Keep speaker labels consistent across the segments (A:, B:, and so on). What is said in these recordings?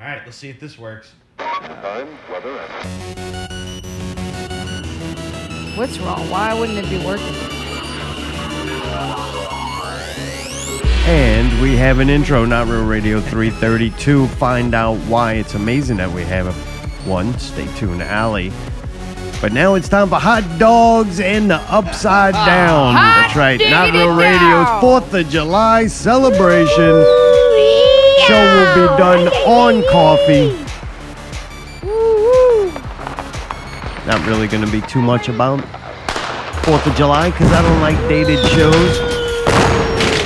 A: let's see if this works.
B: Time, weather, and
C: What's wrong? Why wouldn't it be working?
D: And we have an intro, Not Real Radio 332. Find out why it's amazing that we have it. One, stay tuned, Allie. But now it's time for hot dogs and the upside
C: Ah.
D: down.
C: Hot
D: That's right, Not
C: diggity
D: Real Radio's
C: dog.
D: 4th of July celebration. Show will be done on coffee. Not really going to be too much about 4th of July because I don't like dated shows.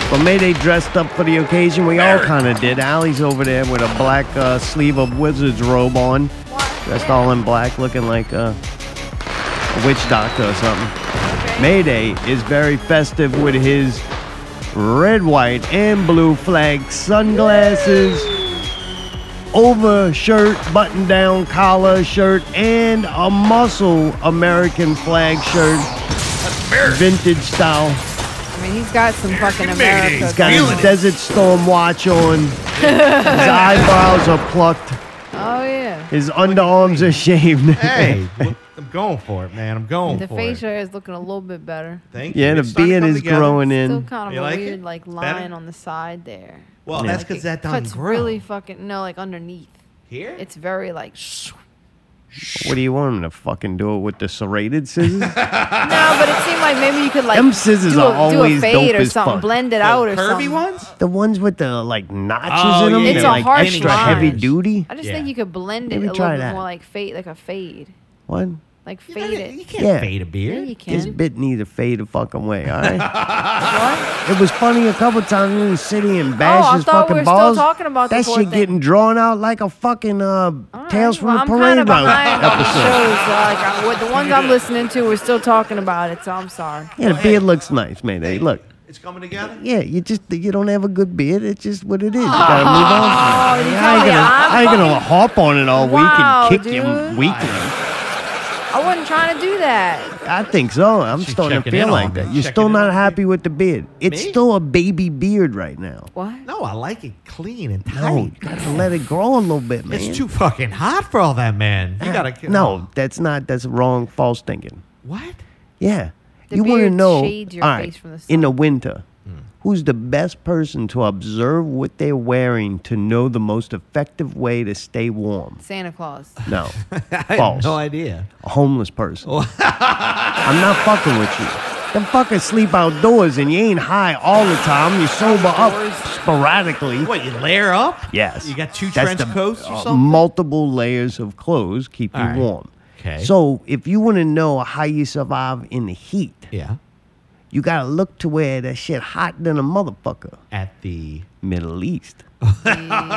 D: But Mayday dressed up for the occasion. We all kind of did. Allie's over there with a black uh, sleeve of wizard's robe on, dressed all in black, looking like uh, a witch doctor or something. Mayday is very festive with his red, white, and blue flag sunglasses, over shirt, button down collar shirt, and a muscle American flag shirt, vintage style.
C: I mean, he's got some fucking America.
D: He's got
C: going
D: his Desert Storm watch on. His eyebrows are plucked.
C: on. Oh yeah,
D: His underarms are shaved.
A: Hey, look, I'm going for it, man. I'm going
C: the
A: for
C: facial
A: it.
C: hair is looking a little bit better.
A: Thank you.
D: yeah, the
A: It's starting to
D: beard
A: come
D: is
A: together.
D: growing
C: Still
D: in.
C: kind of
A: You
C: a
A: like
C: weird
A: it?
C: like
A: Better?
C: line on the side there.
A: Well,
D: Yeah.
A: that's because that done
C: It's
A: grow.
C: really fucking no, like underneath.
A: Here?
C: It's very like. Shh.
D: What do you want him to fucking do it with the serrated scissors?
C: No, but it seemed like maybe you could like.
D: Them scissors
C: do a,
D: are
C: do a
D: always
C: fade
D: dope
C: or
D: as
C: something,
D: fuck.
C: blend it
A: The
C: out or
A: Oh, curvy
C: something.
A: ones?
D: the ones with the like notches
A: Oh,
D: in them,
A: yeah.
D: they're
C: It's a
D: like
C: harsh
D: extra
C: line.
D: heavy duty.
C: I just
A: Yeah.
C: think you could blend it
D: Maybe
C: a
D: try
C: little bit
D: that.
C: more like fade, like a fade,
D: What?
C: like
A: You gotta-
C: fade
A: You
C: it.
A: can't
D: Yeah.
A: fade a
C: Yeah, you
A: beard.
D: This
C: can.
D: bit needs to fade the fucking way. All right. It was funny a couple times when he sit here and bash
C: Oh, I
D: his
C: thought we
D: fucking
C: were still
D: balls.
C: talking about the
D: that
C: poor
D: shit
C: thing.
D: getting drawn out like a fucking uh, Tales from
C: well,
D: the
C: I'm
D: Parade
C: kinda behind on the
D: episode.
C: shows. So like, I, what, the ones I'm listening to, we're still talking about it, so I'm sorry.
D: Yeah, the beard looks nice, man. Hey, look.
A: It's coming together.
D: Yeah, you just you don't have a good beard. It's just what it is. You gotta move on. from it. I ain't
C: Oh, you,
D: gonna,
C: I'm
D: I ain't gonna harp on it all
C: Wow,
D: week and kick him
C: dude.
D: weekly.
C: I wasn't trying to do that.
D: I think so. I'm
A: She's
D: starting to
A: checking in
D: feel
A: on
D: like
A: me.
D: that. You're
A: Checking
D: still
A: in
D: not
A: on me.
D: happy with the beard. It's
A: Me?
D: still a baby beard right now.
C: What?
A: No, I like it clean and tight.
D: No, you gotta let it grow a little bit, man.
A: It's too fucking hot for all that, man. You gotta
D: No, that's not. That's wrong. False thinking.
A: What?
D: Yeah.
C: The
D: you want to
C: beard
D: know
C: shades your
D: all right,
C: face from the
D: in
C: sun.
D: the winter,
A: Hmm.
D: who's the best person to observe what they're wearing to know the most effective way to stay warm?
C: Santa Claus.
D: No.
A: I
D: False.
A: have no idea.
D: A homeless person. I'm not fucking with you. Them fuckers sleep outdoors and you ain't high all the time. You sober up sporadically.
A: What, you layer up?
D: Yes.
A: You got two
D: That's
A: trench
D: the-
A: coats or
D: uh,
A: something?
D: Multiple layers of clothes keep you
A: All right.
D: warm.
A: Okay.
D: So if you want to know how you survive in the heat,
A: yeah.
D: you gotta look to where that shit hot than a motherfucker.
A: At the
D: Middle East.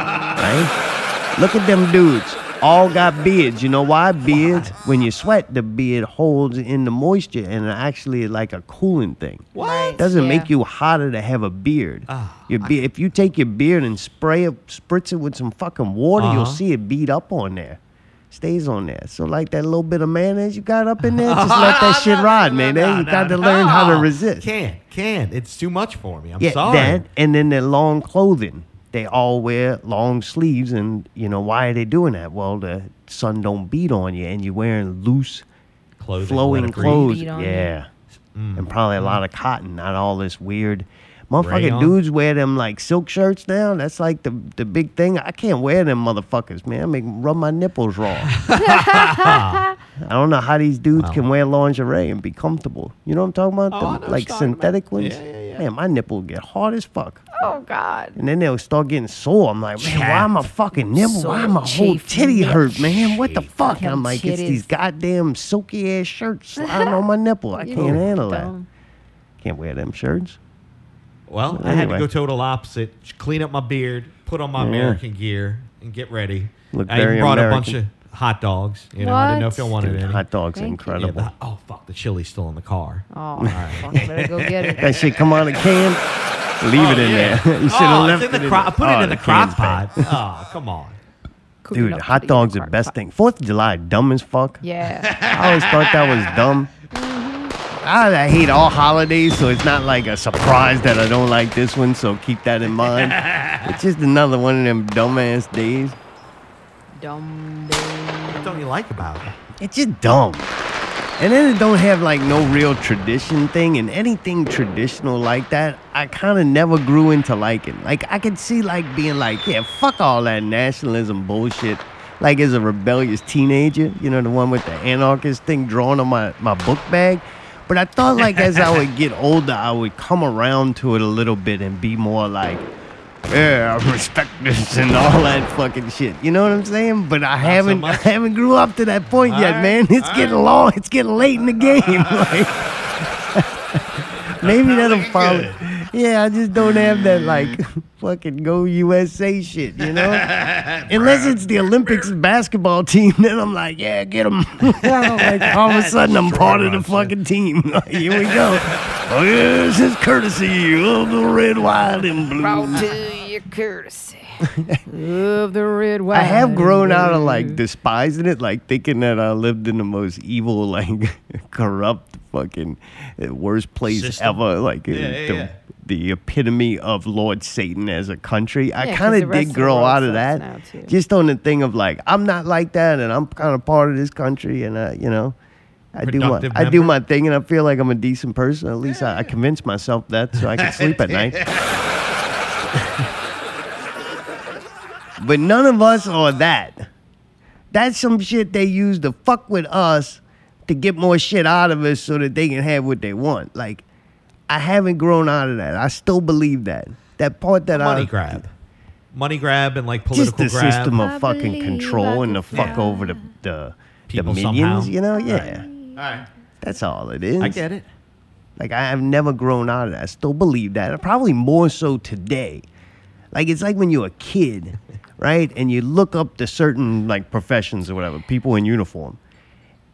D: right? Look at them dudes. All got beards. You know why? Beards, when you sweat, the beard holds in the moisture and actually like a cooling thing.
A: What? Ah,
C: Right,
D: Doesn't
C: yeah.
D: make you hotter to have a beard. Your be- if you take your beard and spray it, spritz it with some fucking water, you'll
A: Uh-huh.
D: see it beat up on there. Stays on there. So like that little bit of mayonnaise you got up in there, just let that shit ride, man.
A: No,
D: you
A: no,
D: got to learn how to
A: no.
D: resist.
A: Can't, can't. It's too much for me. I'm
D: Yeah,
A: sorry.
D: that and then their long clothing. They all wear long sleeves, and you know why are they doing that? Well, the sun don't beat on you, and you're wearing loose,
A: Clothing,
D: flowing
A: let it breathe.
D: clothes.
C: Beat on you.
D: Yeah,
A: Mm.
D: and probably a lot of cotton, not all this weird. Motherfucking
A: Rayon.
D: dudes wear them like silk shirts now. That's like the the big thing. I can't wear them motherfuckers, man. I make rub my nipples raw. I don't know how these dudes can wear lingerie and be comfortable. You know what I'm talking about?
A: Oh, I know
D: Them,
A: what
D: like
A: you're talking about.
D: synthetic ones.
A: Yeah, yeah, yeah.
D: Man, my nipple get hard as fuck.
C: Oh God.
D: And then they'll start getting sore. I'm like, man, why my fucking nipple? why
C: Sore,
D: my whole
C: chafed
D: titty
C: nip.
D: hurt, man? What the fuck?
C: Fucking
D: And I'm like, it's
C: titties.
D: these goddamn silky ass shirts sliding on my nipple. I
C: You
D: can't handle
C: dumb.
D: that. Can't wear them shirts.
A: Well, I had to
D: Anyway.
A: go total opposite. Clean up my beard, put on my
D: Yeah.
A: American gear, and get ready.
D: Look
A: I
D: very
A: even brought a bunch
D: American.
A: of hot dogs. You know, I didn't know if y'all
C: What?
A: wanted
D: Dude,
A: any.
D: hot dogs are
C: Thank you.
A: Yeah,
D: incredible.
A: the- oh fuck, the chili's still in the car.
C: Oh, fuck, better go get it.
D: That shit come out of the can. Leave it in there. you should have
A: oh,
D: left
A: it's in
D: it
A: the cro- I put
D: oh,
A: it in the
D: can's
A: crock
D: bad.
A: pot. Oh, come on.
C: Cook it
D: Dude,
C: up to
D: hot
C: the
D: dogs are
C: crock
D: best
C: pot.
D: thing. Fourth of July, dumb as fuck.
C: Yeah.
D: I always thought that was dumb. Mm-hmm. I, I hate all holidays, so it's not like a surprise that I don't like this one, so keep that in mind. it's just another one of them dumbass days.
C: Dumbo.
A: What don't you like about it?
D: It's just dumb. And then it don't have like no real tradition thing and anything traditional like that, I kind of never grew into liking. Like I could see like being like, yeah, fuck all that nationalism bullshit. Like as a rebellious teenager, you know, the one with the anarchist thing drawn on my, my book bag. But I thought like as I would get older, I would come around to it a little bit and be more like, yeah, I respect this and all that fucking shit. You know what I'm saying? But I haven't, I
A: much.
D: haven't grew up to that point
A: All
D: yet,
A: right,
D: man. It's
A: all
D: getting
A: right.
D: long. It's getting late in the game. Like, maybe that'll follow. Yeah, I just don't have that like fucking go USA shit. You know, unless it's the Olympics basketball team, then I'm like, yeah, get them. like, all of a sudden, I'm part of the fucking team. Like, Here we go. Oh yeah, this is courtesy of the red, white, and blue.
C: Brought to your courtesy of the red wine.
D: I have grown out of like despising it, like thinking that I lived in the most evil, like corrupt, fucking uh, worst place
A: System.
D: ever. Like uh,
A: Yeah, yeah,
D: the,
A: yeah.
D: the epitome of Lord Satan as a country. I
C: Yeah, 'cause
D: kind
C: the
D: of
C: rest of
D: did
C: the
D: grow
C: world
D: out of
C: sucks
D: that,
C: now, too.
D: just on the thing of like I'm not like that, and I'm kind of part of this country, and I, you know. I do, my,
A: Productive
D: I do
A: member.
D: my thing and I feel like I'm a decent person. At least I, I convince myself that so I can sleep at night. But none of us are that. That's some shit they use to fuck with us to get more shit out of us so that they can have what they want. Like, I haven't grown out of that. I still believe that. That part that I
A: Money grab. Money grab and like
D: Uh, just
A: political
D: the
A: grab.
D: system
A: All
D: of
C: I
D: fucking
C: believe
D: control
C: I
D: and the
C: can
D: fuck
C: fly.
D: over the the, the
A: People
D: minions.
A: somehow.
D: You know, yeah,
A: right.
D: that's all it is.
A: I get it.
D: Like I have never grown out of that. I still believe that. Probably more so today. Like it's like when you're a kid, right? And you look up to certain like professions or whatever, people in uniform.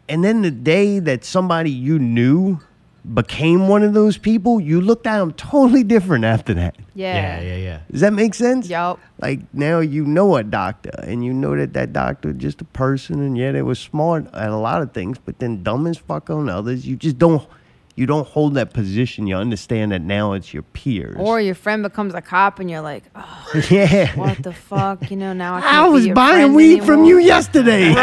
D: And then the day that somebody you knew became one of those people, you looked at them totally different after that.
A: Yeah,
C: Yeah.
A: yeah, yeah.
D: Does that make sense?
C: Yup.
D: Like now you know a doctor, and you know that that doctor just a person, and yeah, they were smart at a lot of things, but then dumb as fuck on others. You just don't, you don't hold that position. You understand that now it's your peers.
C: Or your friend becomes a cop and you're like, oh,
D: yeah,
C: what the fuck? You know, now I, can't
D: I
C: be
D: was
C: your
D: buying
C: friend
D: weed from you
C: anymore.
D: yesterday.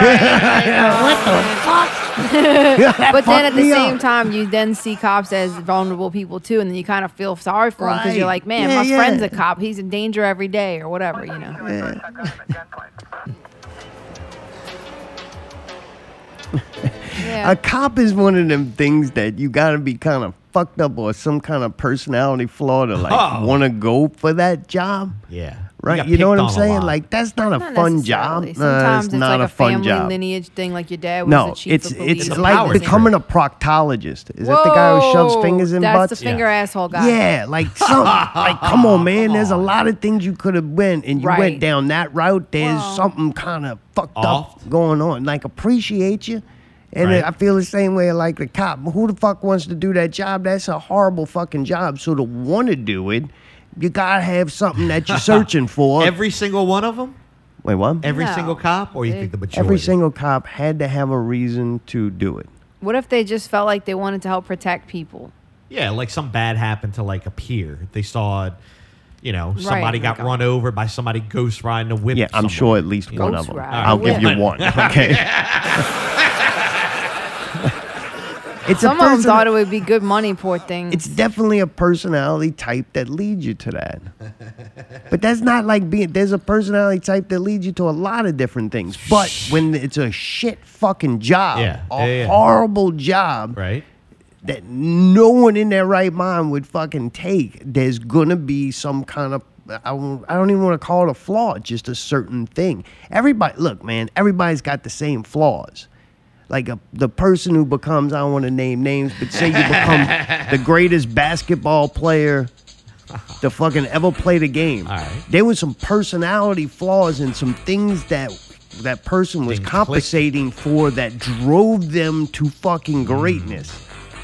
C: But then at the
D: me
C: same
D: up.
C: time, you then see cops as vulnerable people too, and then you kind of feel sorry for them because you're
D: Right.
C: like, man,
D: Yeah,
C: my
D: yeah.
C: friend's a cop. He's in danger every day or whatever, you know. Yeah.
D: A cop is one of them things that you gotta be kind of fucked up or some kind of personality flaw to like
A: Oh.
D: want to go for that job.
A: Yeah.
D: Right,
A: got
D: you,
A: picked
D: know what
A: on
D: I'm
A: a
D: saying?
A: lot.
D: Like that's not a
C: Not
D: fun job.
C: necessarily.
D: Nah,
C: Sometimes
D: it's
C: it's,
D: not
C: like
D: a fun
C: family
D: job.
C: lineage thing, like your dad was
D: No,
C: the chief
D: it's
C: of
D: it's
C: police.
A: It's a
D: like
A: power
D: becoming
A: trip.
D: a proctologist. Is that the guy who shoves fingers in
C: that's
D: butts?
C: the finger asshole guy.
D: Yeah, like some, like come on, man. There's a lot of things you could have went, and you went
C: Right.
D: down that route. There's
C: Well.
D: something kind of fucked up
A: Off.
D: going on. Like appreciate you, and
A: Right.
D: I feel the same way. Like the cop, who the fuck wants to do that job? That's a horrible fucking job. So to want to do it, you gotta have something that you're searching for.
A: Every single one of them?
D: Wait, what?
A: Every
C: No.
A: single cop? Or you think the majority?
D: Every single cop had to have a reason to do it.
C: What if they just felt like they wanted to help protect people?
A: Yeah, like some bad happened to like a peer. They saw, you know, somebody
C: like
A: got
C: a-
A: run over by somebody ghost riding a whip.
D: Yeah,
A: someone.
D: I'm sure at least one of
C: Ghost
D: them.
C: ride.
D: I'll give you
A: Yeah.
D: one. Okay. it's
C: Some of them
D: person-
C: thought it would be good money, poor thing.
D: It's definitely a personality type that leads you to that. but that's not like being. There's a personality type that leads you to a lot of different things. But when it's a shit fucking job,
A: Yeah,
D: a
A: yeah, yeah.
D: horrible job,
A: Right?
D: that no one in their right mind would fucking take. There's gonna be some kind of I don't, I don't even want to call it a flaw, just a certain thing. Everybody, look, man, everybody's got the same flaws. Like a, the person who becomes, I don't want to name names, but say you become the greatest basketball player to fucking ever play the game.
A: All right.
D: There was some personality flaws and some things that that person was
A: Things clicked.
D: compensating for that drove them to fucking greatness.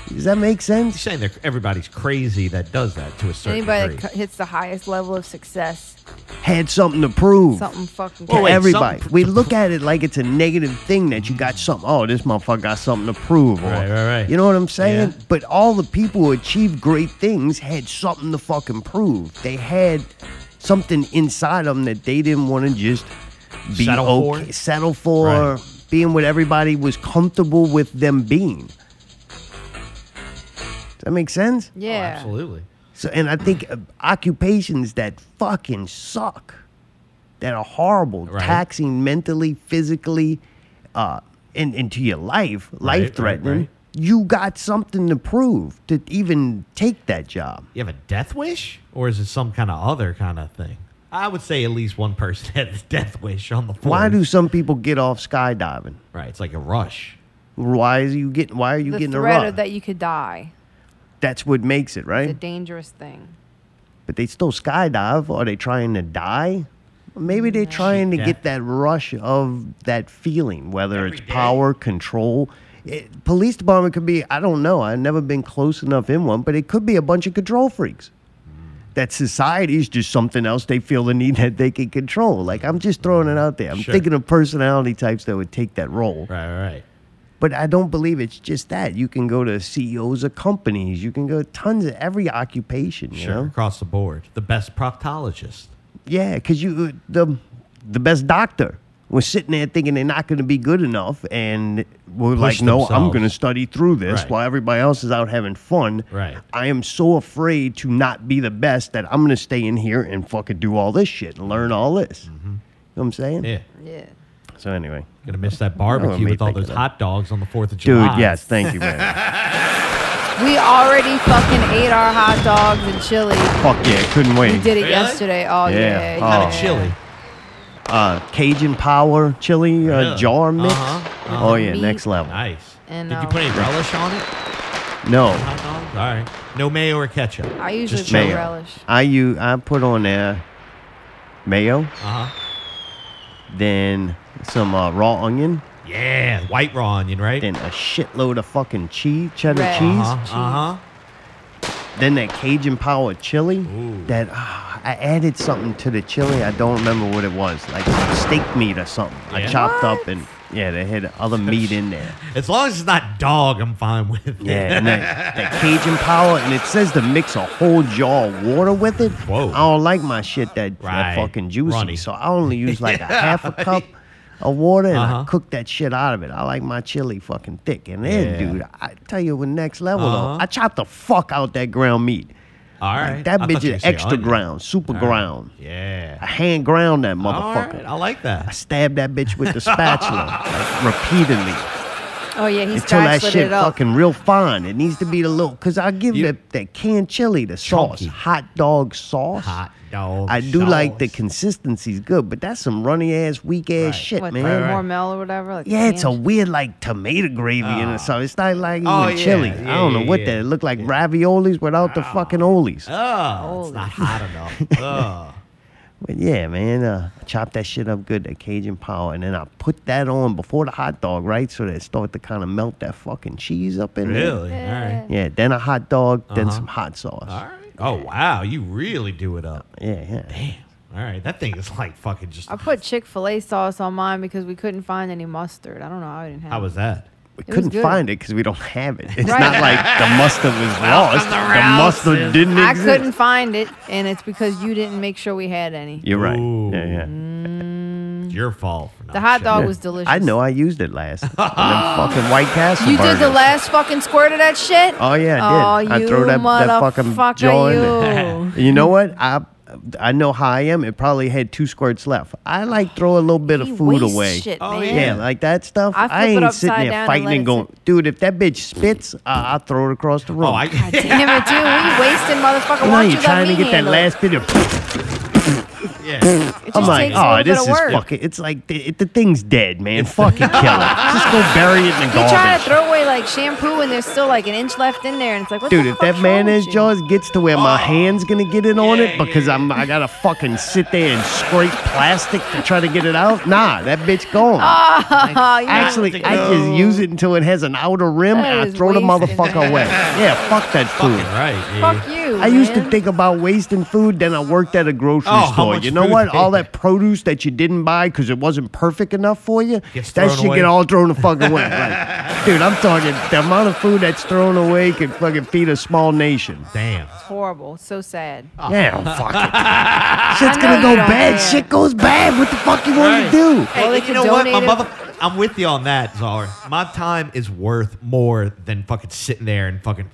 D: Does that make
A: You're
D: sense?
A: saying that everybody's crazy that does that to a certain
C: Anybody
A: degree.
C: that c- hits the highest level of success,
D: Had something to prove.
C: something fucking.
D: to
A: Well, Oh, wait,
D: everybody.
A: something pr-
D: we
A: to
D: look at it like it's a negative thing that you got something. Oh, this motherfucker got something to prove. Or,
A: Right, right, right.
D: You know what I'm saying?
A: Yeah.
D: But all the people who achieved great things had something to fucking prove. They had something inside them that they didn't want to just be
A: Settle for?
D: okay, settle for
A: Right.
D: being what everybody was comfortable with them being. Does that make sense?
A: Oh,
C: Yeah.
A: absolutely.
D: So, and I think uh, occupations that fucking suck, that are horrible,
A: Right.
D: taxing mentally, physically, uh, and into your life,
A: right,
D: life threatening.
A: right.
D: You got something to prove to even take that job.
A: You have a death wish, or is it some kind of other kind of thing? I would say at least one person had a death wish on the floor.
D: Why do some people get off skydiving?
A: right? It's like a rush.
D: Why is you getting? Why are you
C: the
D: getting a
C: threat
D: run?
C: of that you could die.
D: That's what makes it
C: It's a
D: right.
C: dangerous thing.
D: but they still skydive. Are they trying to die? Maybe they're trying to
A: Yeah.
D: get that rush of that feeling, whether it's
A: Every day.
D: power, control. It, police department could be, I don't know, I've never been close enough in one, but it could be a bunch of control freaks. That society is just something else they feel the need that they can control. Like, I'm just throwing it out there. I'm
A: Sure.
D: thinking of personality types that would take that role.
A: Right, right, right.
D: But I don't believe it's just that. You can go to CEOs of companies, you can go tons of every occupation, you
A: Sure,
D: know?
A: across the board, the best proctologist.
D: Yeah, because you the the best doctor was sitting there thinking they're not going to be good enough, and we're like,
A: Pushed
D: no, I'm
A: themselves.
D: going to study through this
A: Right.
D: while everybody else is out having fun.
A: Right.
D: I am so afraid to not be the best that I'm going to stay in here and fucking do all this shit and learn all this. You know what I'm saying?
A: Mm-hmm. Yeah,
C: Yeah.
D: So anyway,
A: gonna miss that
D: made
A: barbecue
D: me
A: with all
D: think of
A: those
D: that.
A: hot dogs on the Fourth of
D: dude,
A: July.
D: yes, thank you, man.
C: We already fucking ate our hot dogs and chili.
D: Fuck yeah, couldn't wait.
C: We did it
A: Really?
C: yesterday. Oh
D: Yeah.
C: yeah.
D: Oh.
A: kind of chili.
D: Uh, Cajun power chili uh,
A: Really?
D: jar mix.
A: Uh-huh,
D: Oh
A: uh-huh.
D: yeah,
C: Meat.
D: next level.
A: Nice.
C: And,
A: Did you
C: uh,
A: put any relish on it?
D: No.
A: Hot dogs. All right. No mayo or ketchup.
C: I usually
A: Just
C: put
A: mayo.
C: relish.
D: I you I put on there mayo,
A: Uh huh.
D: then some uh, raw onion,
A: Yeah, white raw onion, right?
D: then a shitload of fucking cheese, cheddar
C: Red.
D: cheese,
A: uh huh.
D: then that Cajun power chili.
A: Ooh.
D: That ah, I added something to the chili. I don't remember what it was, like steak meat or something. I
A: Yeah?
D: chopped up
C: What?
D: and yeah, they had other meat in there.
A: As long as it's not dog, I'm fine with it.
D: Yeah, and that, that Cajun power, and it says to mix a whole jar of water with it.
A: Whoa.
D: I don't like my shit that, that
A: Right.
D: fucking juicy,
A: Runny.
D: so I only use like a half a cup of water, and I
A: Uh-huh.
D: cook that shit out of it. I like my chili fucking thick. And then,
A: Yeah.
D: dude, I tell you what, next level
A: Uh-huh.
D: though, I chopped the fuck out that ground meat.
A: All
D: Like,
A: right.
D: that
A: I
D: bitch
A: thought you
D: is
A: said
D: extra
A: onion.
D: ground, super ground. I
A: Yeah.
D: hand ground that
A: All
D: motherfucker.
A: right. I like
D: I
A: that.
D: stabbed that bitch with the spatula like, repeatedly
C: Oh yeah, he
D: until that
C: spatulated
D: shit
C: it up.
D: fucking real fine. It needs to be the little because I give
A: You-
D: that that canned chili the sauce,
A: Chunky.
D: hot dog sauce.
A: Hot dog.
D: I do like the
A: sauce.
D: consistency's good, but that's some runny ass, weak ass
A: Right.
D: shit,
C: What,
D: man.
C: like Hormel or whatever? Like
D: Yeah, it's a
C: canned-
D: weird like tomato gravy in it, so it's not like
A: Oh,
D: even
A: yeah,
D: chili. I
A: yeah,
D: don't know
A: yeah,
D: what
A: yeah.
D: that. It looked like raviolis without the fucking olies.
A: Oh,
C: Holy.
A: it's not hot enough. Oh.
D: But yeah, man, uh, chop that shit up good, that Cajun power, and then I put that on before the hot dog, right? So that it start to kind of melt that fucking cheese up in there.
A: Really? All right.
D: Yeah, then a hot dog, then
A: Uh-huh.
D: some hot sauce.
A: All right. Oh, wow. You really do it up.
D: Yeah, yeah.
A: Damn. All right. That thing is like fucking just.
C: I put Chick Fil A sauce on mine because we couldn't find any mustard. I don't know. I didn't have.
A: How was that?
D: We
C: was
D: couldn't
C: good.
D: find it because we don't have it. It's
C: Right.
D: not like the mustard was lost.
A: to
D: The mustard
A: Rouse's.
D: didn't
C: I
D: exist.
C: couldn't find it, and it's because you didn't make sure we had any.
D: You're right.
A: Ooh.
D: Yeah, yeah.
A: It's your fault. For not
C: Mm. The hot dog
A: sharing.
C: was delicious.
D: I know I used it last. And them fucking White Castle
C: You did the
D: burgers.
C: last fucking squirt of that shit.
D: Oh, yeah, I did.
C: Oh,
D: I
C: you
D: throw that- that fucking
C: motherfucker,
D: jaw in
C: you.
D: You know what? I I know how I am. It probably had two squirts left. I like throw a little bit
C: He
D: of food
C: wastes
D: away.
C: Shit,
A: Oh,
C: man.
D: Yeah, like that stuff.
C: I
D: I,
C: flip it
D: ain't sitting
C: upside
D: there
C: down and
D: fighting
C: let
D: and,
C: it
D: going, dude. If that bitch spits, I, I throw it across the room.
A: Oh, I.
C: Damn it, dude. We wasting motherfucker.
D: Now
C: Why don't
D: you're
C: you
D: trying
C: let
D: to
C: me
D: get that
C: handle it?
D: last bit of.
A: yeah.
C: It
D: I'm
C: just
D: like,
C: takes a
D: oh,
C: little bit
D: this
C: of
D: is
C: work.
D: fucking. It's like the, it, the thing's dead, man. Fucking kill it. Just go bury it in the
C: You try to
D: garbage.
C: throw away like shampoo and there's still like an inch left in there, and it's like, what
D: Dude,
C: the
D: if
C: fuck's
D: that
C: wrong with
D: mayonnaise
C: you?
D: jar gets to where my hand's gonna get in on it
A: Yeah,
D: because I'm I gotta fucking sit there and scrape plastic to try to get it out. Nah, that bitch gone.
C: Oh, you
D: Actually,
A: to
D: I
A: go.
D: just use it until it has an outer rim
C: That
D: and I
C: is
D: throw the
C: wasted.
D: motherfucker away. Yeah, fuck that
A: Fucking
D: food.
A: right.
C: fuck
A: dude.
C: you.
D: I used to
C: man.
D: think about wasting food. Then I worked at a grocery
A: Oh, how
D: store.
A: much
D: You know
A: food
D: what?
A: they-
D: All that produce that you didn't buy because it wasn't perfect enough for you,
A: Gets
D: that
A: thrown
D: shit
A: away.
D: get all thrown the fucking away. Like, Dude, I'm talking the amount of food that's thrown away could fucking feed a small nation.
A: Damn.
C: Horrible. So sad.
A: Oh.
D: Yeah, fuck it. Shit's
C: I
D: gonna
C: know
D: go
C: you don't
D: bad.
C: care.
D: Shit goes bad. What the fuck you want
A: Right.
D: to do?
C: Well, they
A: and you
C: could
A: know what? My
C: donate it.
A: mother, I'm with you on that, Czar. My time is worth more than fucking sitting there and fucking.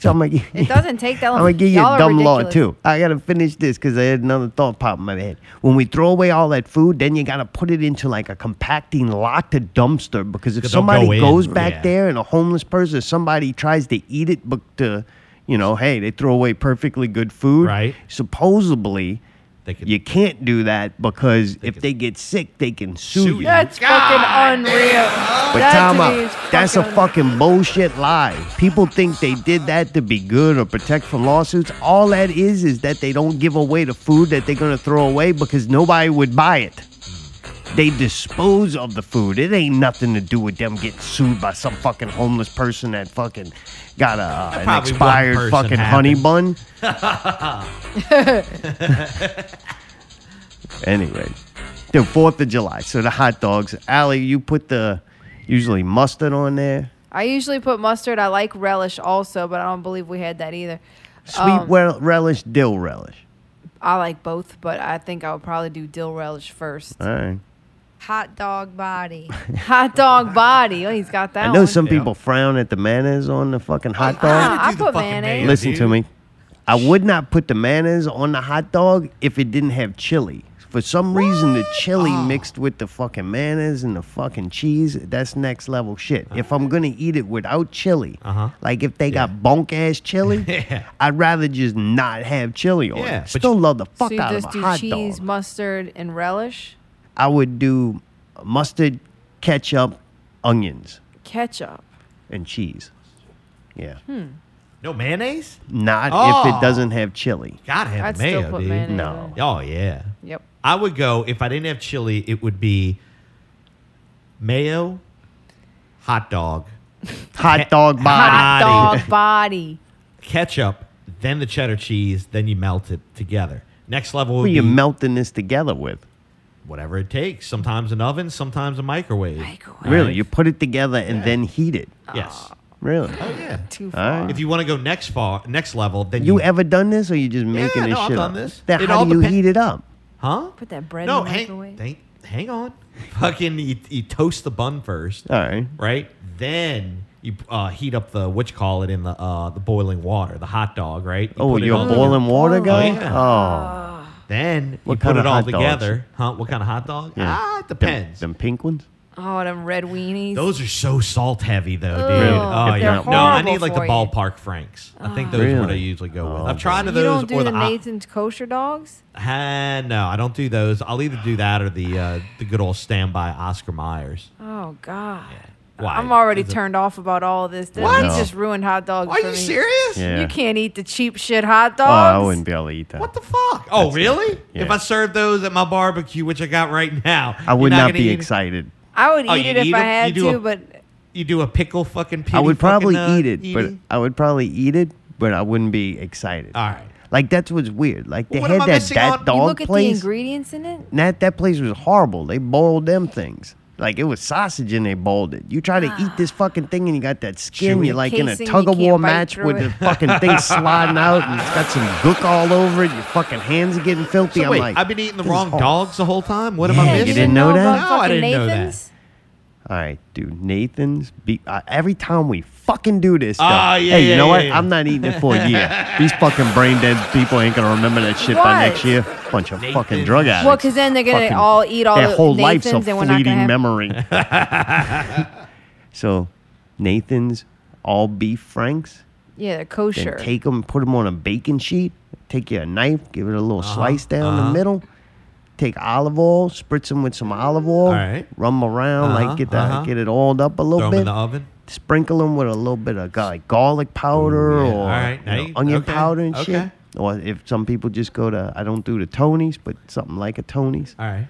D: So I'm gonna,
C: It doesn't take that long.
D: I'm gonna give you
C: Y'all
D: a
C: are
D: dumb law
C: ridiculous.
D: too. I gotta finish this because I had another thought pop in my head. When we throw away all that food, then you gotta put it into like a compacting locked dumpster because if
A: Don't
D: somebody
A: go in,
D: goes back
A: yeah.
D: there and a homeless person, somebody tries to eat it, but to, you know, hey, they throw away perfectly good food.
A: Right.
D: Supposedly,
A: They could-
D: you can't do that because if
A: could-
D: they get sick, they can sue,
A: Sue
D: you.
A: you.
C: That's fucking unreal.
D: But
C: that
D: time
C: to
D: out.
C: me is
D: That's a
C: fucking-
D: fucking bullshit lie. People think they did that to be good or protect from lawsuits. All that is is that they don't give away the food that they're gonna throw away because nobody would buy it. They dispose of the food. It ain't nothing to do with them getting sued by some fucking homeless person that fucking got a uh, an
A: probably one
D: expired
A: person
D: fucking honey
A: happened.
D: bun. Anyway, the Fourth of July. So the hot dogs. Allie, you put the usually mustard on there.
C: I usually put mustard. I like relish also, but I don't believe we had that either.
D: Sweet wel- relish, dill relish.
C: I like both, but I think I would probably do dill relish first.
D: All right.
E: Hot dog body.
C: Hot dog body. Oh, he's got that
D: I know
C: one.
D: some
A: Yeah.
D: people frown at the mayonnaise on the fucking hot
C: Ah,
D: dog.
C: I
A: do the
C: put
A: fucking
C: mayonnaise.
A: mayo,
D: Listen to
A: dude.
D: me. I would not put the mayonnaise on the hot dog if it didn't have chili. For some reason, the chili
A: Oh.
D: mixed with the fucking mayonnaise and the fucking cheese, that's next level shit. If I'm gonna eat it without chili,
A: Uh-huh.
D: like if they got bonk ass chili,
A: Yeah.
D: I'd rather just not have chili on
A: Yeah,
D: it.
A: but
D: Still
A: you-
D: love the fuck
C: so you
D: out
C: just
D: of a
C: do
D: hot
C: cheese,
D: dog.
C: mustard, and relish.
D: I would do mustard, ketchup, onions,
C: Ketchup.
D: and cheese. Yeah.
A: No mayonnaise?
D: Not if
A: Hmm. Oh.
D: it doesn't have chili.
A: Gotta have
C: I'd
A: mayo,
C: still put
A: dude.
C: mayonnaise.
D: No.
C: on it.
A: Oh yeah.
C: Yep.
A: I would go if I didn't have chili. It would be mayo, hot dog,
D: Hot dog body.
C: Hot
A: Body.
C: dog body.
A: ketchup, then the cheddar cheese, then you melt it together. Next level would
D: What are
A: be
D: you melting this together with?
A: whatever it takes. Sometimes an oven, sometimes a microwave.
C: Microwave.
D: Really? You put it together and then heat it.
A: Yes.
D: Really?
A: Oh yeah.
C: Too
D: All right.
C: far.
A: If you want to go next far, next level, then
D: You ever done this or you just making
A: Yeah,
D: this
A: no, I've
D: shit
A: done
D: up?
A: this.
D: Then
A: It
D: how
A: all
D: do you
A: depen-
D: heat it up?
A: huh?
C: Put that bread
A: no,
C: in the
A: hang,
C: microwave.
A: hang, hang on. Fucking, you, you toast the bun first,
D: All right.
A: right? Then you uh, heat up the what you call it in the uh, the boiling water, the hot dog, right? You
D: Oh,
A: put it
D: you're
A: on
D: a
A: there.
D: boiling water guy?
A: yeah.
D: Oh.
A: Then you
D: What
A: put
D: kind
A: it
D: of
A: all
D: hot dogs?
A: together, huh? What kind of hot dog?
D: yeah.
A: Ah, it
D: Them-
A: depends.
D: Them, pink ones?
C: Oh, them red weenies.
A: Those are so salt heavy though, dude.
D: Really?
A: Oh
D: If
A: yeah.
D: they're
A: No, I
C: horrible
A: need like the
C: for you.
A: ballpark franks. I think those are what I
D: Really?
A: usually go with.
D: Oh,
A: I've tried to
C: you
A: those
C: don't do
A: or
C: the
A: the hot-
C: Nathan's kosher dogs?
A: Ah, no, I don't do those. I'll either do that or the uh, the good old standby Oscar Myers.
C: Oh God.
A: Why?
C: I'm already
A: Is it-
C: turned off about all this. This
D: What?
C: you
D: No.
C: just ruined hot dogs.
A: Are
C: for
A: you
C: me.
A: serious?
D: Yeah.
C: You can't eat the cheap shit hot
D: Oh, I
C: dogs.
D: wouldn't be able to eat that.
A: What the fuck? Oh, really?
D: Yeah.
A: If I served those at my barbecue, which I got right now,
D: I would
A: you're
D: not,
A: gonna
D: be
A: eat it?
D: excited.
C: I would
A: Oh,
C: eat
A: you
C: it if
A: eat
C: I
A: 'em?
C: had
A: You do
C: to,
A: a-
C: but
A: You do a pickle fucking. Pity
D: I would probably
A: fucking, uh,
D: eat it, but
A: eating?
D: I would probably eat it, but I wouldn't be excited.
A: all right.
D: Like that's what's weird. Like they
A: Well, what am
D: had
A: I
D: that
A: missing
D: that
A: on? You
D: dog
C: you look at the
D: place.
C: ingredients in it.
D: and that that place was horrible. They boiled them things. Like it was sausage and they boiled it. You try to eat this fucking thing and you got that skin.
A: Chewy.
D: You're like in
C: Ah.
D: a
C: Casing, you
D: tug of war
C: can't bite
D: match
C: through
D: with
C: it.
D: the fucking thing sliding out and it's got some gook all over it. Your fucking hands are getting filthy.
A: So
D: I'm
A: wait,
D: like,
A: I've been eating the
D: this is
A: wrong
D: hard.
A: dogs the whole time. What am
D: Yeah,
A: I
D: you
A: missing?
D: didn't know that?
C: about
A: No, I
C: fucking
A: didn't know that.
C: Nathan's?
D: All right, dude. Nathan's. Be- uh, every time we fucking do this, stuff,
A: Ah, yeah,
D: hey, you
A: yeah,
D: know
A: yeah,
D: what?
A: yeah.
D: I'm not eating it for a year. These fucking brain dead people ain't gonna remember that shit by
C: What?
D: next year. Bunch of fucking
A: Nathan.
D: drug
A: Well,
D: addicts.
C: Well, because then they're gonna
D: Fucking-
C: all eat all
D: their
C: the
D: whole
C: Nathan's,
D: life's a
C: and we're not gonna
D: fleeting
C: have-
D: memory. so, Nathan's all beef franks.
C: Yeah, they're
D: Then
C: kosher.
D: take them, put them on a baking sheet. Take you a knife, give it a little slice down
A: uh-huh.
D: the middle. Take olive oil, spritz them with some olive oil.
A: All right.
D: Rub them around,
A: Uh-huh,
D: like get the,
A: uh-huh.
D: get it oiled up a
A: Throw
D: little
A: 'em
D: bit.
A: in the oven.
D: Sprinkle them with a little bit of like garlic powder
A: Ooh, yeah.
D: or
A: All right,
D: you know,
A: now you-
D: onion
A: okay,
D: powder and shit.
A: okay.
D: Or if some people just go to, I don't do the Tonys, but something like a Tonys.
A: All right.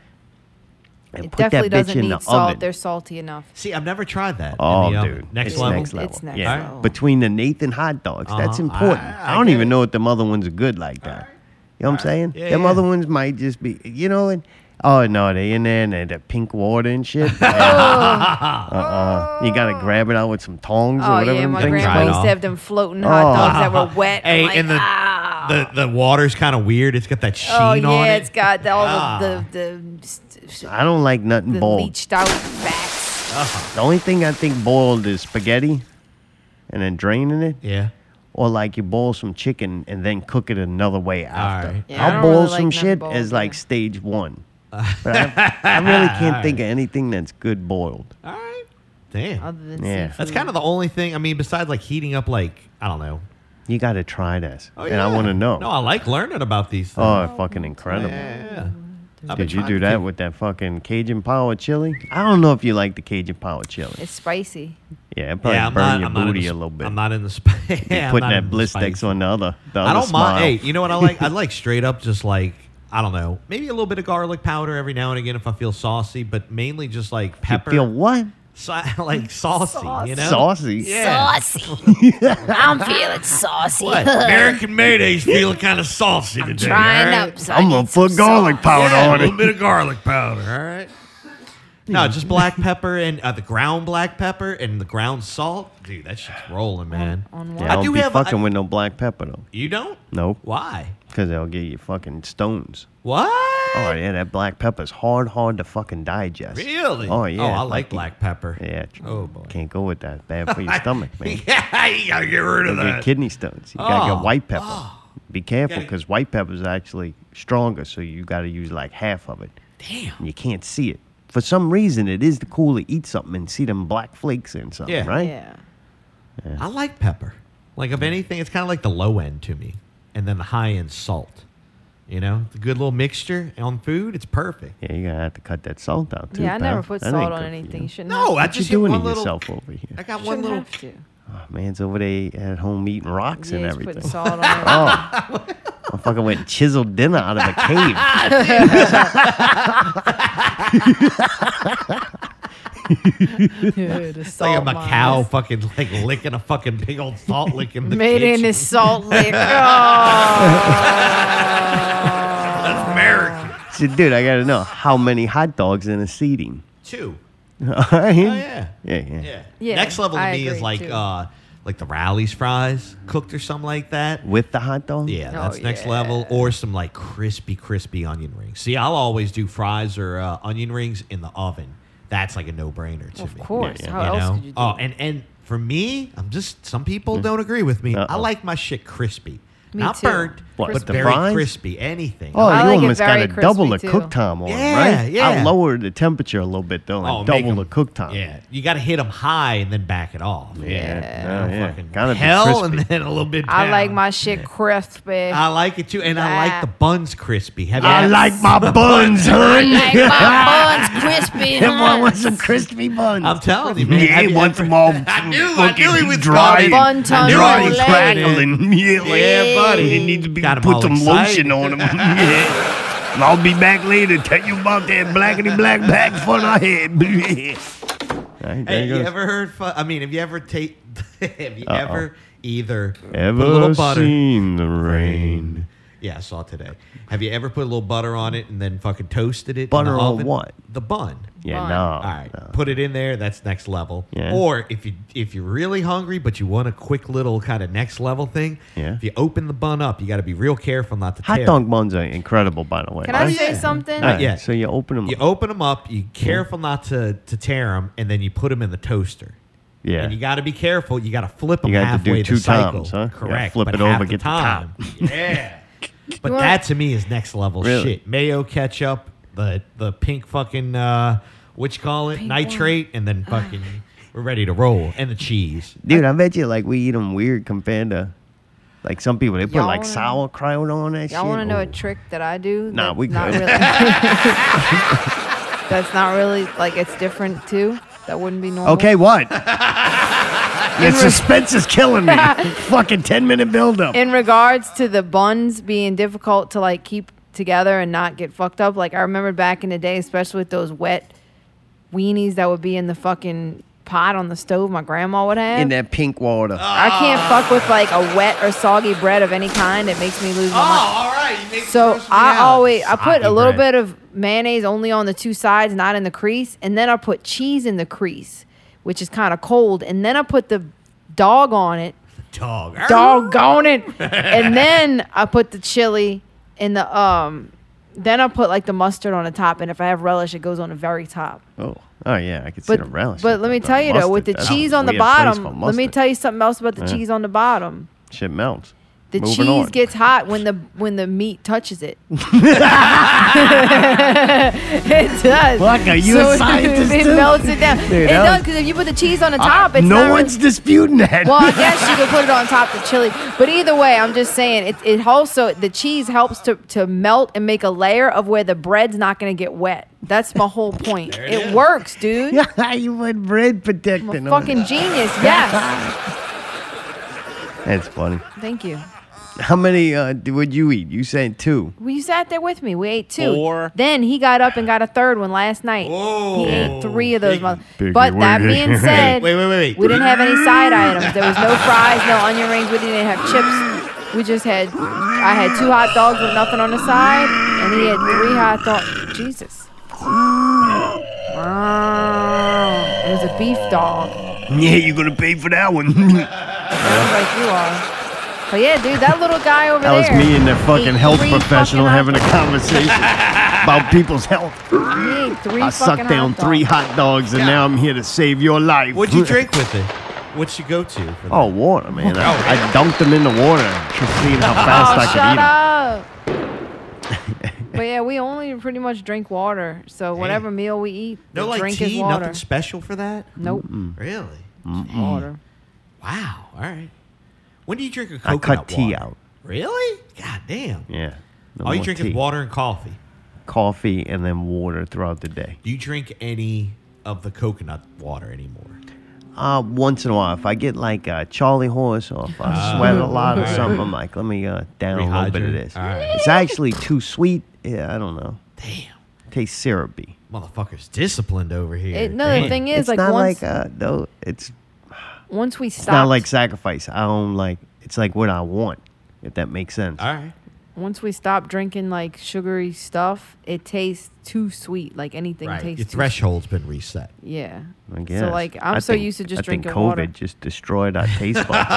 D: And
C: it
D: put that
C: definitely
D: bitch
C: doesn't
D: in
C: need
D: the
C: salt.
D: oven.
C: They're salty enough.
A: See, I've never tried that. in
D: Oh,
A: the oven.
D: dude.
A: Um, Next
D: it's
A: level.
D: Next level.
C: It's next
D: yeah.
C: level.
D: Between the Nathan hot dogs. That's
A: Uh-huh.
D: important. I,
A: I- I
D: don't
A: get
D: even
A: it.
D: know if them other ones are good like that. You know what I'm saying?
A: Yeah,
D: them
A: yeah.
D: other ones might just be, you know, and Oh no, they in there and they the pink water and shit. uh
A: Oh.
D: uh You gotta grab it out with some tongs or
C: Oh
D: whatever. Oh.
C: yeah,
D: them
C: my
D: things
C: grandma
D: are.
A: Right
C: used
A: off.
C: to have them floating hot dogs that were wet.
A: Hey,
C: I'm like,
A: and the,
C: "Ah."
A: the the water's kind of weird. It's got that sheen
C: oh
A: on
C: yeah,
A: it.
C: it's got the, all
A: Ah.
C: the the, the,
D: I don't like nothing
C: the
D: boiled.
C: leached out facts.
D: The only thing I think boiled is spaghetti, and then draining it,
A: yeah.
D: or like you boil some chicken and then cook it another way after.
A: right.
C: Yeah, I
D: I'll
C: don't
D: boil
C: really like
D: some
C: nothing
D: shit
C: boiled
D: as like
C: either.
D: stage one. But I, I really can't think of anything that's good boiled.
A: All right. Damn.
C: Other than
D: Yeah.
A: That's kind of the only thing. I mean, besides like heating up, like I don't know.
D: You got to try this,
A: Oh,
D: and I want to know.
A: No, I like learning about these things.
D: oh, fucking incredible!
A: yeah. I've been
D: Did you
A: trying
D: do
A: to
D: that
A: think-
D: with that fucking Cajun power chili? I don't know if you like the Cajun power chili.
C: It's spicy.
D: Yeah, it probably
A: Yeah, I'm
D: burn
A: not,
D: your
A: I'm not in
D: booty
A: the,
D: a
A: sp-
D: little bit.
A: I'm not in the spice.
D: You're putting that Blistex on the other. The
A: I
D: other
A: don't mind.
D: smile.
A: Hey, you know what I like? I like straight up just like I don't know, maybe a little bit of garlic powder every now and again if I feel saucy, but mainly just like
D: You
A: pepper.
D: feel what?
A: So- like saucy, you know?
D: Saucy.
A: Yeah.
F: Saucy. I'm feeling saucy.
A: What? American mayonnaise feeling kind of saucy today.
F: Trying
A: all right?
F: up. So I
D: I'm
F: need
D: gonna
F: some
D: put garlic
F: sauce.
D: powder
A: Yeah,
D: on
A: a little
D: it.
A: bit of garlic powder. All right. No, just black pepper and uh, the ground black pepper and the ground salt. Dude, that shit's rolling, man.
D: Yeah, I
A: I
D: don't
A: do
D: be
A: have. I-
D: fucking with no black pepper though,
A: you don't?
D: Nope.
A: Why?
D: because they'll get you fucking stones.
A: What?
D: Oh yeah, that black pepper's hard, hard to fucking digest.
A: Really?
D: Oh yeah.
A: Oh, I
D: fucking-
A: like black pepper.
D: Yeah.
A: Oh, boy.
D: Can't go with that. Bad for your stomach, man.
A: yeah, you gotta get rid of
D: You get
A: that.
D: kidney stones. You gotta
A: Oh,
D: get white pepper. Be careful
A: Gotta-
D: because white pepper's actually stronger, so you gotta use like half of it.
A: Damn.
D: And you can't see it. For some reason, it is cool to eat something and see them black flakes in something,
A: Yeah.
D: right?
C: Yeah.
A: I like pepper. Like, if anything, it's kind of like the low end to me, and then the high end salt. You know, it's a good little mixture on food. It's perfect.
D: Yeah, you're gonna have to cut that salt out too.
C: yeah, I never
D: pal.
C: put
D: That ain't
C: salt on
D: good for you.
C: anything. You shouldn't
A: No,
C: have
A: I
D: What you
A: just hit
D: doing
A: one
D: to
A: little.
D: yourself over here?
A: I got
C: to.
A: one
C: Shouldn't
A: little.
C: have to.
D: Oh, man's over there at home eating rocks and
C: Yeah, just
D: everything.
C: putting salt on it.
D: I fucking went chiseled dinner out of a cave.
C: Dude, the
A: Like
C: salt
A: I'm a
C: mine.
A: cow fucking like licking a fucking big old salt lick in the
C: Made in
A: kitchen.
C: this salt lick. Oh.
A: That's American.
D: so, dude, I gotta know how many hot dogs in a seating.
A: Two.
D: All right?
A: Oh yeah.
D: Mm. Yeah, yeah.
A: Yeah.
C: Yeah,
A: Next level to
C: I
A: me is
C: agree,
A: like
C: too.
A: uh like the Rally's fries cooked or something like that.
D: With the hot dog?
A: Yeah,
C: Oh,
A: that's next
C: yeah.
A: level. Or some like crispy, crispy onion rings. See, I'll always do fries or uh, onion rings in the oven. That's like a no brainer to
C: Of
A: me.
C: course.
D: yeah.
C: How
A: you
C: else
A: know?
C: could you do
A: Oh,
C: it?
A: and and for me, I'm just some people don't agree with me. I
D: Mm. Uh-oh.
A: like my shit crispy,
C: Me
A: not
C: too.
A: burnt,
D: What,
A: but
D: the
A: very
D: fries?
A: crispy. Anything.
D: Oh,
C: I
D: you
C: like it
D: almost
C: very
D: got to double the
C: crispy,
D: cook
C: too.
D: time on
A: Yeah,
D: it, right?
A: yeah.
D: I lowered the temperature a little bit though, and
A: Oh, make
D: double
A: 'em-
D: the cook time.
A: Yeah, you got to hit them high and then back it off.
D: Yeah.
A: You
D: Oh,
A: know,
D: yeah.
A: fucking
D: Gotta be
A: hell
D: crispy.
A: and then a little bit.
C: I
A: down.
C: like my shit crispy.
A: I like it too, and I like the buns crispy. Have
D: I
A: you
D: like my buns, hun.
F: Like my buns crispy.
D: Everyone
F: huh?
D: wants some crispy buns.
A: I'm telling you, man.
D: yeah,
A: have
D: he
A: you
D: wants
A: ever-
D: them all
A: I knew, I
D: fucking
A: knew he was coming.
D: dry and
C: Bun ton
A: knew I
D: dry
A: was
D: and
C: roulette.
D: crackling. Yeah, like,
A: Yeah, buddy.
D: You need to be
A: Got 'em all
D: put some
A: excited.
D: lotion on them. yeah. And I'll be back later. to Tell you about that blackety black back fun I had.
A: Hey, you ever heard? Fu- I mean, have you ever take? have you
D: Uh-oh.
A: ever either put a little butter?
D: seen the rain?
A: Yeah, I saw it today. Have you ever put a little butter on it and then fucking toasted it? in
D: Butter
A: the
D: on
A: oven?
D: what?
A: The bun.
D: Yeah,
C: Fine.
D: no.
A: All right,
D: no.
A: put it in there. That's next level.
D: Yeah.
A: Or if you if you're really hungry but you want a quick little kind of next level thing,
D: Yeah.
A: if you open the bun up, you got to be real careful not to
D: Hot
A: tear.
D: dog buns are incredible, by the way.
C: Can I
D: right?
C: say
A: yeah.
C: something?
D: All right,
A: yet.
D: So you open them.
A: You open them up.
D: Mm-hmm.
A: You careful not to to tear them, and then you put them in the toaster.
D: yeah.
A: And you got to be careful. You got to flip them
D: You gotta do
A: halfway
D: two
A: the cycle.
D: times, huh? You gotta
A: Correct.
D: flip
A: but
D: it over,
A: half the
D: get the
A: time. yeah. But
C: want-
A: that to me is next level
D: Really?
A: shit. Mayo ketchup, the the pink fucking uh, what you call it, nitrate, and then fucking we're ready to roll, and the cheese.
D: Dude, I bet you like we eat them weird compared to like some people. They put
C: Y'all
D: like
C: wanna-
D: sauerkraut on that shit.
C: Y'all want to know a
D: Ooh.
C: trick that I do?
D: Nah,
C: that's
D: we
C: not
D: good.
C: really- that's not really like it's different too. That wouldn't be normal.
D: Okay, what? the suspense is killing me. Fucking 10 minute buildup.
C: In regards to the buns being difficult to like keep together and not get fucked up, like I remember back in the day, especially with those wet weenies that would be in the fucking pot on the stove my grandma would have.
D: In that pink water.
C: Ah. I can't fuck with like a wet or soggy bread of any kind. It makes me lose my mind.
A: Oh, all right. right. You make it
C: So
A: gross me
C: I
A: out.
C: always I put a
A: Soggy
C: little
A: bread.
C: bit of mayonnaise only on the two sides, not in the crease, and then I put cheese in the crease, which is kind of cold, and then I put the dog on it,
A: dog.
C: doggone it, and then I put the chili in the um, then I put like the mustard on the top, and if I have relish, it goes on the very top.
D: Oh, oh yeah, I could see
C: But
D: the relish.
C: but let me tell you though, with the cheese on the bottom, let me tell you something else about the
D: Yeah.
C: cheese on the bottom.
D: shit melts.
C: The
D: Moving
C: cheese
D: on.
C: gets hot when the when the meat touches it. it does.
D: Fuck, are you a scientist,
C: It
D: too?
C: melts it down.
D: Dude,
C: it
D: that
C: does
D: was-
C: because if you put the cheese on the
D: I-
C: top, it's
D: Ah, no
C: not
D: one's disputing that.
C: Really, well, I guess you could put it on top of chili. But either way, I'm just saying it. It also the cheese helps to to melt and make a layer of where the bread's not going to get wet. That's my whole point. It, works, dude.
D: yeah, you went bread protecting.
C: I'm a
D: over
C: fucking
D: there.
C: genius. Yes.
D: That's funny.
C: Thank you.
D: How many uh, d- would you eat? You said two.
C: Well, you sat there with me. We ate two.
G: Four.
C: Then he got up and got a third one last night.
A: Whoa.
C: He ate three of those.
A: Big-
C: Mother-
D: big
C: but that
D: wig.
C: being said,
A: Wait, wait, wait, wait.
C: we didn't have any side items. There was no fries, no onion rings. We didn't have chips. We just had, I had two hot dogs with nothing on the side, and he had three hot dogs. Jesus. Wow. It was a beef dog.
D: Yeah, you're gonna pay for that one. that
C: Sounds like you are. But yeah, dude, that little guy over there.
D: was me and that fucking
C: ate
D: health
C: three
D: professional
C: fucking hot
D: having a conversation about people's health.
C: He ate three fucking
D: I sucked down
C: hot dogs.
D: three hot dogs, and now I'm here to save your life.
A: What'd you drink with it? What'd you go to? For that?
D: Oh, water, man. I, I dunked them in the water, just seeing how fast
C: oh,
D: I could eat
C: shut
D: 'em.
C: up. but yeah, we only pretty much drink water. So whatever meal we eat,
A: no,
C: the
A: like
C: drink
A: tea.
C: is water.
A: Nothing special for that.
C: nope,
A: Really?
C: water.
A: Wow. All right. When do you drink a
D: I
A: coconut
D: cut tea
A: water?
D: out.
A: Really? God damn.
D: Yeah. no
A: All you
D: more
A: drink
D: tea.
A: is water and coffee.
D: coffee, and then water throughout the day.
A: Do you drink any of the coconut water anymore?
D: Uh, once in a while, if I get like a Charlie horse or if I sweat a lot or
A: alright.
D: something, I'm like, let me uh, down a little bit of
A: Ah. Rehydrate.
D: this.
A: Alright.
D: It's actually too sweet. Yeah, I don't know.
A: Damn.
D: tastes syrupy.
A: Motherfucker's disciplined over here.
C: It- no, the
A: Damn.
C: thing is,
D: it's
C: like
D: not
C: once
D: like uh, though. It's
C: once we
D: it's not
C: stopped,
D: like sacrifice. I don't like. It's like what I want. If that makes sense.
A: All right.
C: once we stopped drinking like sugary stuff, it tastes too sweet. Like anything
A: Right.
C: tastes
A: Your
C: too
A: threshold's been reset.
C: sweet. Yeah.
D: I guess.
C: So like I'm
D: I
C: so
D: think-
C: used to just
D: I think
C: drinking
D: COVID
C: water.
D: just destroyed our taste buds.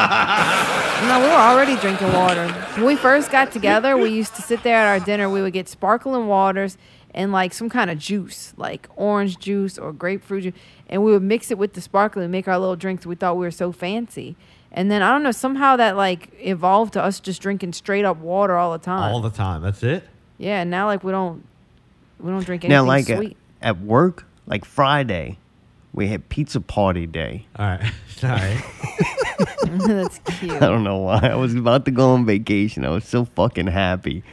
C: No, we were already drinking water. When we first got together, we used to sit there at our dinner. We would get sparkling waters and like some kind of juice, like orange juice or grapefruit juice, and we would mix it with the sparkling and make our little drinks. We thought we were so fancy. And then I don't know, somehow that like evolved to us just drinking straight up water all the time.
A: All the time. That's it.
C: yeah, and now like we don't we don't drink anything
D: now, like at,
C: sweet.
D: at work, like Friday, we had pizza party day.
A: All right. All right.
C: That's cute.
D: I don't know why. I was about to go on vacation. I was so fucking happy.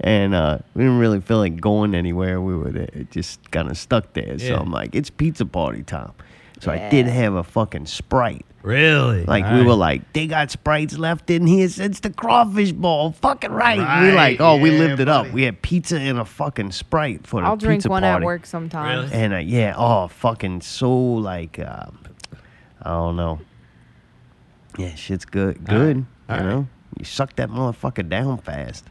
D: And uh, we didn't really feel like going anywhere. We were uh, just kind of stuck there. So
A: Yeah.
D: I'm like, it's pizza party time. So I did have a fucking Sprite.
A: really?
D: Like,
A: All
D: we
A: right.
D: were like, they got Sprites left in here since the crawfish ball. Fucking right. we
A: Right,
D: like, oh, we
A: yeah,
D: lived it up.
A: buddy.
D: We had pizza and a fucking Sprite for the
C: I'll drink
D: pizza
C: one
D: party.
C: at work sometime.
A: Really?
D: And uh, yeah, oh, fucking so like, uh, I don't know. Yeah, shit's good, good.
A: All right.
D: you know, you suck that motherfucker down fast.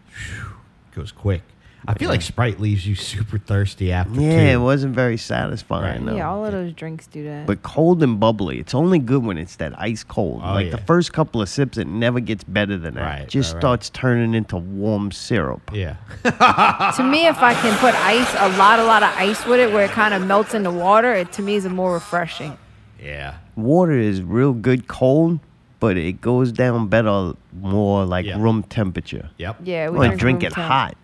A: goes quick. I feel like Sprite leaves you super thirsty after
D: Yeah,
A: two.
D: it wasn't very satisfying.
A: Right.
D: though.
C: Yeah, all of those drinks do that.
D: but cold and bubbly, it's only good when it's that ice cold.
A: Oh,
D: like the
A: yeah.
D: first couple of sips, it never gets better than that.
A: Right,
D: it
A: right,
D: just
A: right.
D: starts turning into warm syrup.
A: Yeah.
C: To me, if I can put ice, a lot, a lot of ice with it, where it kind of melts into water, it to me is more refreshing.
A: yeah.
D: Water is real good cold, but it goes down better more like
A: Yeah.
D: room temperature.
A: Yep.
C: Yeah, we
D: Well, drink,
C: room
D: it
C: temp.
D: hot.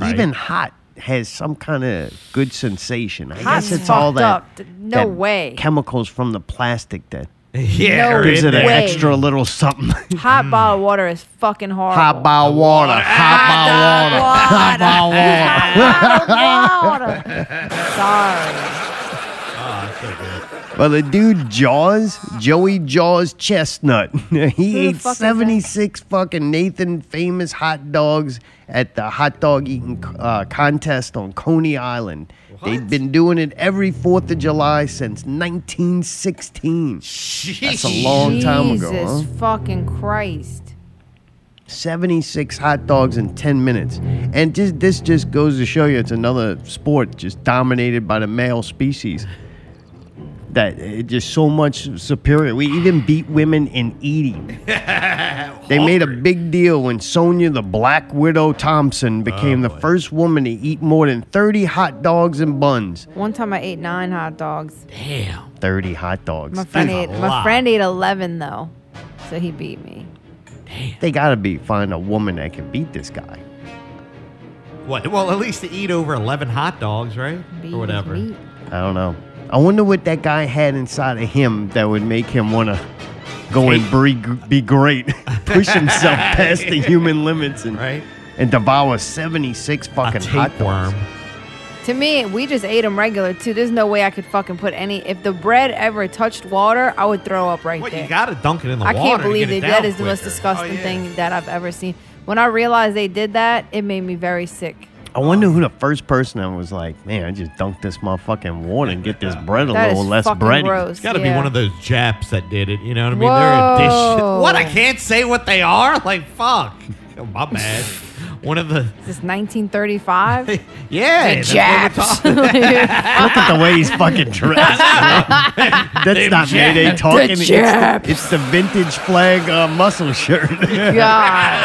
A: Right.
D: Even hot has some kind of good sensation. I
C: Hot's
D: guess it's all
C: fucked
D: that.
C: up. Th- no
D: that
C: way.
D: Chemicals from the plastic that
A: Yeah.
C: No
A: we're
D: gives
A: in
D: it
A: there.
D: an
C: way.
D: extra little something.
C: Hot
D: Mm-hmm.
C: bottled water is fucking horrible.
D: hot bottle water. Hot bottle water. Hot bottle water.
C: bottled water. Sorry.
D: Well, the dude Jaws, Joey Jaws Chestnut, he ate
C: fuck is that?
D: 76 fucking Nathan famous hot dogs at the hot dog eating uh, contest on Coney Island. They've been doing it every 4th of July since 1916. That's a long time ago,
C: Jesus
D: huh?
C: fucking Christ.
D: 76 hot dogs in 10 minutes. And just, this just goes to show you it's another sport just dominated by the male species. That it just so much superior. We even beat women in eating. they made a big deal when Sonia the Black Widow
A: Oh,
D: Thompson became the first woman to eat more than 30 hot dogs and buns.
C: One time I ate nine hot dogs.
A: Damn.
D: 30 hot dogs.
C: My friend
A: a
C: ate my
A: lot.
C: friend ate eleven though, so he beat me.
D: They gotta be find a woman that can beat this guy.
A: What? Well, at least to eat over 11 hot dogs, right?
C: Beat
A: or whatever.
C: Meat.
D: I don't know. I wonder what that guy had inside of him that would make him want to go and be, be great, push himself past the human limits, and
A: Right?
D: and devour seventy six
A: A
D: fucking hot dogs.
A: tapeworm.
C: To me, we just ate them regular too. There's no way I could fucking put any. If the bread ever touched water, I would throw up right
A: What?
C: there.
A: You got to dunk it in the
C: I
A: water.
C: can't
A: to
C: believe
A: get
C: that
A: it
C: that
A: down
C: is the most
A: quicker.
C: disgusting
A: Oh, yeah.
C: thing that I've ever seen. When I realized they did that, it made me very sick.
D: I wonder
C: Um,
D: who the first person that was like, man, I just dunked this motherfucking water and get this bread a
C: That is
D: little less
C: fucking
D: bready.
C: gross.
A: It's got to
C: yeah.
A: be one of those Japs that did it. You know what I mean? They're a
C: Whoa.
A: dish. What? I can't say what they are? Like, fuck. Oh, my bad. one of the.
C: This 1935.
A: Yeah.
F: The
A: that's what we're
F: Japs.
A: talking-
D: Look at the way he's fucking dressed. That's not
A: Jap-
D: Mayday talking. It's the,
F: Japs.
D: it's the vintage flag uh, muscle shirt.
C: God.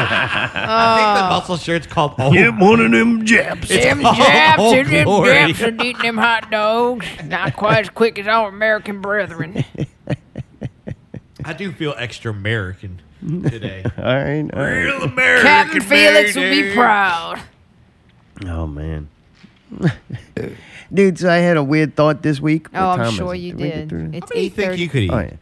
A: I think
C: Oh.
A: the muscle shirt's called Old
D: Get one of them Japs.
F: Them
A: Oh,
F: Japs
A: oh,
F: and them
A: glory.
F: Japs and eating them hot dogs. Not quite as quick as our American brethren.
A: I do feel extra American today.
D: All right, all right.
A: Real American.
F: Captain Felix will be
A: Mayday.
F: proud.
D: Oh man. Dude, so I had a weird thought this week.
C: Oh,
D: What time
C: I'm
D: is
C: sure
D: it?
C: you
D: we get
C: did.
D: through this?
C: It's
A: What do you think you
C: 8:30.
A: could eat?
D: Oh yeah.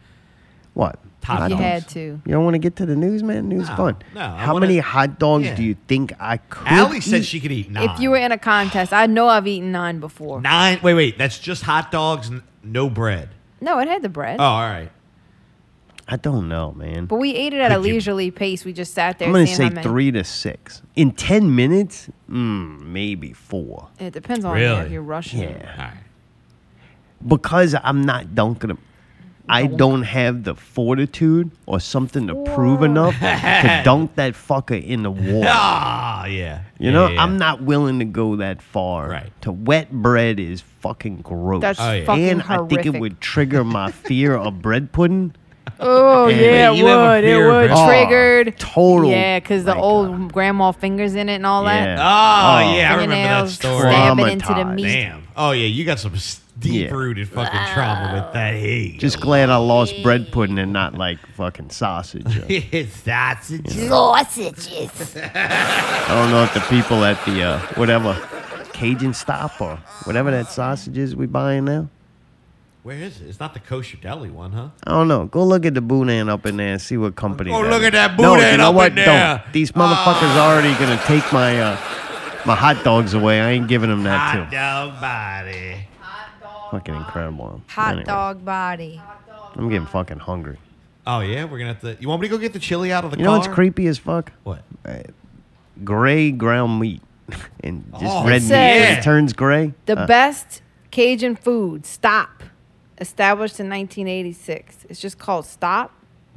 D: What?
A: Top
C: You
A: dogs.
C: had to.
D: You don't want to get to the news, man? News
A: No,
D: fun.
A: no, I
D: How
A: wanna-
D: many hot dogs
A: yeah.
D: do you think I could?
A: Allie said
D: eat?
A: she could eat nine.
C: If you were in a contest, I know I've eaten nine before.
A: nine, wait, wait, that's just hot dogs, and no bread.
C: No, it had the bread.
A: Oh, all right.
D: I don't know, man.
C: But we ate it at a
A: Could you-
C: leisurely pace. We just sat there.
D: I'm gonna
C: seeing
D: say
C: how many-
D: three to six in ten minutes. Mm, maybe four.
C: It depends on
A: Really?
C: if you're rushing.
A: All
D: Yeah,
A: right.
D: because I'm not dunking them. I don't have the fortitude or something to prove enough to dunk that fucker in the water.
A: Ah, yeah.
D: You know, I'm not willing to go that far.
A: Right.
D: To wet bread is fucking gross.
C: That's
A: Oh, yeah.
C: fucking
D: and I
C: horrific.
D: think it would trigger my fear of bread pudding.
C: Oh yeah, it
A: you have a
C: would. It
A: fear of
C: would
A: bread.
D: Oh,
C: triggered.
D: total.
C: Yeah, because the
D: Like,
C: old
D: uh,
C: grandma fingers in it and all
D: Yeah.
C: that.
A: Oh,
D: Oh.
A: yeah, I remember that
C: Fingernails
A: story.
C: stabbing into the
D: Traumatized.
C: meat.
A: Damn. Oh yeah, you got some s- deep-rooted fucking trauma with that hate.
D: Just glad I lost bread pudding and not like fucking sausage.
A: that's it.
F: Sausages.
D: I don't know if the people at the uh, whatever Cajun stop or whatever that sausage is we buying now.
A: Where is it? It's not the kosher deli one, huh?
D: I don't know. Go look at the boudin up in there and see what company.
A: Oh,
D: that
A: look
D: is.
A: at that
D: No,
A: boudin
D: you know
A: up
D: what?
A: in there. Ah.
D: Don't. These motherfuckers are already gonna take my uh, my hot dogs away. I ain't giving them that too.
A: Hot dog body.
D: Fucking incredible.
E: Hot
D: Anyway,
E: dog body.
D: I'm getting fucking hungry.
A: Oh yeah, we're gonna have to. You want me to go get the chili out of the
D: You know
A: car?
D: what's creepy as fuck?
A: What?
D: Gray ground meat and just
A: Oh,
D: red meat.
C: yeah.
D: It turns gray.
C: The
D: Uh,
C: best Cajun food, Stop, established in 1986. It's just called Stop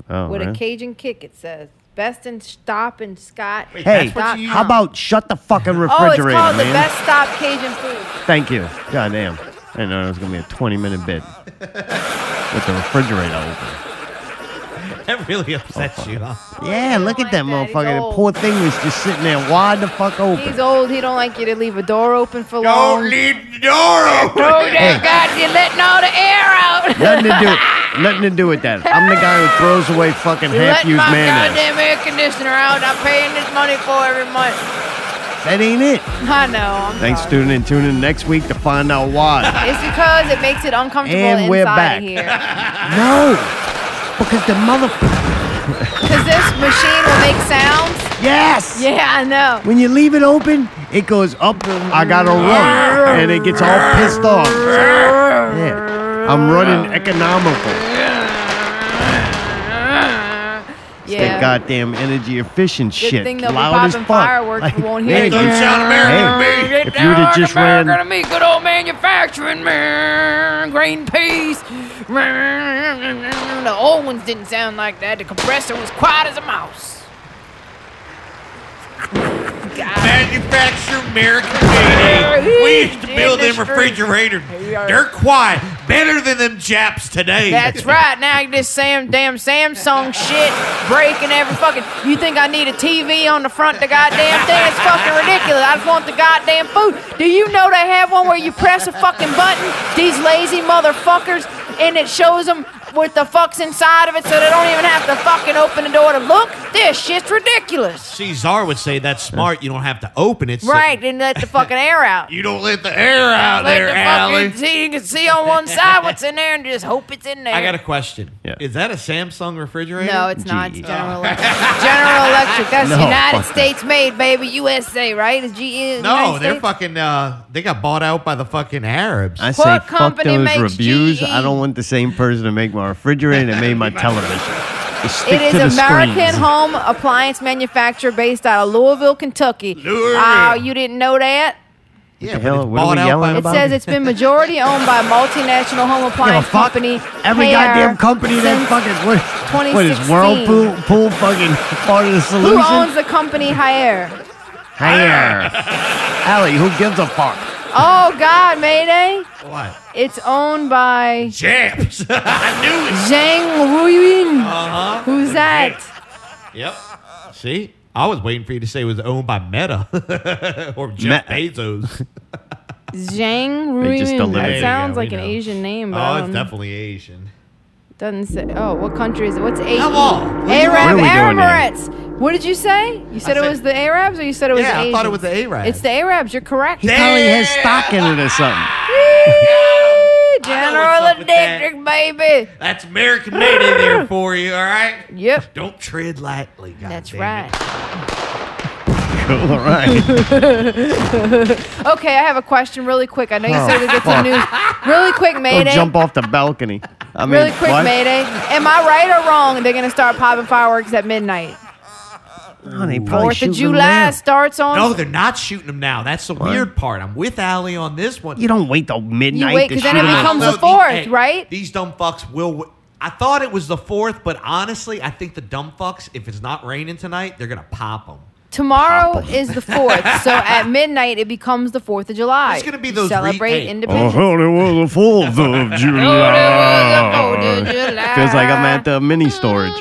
D: oh,
C: with a
D: really?
C: Cajun kick. It says best in Stop and Scott.
D: Hey,
A: That's what you
D: how about shut the fucking
C: Oh, it's
D: refrigerator,
C: called the
D: man?
C: best Stop Cajun food.
D: Thank you. God damn. I didn't know it was gonna be a 20 minute bit with the refrigerator open.
A: That really upsets
D: Oh.
A: you, huh?
D: Yeah, look at that
C: like that. He's
D: motherfucker. The
C: old.
D: poor thing was just sitting there wide the fuck
C: He's
D: open.
C: old. He don't like you to leave a door open for long.
A: Don't leave the door open.
F: Oh, dear God, you're letting all the air out.
D: Nothing to do. Nothing to do with that. I'm the guy who throws away fucking
F: You're
D: half
F: letting
D: used
F: my
D: mayonnaise.
F: goddamn air conditioner out. I'm paying this money for every month.
D: That ain't it.
C: I know. I'm
D: Thanks,
C: sorry.
D: student, and tune in next week to find out why.
C: It's because it makes it uncomfortable inside
D: And we're back.
C: here.
D: no, because the mother.
C: Because this machine will make sounds.
D: Yes.
C: Yeah, I know.
D: When you leave it open, it goes up. I gotta run, and it gets all pissed off. Yeah. I'm running economical. That
C: Yeah.
D: goddamn energy efficient
C: Good
D: shit.
C: thing they'll be
D: Loud as
C: popping
D: fuck.
C: fireworks. We won't hear
D: man,
C: it.
A: Don't sound American
D: Hey.
A: to me.
F: Get
D: If
F: down
D: you'd have
F: to
D: just
F: America
D: ran-
F: to me, good old manufacturing, man. Greenpeace. The old ones didn't sound like that. The compressor was quiet as a mouse.
A: Manufacture American made. We used to build them
F: Industry.
A: refrigerators. They're quiet, better than them Japs today.
F: That's right. Now this Sam damn Samsung shit breaking every fucking. You think I need a TV on the front of the goddamn thing? It's fucking ridiculous. I just want the goddamn food. Do you know they have one where you press a fucking button? These lazy motherfuckers, and it shows them what the fuck's inside of it, so they don't even have to fucking open the door to look. This shit's ridiculous.
A: Cesar would say that's smart. You don't have to open it. so-
F: Right, and let the fucking air out.
A: You don't let the air out
F: Let
A: there,
F: the
A: Allie.
F: fucking see, you can see on one side what's in there, and just hope it's in there.
A: I got a question.
D: Yeah.
A: Is that a Samsung refrigerator?
C: No, it's not. It's
D: GE.
C: General
A: Oh.
C: Electric. General Electric. That's
D: E. No,
C: United
D: fuck that.
C: States made, baby. USA, right? Is GE in the
A: No,
C: United
A: they're
C: States?
A: fucking. Uh, they got bought out by the fucking Arabs.
D: I
A: I,
D: say
C: What
D: fuck
C: company
D: those
C: makes E.
D: reviews.
C: GE?
D: I don't want the same person to make my refrigerator that made my television. Just stick
C: It is
D: to the
C: American
D: screens.
C: home appliance manufacturer based out of Louisville, Kentucky.
A: Louisville.
C: Oh, you didn't know that?
A: yeah,
D: the
A: but
D: hell?
A: it's
D: What are
A: bought
D: we
A: out
D: yelling
A: by-
C: It
D: about?
C: says it's been majority owned by multinational home
D: Give a
C: appliance
D: fuck.
C: company.
D: Every
C: Haier,
D: goddamn company that
C: since-
D: fucking what, what is
C: 2016.
D: Whirlpool pool fucking part of the
C: Who
D: solution?
C: owns the company Higher?
D: Hair. Allie, who gives a fuck?
C: Oh God, Mayday!
A: What?
C: It's owned by
A: Japs. I knew it.
C: Zhang Huyin.
A: Uh-huh.
C: Who's that?
A: Yep. See, I was waiting for you to say it was owned by Meta or Jeff
D: Me-
A: Bezos.
C: Zhang
D: They just
C: Ruyin.
D: delivered it.
C: That
D: Yeah,
C: sounds
A: we
C: like an
A: know.
C: Asian name, but
A: oh,
C: I
A: it's
C: don't-
A: definitely Asian.
C: doesn't say. Oh, what country is it? What's A?
A: Come on. What
C: Arab
D: What are we doing here?
C: Emirates. What did you say? You said
A: I
C: it
A: said-
C: was the Arabs, or you said it was?
A: Yeah, I
C: Asians?
A: thought it was the Arabs.
C: It's the Arabs. You're correct.
D: Probably has stock in it or something.
A: what's
C: General
A: up with that.
C: Electric, baby.
A: That's American made in there for you. All right.
C: Yep.
A: Don't tread lightly, God
C: That's
A: damn it.
C: right.
D: All right.
C: Okay, I have a question really quick. I know you said we get some
D: Oh, fuck.
C: news. Really quick,
D: Don't
C: Mayday.
D: jump off the balcony. I mean,
C: really quick,
D: what?
C: Mayday. Am I right or wrong? They're gonna start popping fireworks at midnight.
D: Oh, they probably
C: Fourth
D: shooting
C: of
D: them
C: July
D: now.
C: starts on.
A: No, they're not shooting them now. That's the weird part. I'm with Allie on this one.
D: You don't wait till midnight.
C: You wait,
D: to
C: 'cause
D: shoot
C: then it
D: them.
A: I don't
C: becomes-
A: know.
C: the fourth,
A: Hey,
C: right?
A: These dumb fucks will. W- I thought it was the fourth, but honestly, I think the dumb fucks, if it's not raining tonight, they're gonna pop them.
C: Tomorrow is the fourth, so at midnight it becomes the Fourth of July.
A: It's gonna be
C: You
A: those re-
C: celebrate
A: hey.
C: Independence.
D: Oh, it was the fourth of
C: Oh, it was the 4th of July.
D: Feels like I'm at the mini storage.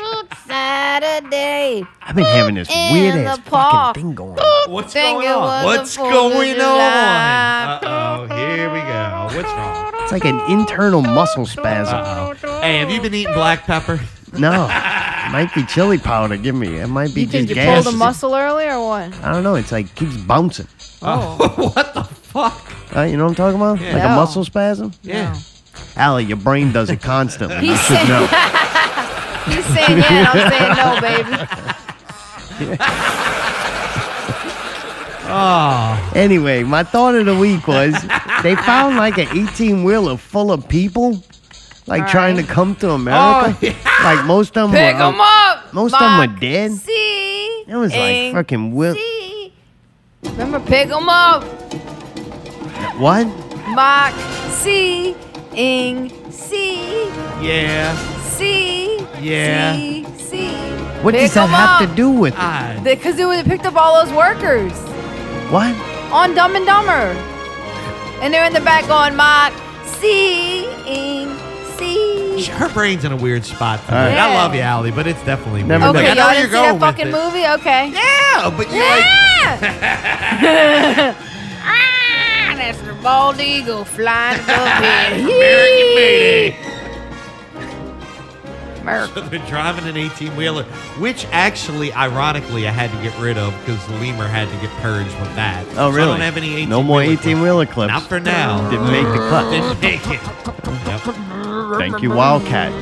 C: Saturday.
D: I've been having this
C: In
D: weird
C: the
D: ass fucking
C: park.
D: thing going.
A: What's
C: Think
A: going
C: it
A: on?
C: was the
A: What's
C: Fourth of
A: going
C: July.
A: on? Uh oh, here we go. What's wrong?
D: It's like an internal muscle spasm.
A: Hey, have you been eating black pepper?
D: No, it might be chili powder. Give me. It might be
C: You
D: just
C: think you
D: gas.
C: pulled a muscle early or what?
D: I don't know. It's like keeps bouncing.
A: what the fuck?
D: Uh, you know what I'm talking about? Like a
C: No.
D: muscle spasm.
A: Yeah.
D: Allie, your brain does it constantly. you
C: He's
D: should
C: saying-
D: know.
C: He's saying yeah, and I'm saying no, baby.
D: Anyway, my thought of the week was they found like an 18 wheeler full of people like
C: All
D: trying
C: right. Oh,
D: to come to America. Like most of them
C: Pick
D: were,
C: them up.
D: most of 'em
C: Mark
D: were dead.
C: C.
D: It was like
C: and
D: fucking will.
C: C. Remember, pick them up.
D: What?
C: Mark C. Ing C.
A: Yeah.
C: C.
A: Yeah.
C: C. C.
D: What
C: Pick
D: does that
C: 'em
D: have
C: up. Uh,
D: to do with it?
A: I-
C: Because it was- it picked up all those workers
D: What?
C: on Dumb and Dumber, and they're in the back going Mark C. Ing C.
A: her brain's in a weird spot. tonight.
D: All right.
A: I love you, Allie, but it's definitely
D: Never
A: weird. Like,
D: mind.
A: I
C: Okay,
A: know
C: y'all
A: you're
C: didn't see
A: going
C: that
A: with
C: fucking
A: it.
C: movie. Okay.
A: Yeah, but you like
C: Yeah.
F: Ah, that's the bald eagle flying above here.
A: American Beauty.
F: America.
A: So they're driving an 18 wheeler, which actually, ironically, I had to get rid of because Lemur had to get purged with that.
D: Oh,
A: So I
D: really?
A: don't have any 18
D: no more 18 wheeler clips.
A: Not for now.
D: Didn't make the cut.
A: Didn't make it. Yep.
D: Thank you, Wildcat.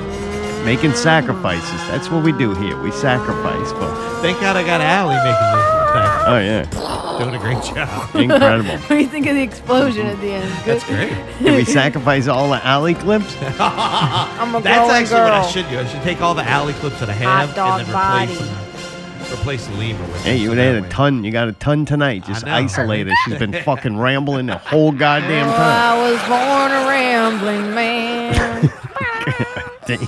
D: Making sacrifices. That's what we do here. We sacrifice. But,
A: Thank God I got Allie making
D: oh, yeah.
A: this. Doing a great job.
D: Incredible.
C: What do you think of the explosion at the end? Good.
A: That's great.
D: Did we sacrifice all the alley clips?
C: I'm a
A: That's
C: growing
A: actually
C: girl.
A: what I should do. I should take all the Allie clips that I
C: Hot
A: have
C: dog
A: and then replace
C: body.
A: them. Replace Lemur with
D: Hey,
A: them,
D: you
A: so
D: had
A: that
D: a
A: way-
D: ton. You got a ton tonight. Just
A: know.
D: isolate her. She's been fucking rambling the whole goddamn
C: Well,
D: time.
C: I was born a rambling man.
D: Damn.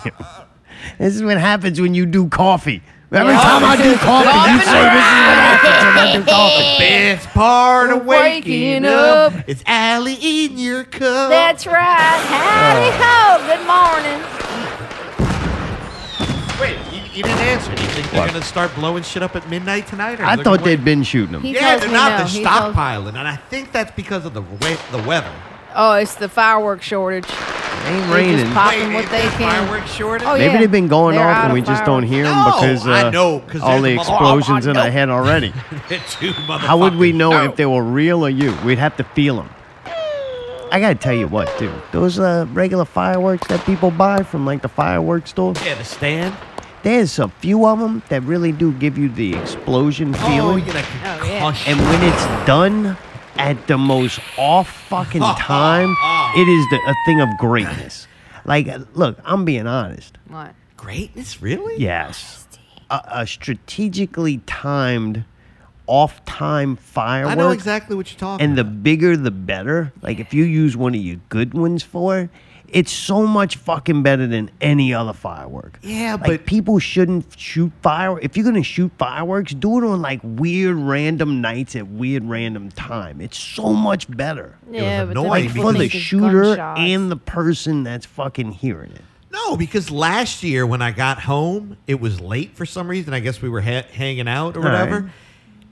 D: This is what happens when you do coffee. Every time I do coffee, you say this is what happens when I do coffee.
A: Best part of waking
C: Waking
A: up
C: up.
A: is Allie in your cup.
F: That's right. Howdy ho. Good morning.
A: Wait, you, you didn't answer. Do you think they're going to start blowing shit up at midnight tonight? Or
D: I
A: they're
D: thought
A: gonna
D: they'd
A: wait-
D: been shooting them.
C: He
A: Yeah,
C: tells
A: they're
C: me
A: not.
C: no.
A: They're
C: He tells-
A: stockpiling. And I think that's because of the, we- the weather.
C: Oh, it's the fireworks shortage.
D: ain't
C: They
D: raining.
C: just popping
A: Wait,
C: what
A: is
C: they
A: there
C: can.
A: Fireworks shortage?
C: Oh,
D: Maybe
C: yeah.
D: they've been going
C: They're
D: off
C: out
D: and
C: of
D: we just
C: fireworks.
D: don't hear them
A: No,
D: because uh,
A: I know, 'cause
D: all the
A: there's a-
D: explosions
A: oh, I
D: in our
A: know.
D: head already.
A: Two
D: How would we
A: motherfuckers.
D: know if they were real or you? We'd have to feel them. I gotta tell you what, dude. Those uh, regular fireworks that people buy from like the fireworks store,
A: Yeah, the stand.
D: there's a few of them that really do give you the explosion
A: Oh,
D: feeling.
A: you know,
C: Oh, yeah.
A: concussion.
D: And when it's done at the most off fucking time, it is the, a thing of greatness. Like, look, I'm being honest.
C: What?
A: Greatness, really?
D: Yes. A, a strategically timed, off time firework.
A: I know exactly what you're talking
D: And the
A: about.
D: bigger, the better. Like, if you use one of your good ones for it, it's so much fucking better than any other firework.
A: Yeah,
D: Like,
A: but-
D: people shouldn't shoot fire. If you're gonna shoot fireworks, do it on like weird, random nights at weird, random time. It's so much better
C: Yeah, but
A: annoying
C: then
A: because-
C: people
D: for the
C: think it's
D: shooter
C: gunshots.
D: and the person that's fucking hearing it.
A: No, because last year when I got home, it was late for some reason. I guess we were ha- hanging out or
D: All right.
A: whatever.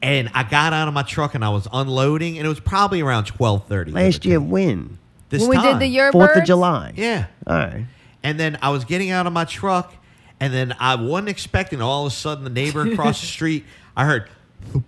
A: And I got out of my truck and I was unloading, and it was probably around twelve thirty
D: Last year, when
A: This
C: when we
A: time.
C: did the Yardbirds.
D: Fourth of July.
A: yeah.
D: All right.
A: And then I was getting out of my truck, and then I wasn't expecting. All of a sudden, the neighbor across the street, I heard, "Thump,"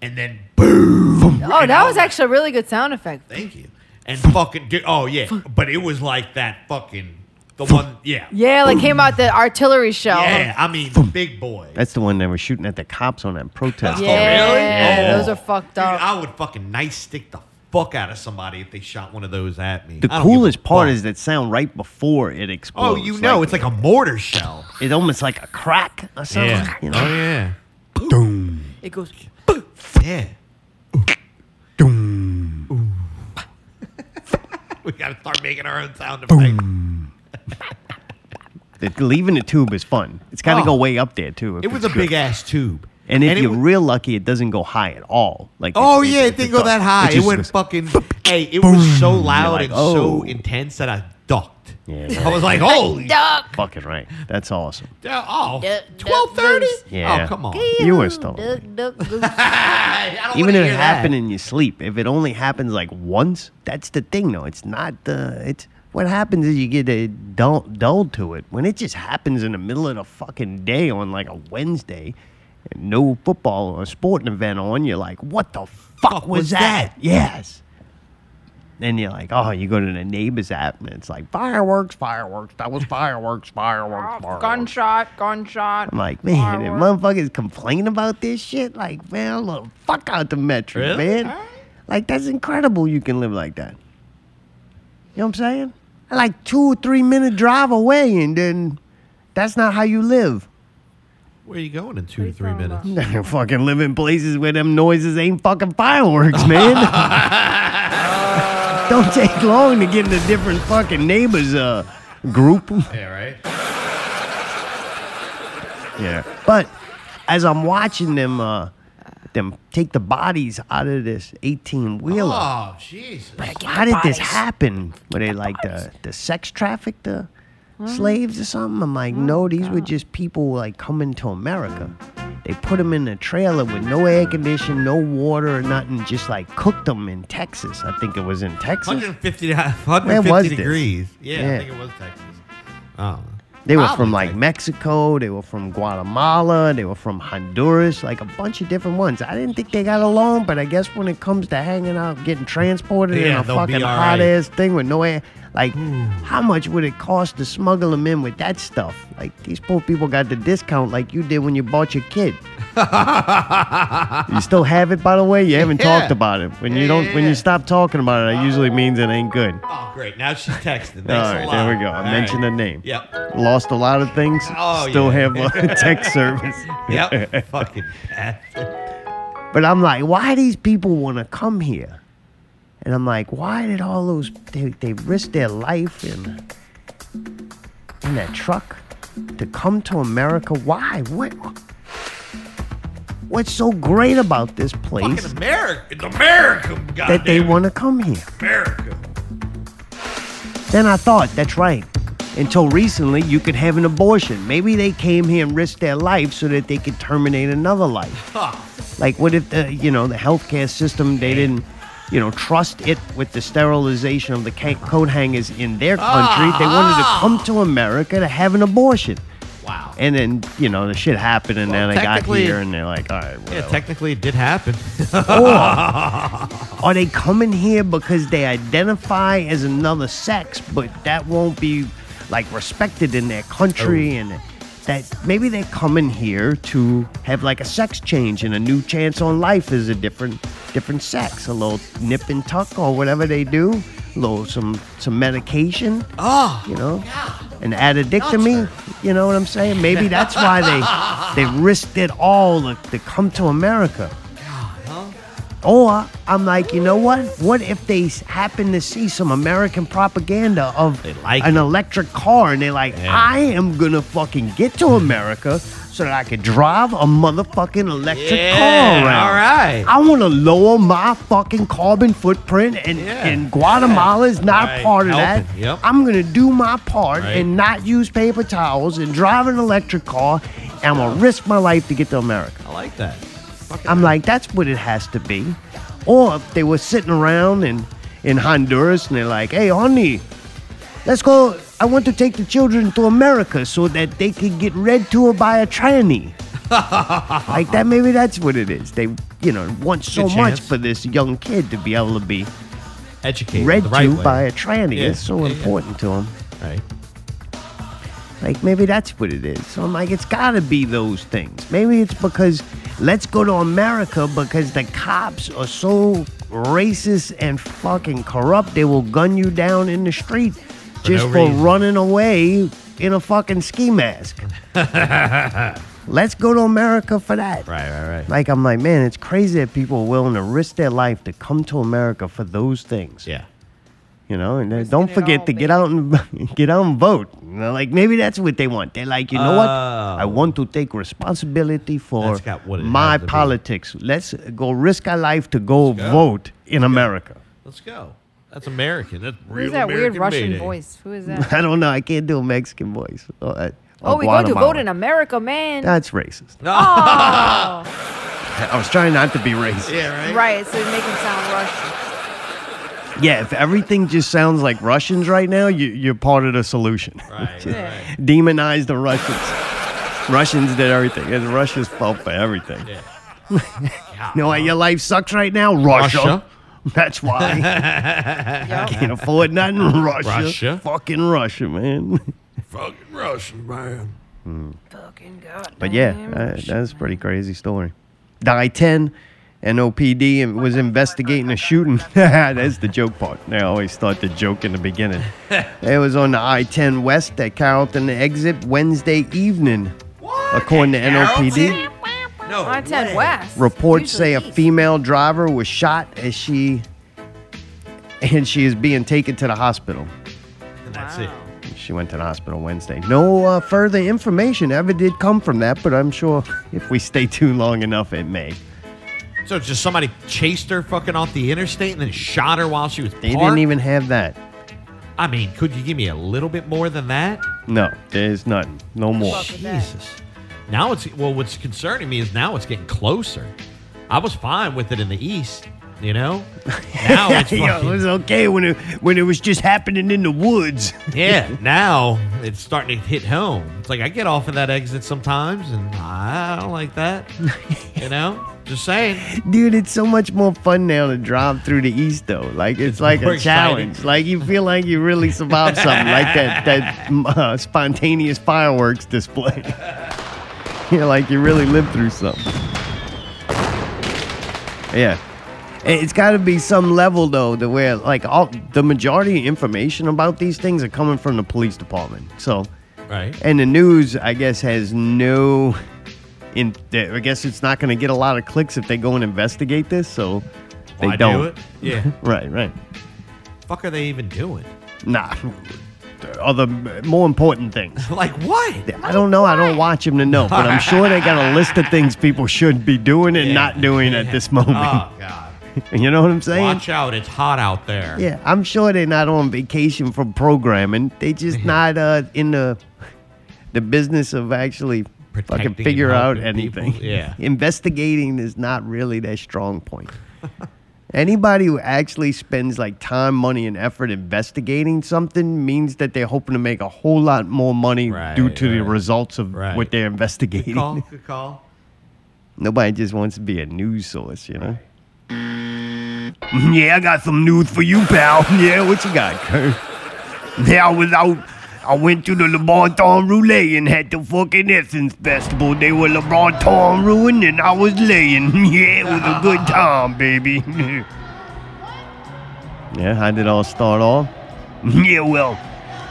A: and then boom.
C: Oh, that was actually a really good sound effect.
A: Thank you. And fucking dude, oh yeah, but it was like that fucking the one, yeah,
C: Yeah, like came out the artillery shell.
A: yeah. I mean, big boy.
D: That's the one that was shooting at the cops on that protest.
A: Oh,
C: Yeah.
D: hall.
C: Yeah, those are fucked
A: Dude,
C: up.
A: I would fucking nice stick the fuck out of somebody if they shot one of those at me.
D: The
A: I don't give a
D: coolest part
A: fuck.
D: is that sound right before it
A: oh,
D: explodes.
A: you know, it's like a mortar shell.
D: it's almost like a crack or something. You know?
A: Oh yeah.
C: It goes.
A: Yeah. we gotta start making our own sound effects.
D: The- leaving the tube is fun. It's got to
A: Oh.
D: go way up there too. if
A: It was
D: it's
A: a
D: good.
A: big ass tube.
D: And if
A: it
D: you're
A: wa-
D: real lucky, it doesn't go high at all. Like
A: Oh
D: it's-
A: yeah, it
D: it's-
A: didn't
D: it's
A: go that
D: up.
A: high. It,
D: just
A: went
D: goes-
A: fucking. hey, it was so loud
D: like,
A: and
D: "Oh."
A: so intense that I ducked.
D: Yeah,
A: I was like, holy.
F: Duck.
D: fucking right. That's awesome.
A: Oh,
F: Duck, duck,
A: 1230?
F: goose.
D: Yeah.
A: Oh, come on.
D: You were still
F: Duck, duck, goose.
A: I don't
D: even
A: wanna
D: if it
A: hear that.
D: happened in your sleep if it only happens like once that's the thing though it's not the it's what happens is you get a dull, dulled to it when it just happens in the middle of the fucking day on like a wednesday and no football or sporting event on you're like what the fuck,
A: Fuck
D: was,
A: was
D: that? yes and you're like oh you go to the neighbor's app and it's like fireworks fireworks that was fireworks fireworks fireworks
F: Gunshot, gunshot.
D: I'm like, man, if motherfuckers complain about this shit, like, man, I'm gonna fuck out the metric,
A: Really?
D: man. Like, that's incredible you can live like that. You know what I'm saying? Like, two or three minute drive away, and then that's not how you live.
A: Where are you going in two to three minutes?
D: You fucking live in places where them noises ain't fucking fireworks, man. Don't take long to get in a different fucking neighbor's uh, group.
A: Yeah, right?
D: Yeah. But as I'm watching them uh them take the bodies out of this 18 wheeler.
A: Oh, Jesus. What
D: How did this happen? Were they like the, the sex trafficked the slaves or something? I'm like, no, these were just people like coming to America. They put them in a trailer with no air conditioning, no water or nothing, just like cooked them in Texas. I think it was in Texas.
A: 150, de- 150
D: this?
A: degrees. Yeah,
D: Yeah.
A: I think it was Texas. Oh.
D: They were
A: Probably
D: from like
A: Texas.
D: Mexico, they were from Guatemala, they were from Honduras, like a bunch of different ones. I didn't think they got along, but I guess when it comes to hanging out, getting transported in
A: Yeah,
D: a
A: they'll be
D: fucking
A: all
D: hot
A: right. Hmm.
D: ass thing with no air, like how much would it cost to smuggle them in with that stuff? Like these poor people got the discount like you did when you bought your kid. you still have it, by the way. You haven't
A: Yeah.
D: talked about it. When
A: Yeah,
D: you don't,
A: yeah,
D: when you
A: yeah.
D: stop talking about it, it usually means it ain't good.
A: Oh, great. Now she's texting. Thanks
D: All
A: a
D: right,
A: lot.
D: there we go. I
A: All
D: mentioned
A: right.
D: the name.
A: Yep.
D: Lost a lot of things.
A: Oh,
D: still
A: yeah.
D: have a tech service.
A: Yep. Fucking bastard.
D: But I'm like, why these people want to come here? And I'm like, why did all those they, they risked their life in in that truck? to come to America. Why? What? What's so great about this place
A: Fucking America. It's America. God
D: that they want to come here?
A: America.
D: Then I thought, that's right. Until recently, you could have an abortion. Maybe they came here and risked their life so that they could terminate another life. Like, what if the, you know, the healthcare system, they didn't, you know, trust it with the sterilization of the ca- coat hangers in their country. They
A: Ah,
D: wanted to come to America to have an abortion.
A: Wow.
D: And then, you know, the shit happened, and
A: Well,
D: then they got
A: technically-
D: here, and they're like, all right,
A: yeah,
D: whatever.
A: technically it did happen.
D: Are they coming here because they identify as another sex, but that won't be like respected in their country and that maybe they're coming here to have like a sex change and a new chance on life is a different different sex, a little nip and tuck or whatever they do, a little some some medication,
A: oh,
D: you know. An addictomy, you know what I'm saying? Maybe that's why they they risked it all to, to come to America. Or I'm like, you know what? What if they s- happen to see some American propaganda of
A: They like
D: an
A: it.
D: electric car and they're like,
A: Yeah.
D: I am gonna fucking get to America so that I can drive a motherfucking electric
A: Yeah,
D: car around.
A: all right.
D: I wanna lower my fucking carbon footprint and,
A: Yeah.
D: and Guatemala is not
A: Right,
D: part of
A: helping.
D: that.
A: Yep.
D: I'm gonna do my part
A: Right.
D: and not use paper towels and drive an electric car and I'm gonna risk my life to get to America.
A: I like that. Fucking
D: I'm like, that's what it has to be. Or if they were sitting around in, in Honduras and they're like, hey, honey, let's go. I want to take the children to America so that they can get read to by a tranny. like that, maybe that's what it is. They, you know, want so
A: Good
D: much
A: chance.
D: for this young kid to be able to be
A: educated.
D: read
A: the right
D: to
A: way.
D: by a tranny.
A: Yeah,
D: It's so
A: yeah, yeah.
D: important to 'em. to them.
A: Right.
D: Like maybe that's what it is. So I'm like, it's gotta be those things. Maybe it's because let's go to America because the cops are so racist and fucking corrupt. They will gun you down in the street just
A: no
D: for
A: reason.
D: running away in a fucking ski mask. let's go to America for that.
A: Right, right, right.
D: Like I'm like, man, it's crazy that people are willing to risk their life to come to America for those things
A: yeah.
D: you know, and then don't
C: it
D: forget
C: all,
D: to get out and get out and vote. You know, like maybe that's what they want. They're like, you know what? I
A: Oh.
D: want to take responsibility for
A: That's got what it
D: my
A: has to be.
D: politics. Let's go risk our life to go,
A: go.
D: vote in America.
A: Let's go. That's American. That's
C: Who's
A: real
C: that weird
A: American
C: Russian
A: Mayday.
C: voice? Who is that?
D: I don't know. I can't do a Mexican voice. Or, uh,
C: oh,
D: or
C: we go to
D: Guatemalan.
C: vote in America, man.
D: That's racist.
C: oh,
D: I was trying not to be racist.
A: Yeah, right.
C: right. So make him sound Russian.
D: Yeah, if everything just sounds like Russians right now, you, you're part of the solution.
A: Right,
D: Just
A: right.
D: Demonize the Russians. Russians did everything. And Russia's fault for everything.
A: Yeah.
D: You know why your life sucks right now? Russia.
A: Uh-huh. Russia.
D: That's why. Can't afford nothing. Russia.
A: Russia.
D: Fucking Russia, man.
A: Fucking Russian man.
C: Fucking god.
D: But yeah, uh, that's a pretty crazy story. Die 10, NOPD and was investigating a shooting. that's the joke part. I always thought the joke in the beginning. it was on the I 10 West at Carrollton exit Wednesday evening, according to NOPD.
A: No.
C: I ten West.
D: Reports
C: Usually
D: say a
C: east.
D: female driver was shot as she and she is being taken to the hospital.
A: And that's it.
D: She went to the hospital Wednesday. No uh, further information ever did come from that, but I'm sure if we stay too long enough, it may.
A: So it's just somebody chased her fucking off the interstate and then shot her while she was
D: They
A: parked?
D: didn't even have that.
A: I mean, could you give me a little bit more than that?
D: No, there's nothing. No more.
A: Jesus. Now it's well. What's concerning me is now it's getting closer. I was fine with it in the east, you know. Now it's
D: Yo, it
A: fucking-
D: was okay when it when it was just happening in the woods.
A: yeah. Now it's starting to hit home. It's like I get off of that exit sometimes, and I don't like that. You know, just saying.
D: Dude, it's so much more fun now to drive through the East, though. Like it's, like
A: more
D: a challenge.
A: exciting.
D: Like you feel like you really survived something, like that that mm, uh, spontaneous fireworks display. You're like you really lived through something. Yeah, And it's got to be some level though, to where like all the majority of information about these things are coming from the police department. So
A: Right.
D: and the news, I guess, has no. In, I guess it's not going to get a lot of clicks if they go and investigate this, so they
A: Why
D: don't.
A: do it? Yeah.
D: Right, right.
A: fuck are they even doing?
D: Nah.
H: are the more important things.
A: Like what?
H: I don't know. I don't watch him to know, but I'm sure they got a list of things people should be doing and not doing at this moment.
A: Oh God!
H: you know what I'm saying?
A: Watch out! It's hot out there.
H: Yeah, I'm sure they're not on vacation from programming. They just not uh, in the the business of actually
A: Protecting
H: fucking figure
A: and
H: out
A: helping people,
H: anything.
A: yeah.
H: investigating is not really their strong point. Anybody who actually spends like time, money, and effort investigating something means that they're hoping to make a whole lot more money
A: Right,
H: due to the
A: right.
H: results of
A: Right.
H: what they're
A: Good
H: investigating.
A: call. Good call.
H: Nobody just wants to be a news source, you know? Yeah, I got some news for you, pal. Yeah, what you got, Kurt? Yeah, I was out. I went to the LeBron Roulette and had the fucking Essence Festival. They were LeBron ruined and I was laying. Yeah, it was a good time, baby. yeah, how did it all start off? Yeah, well,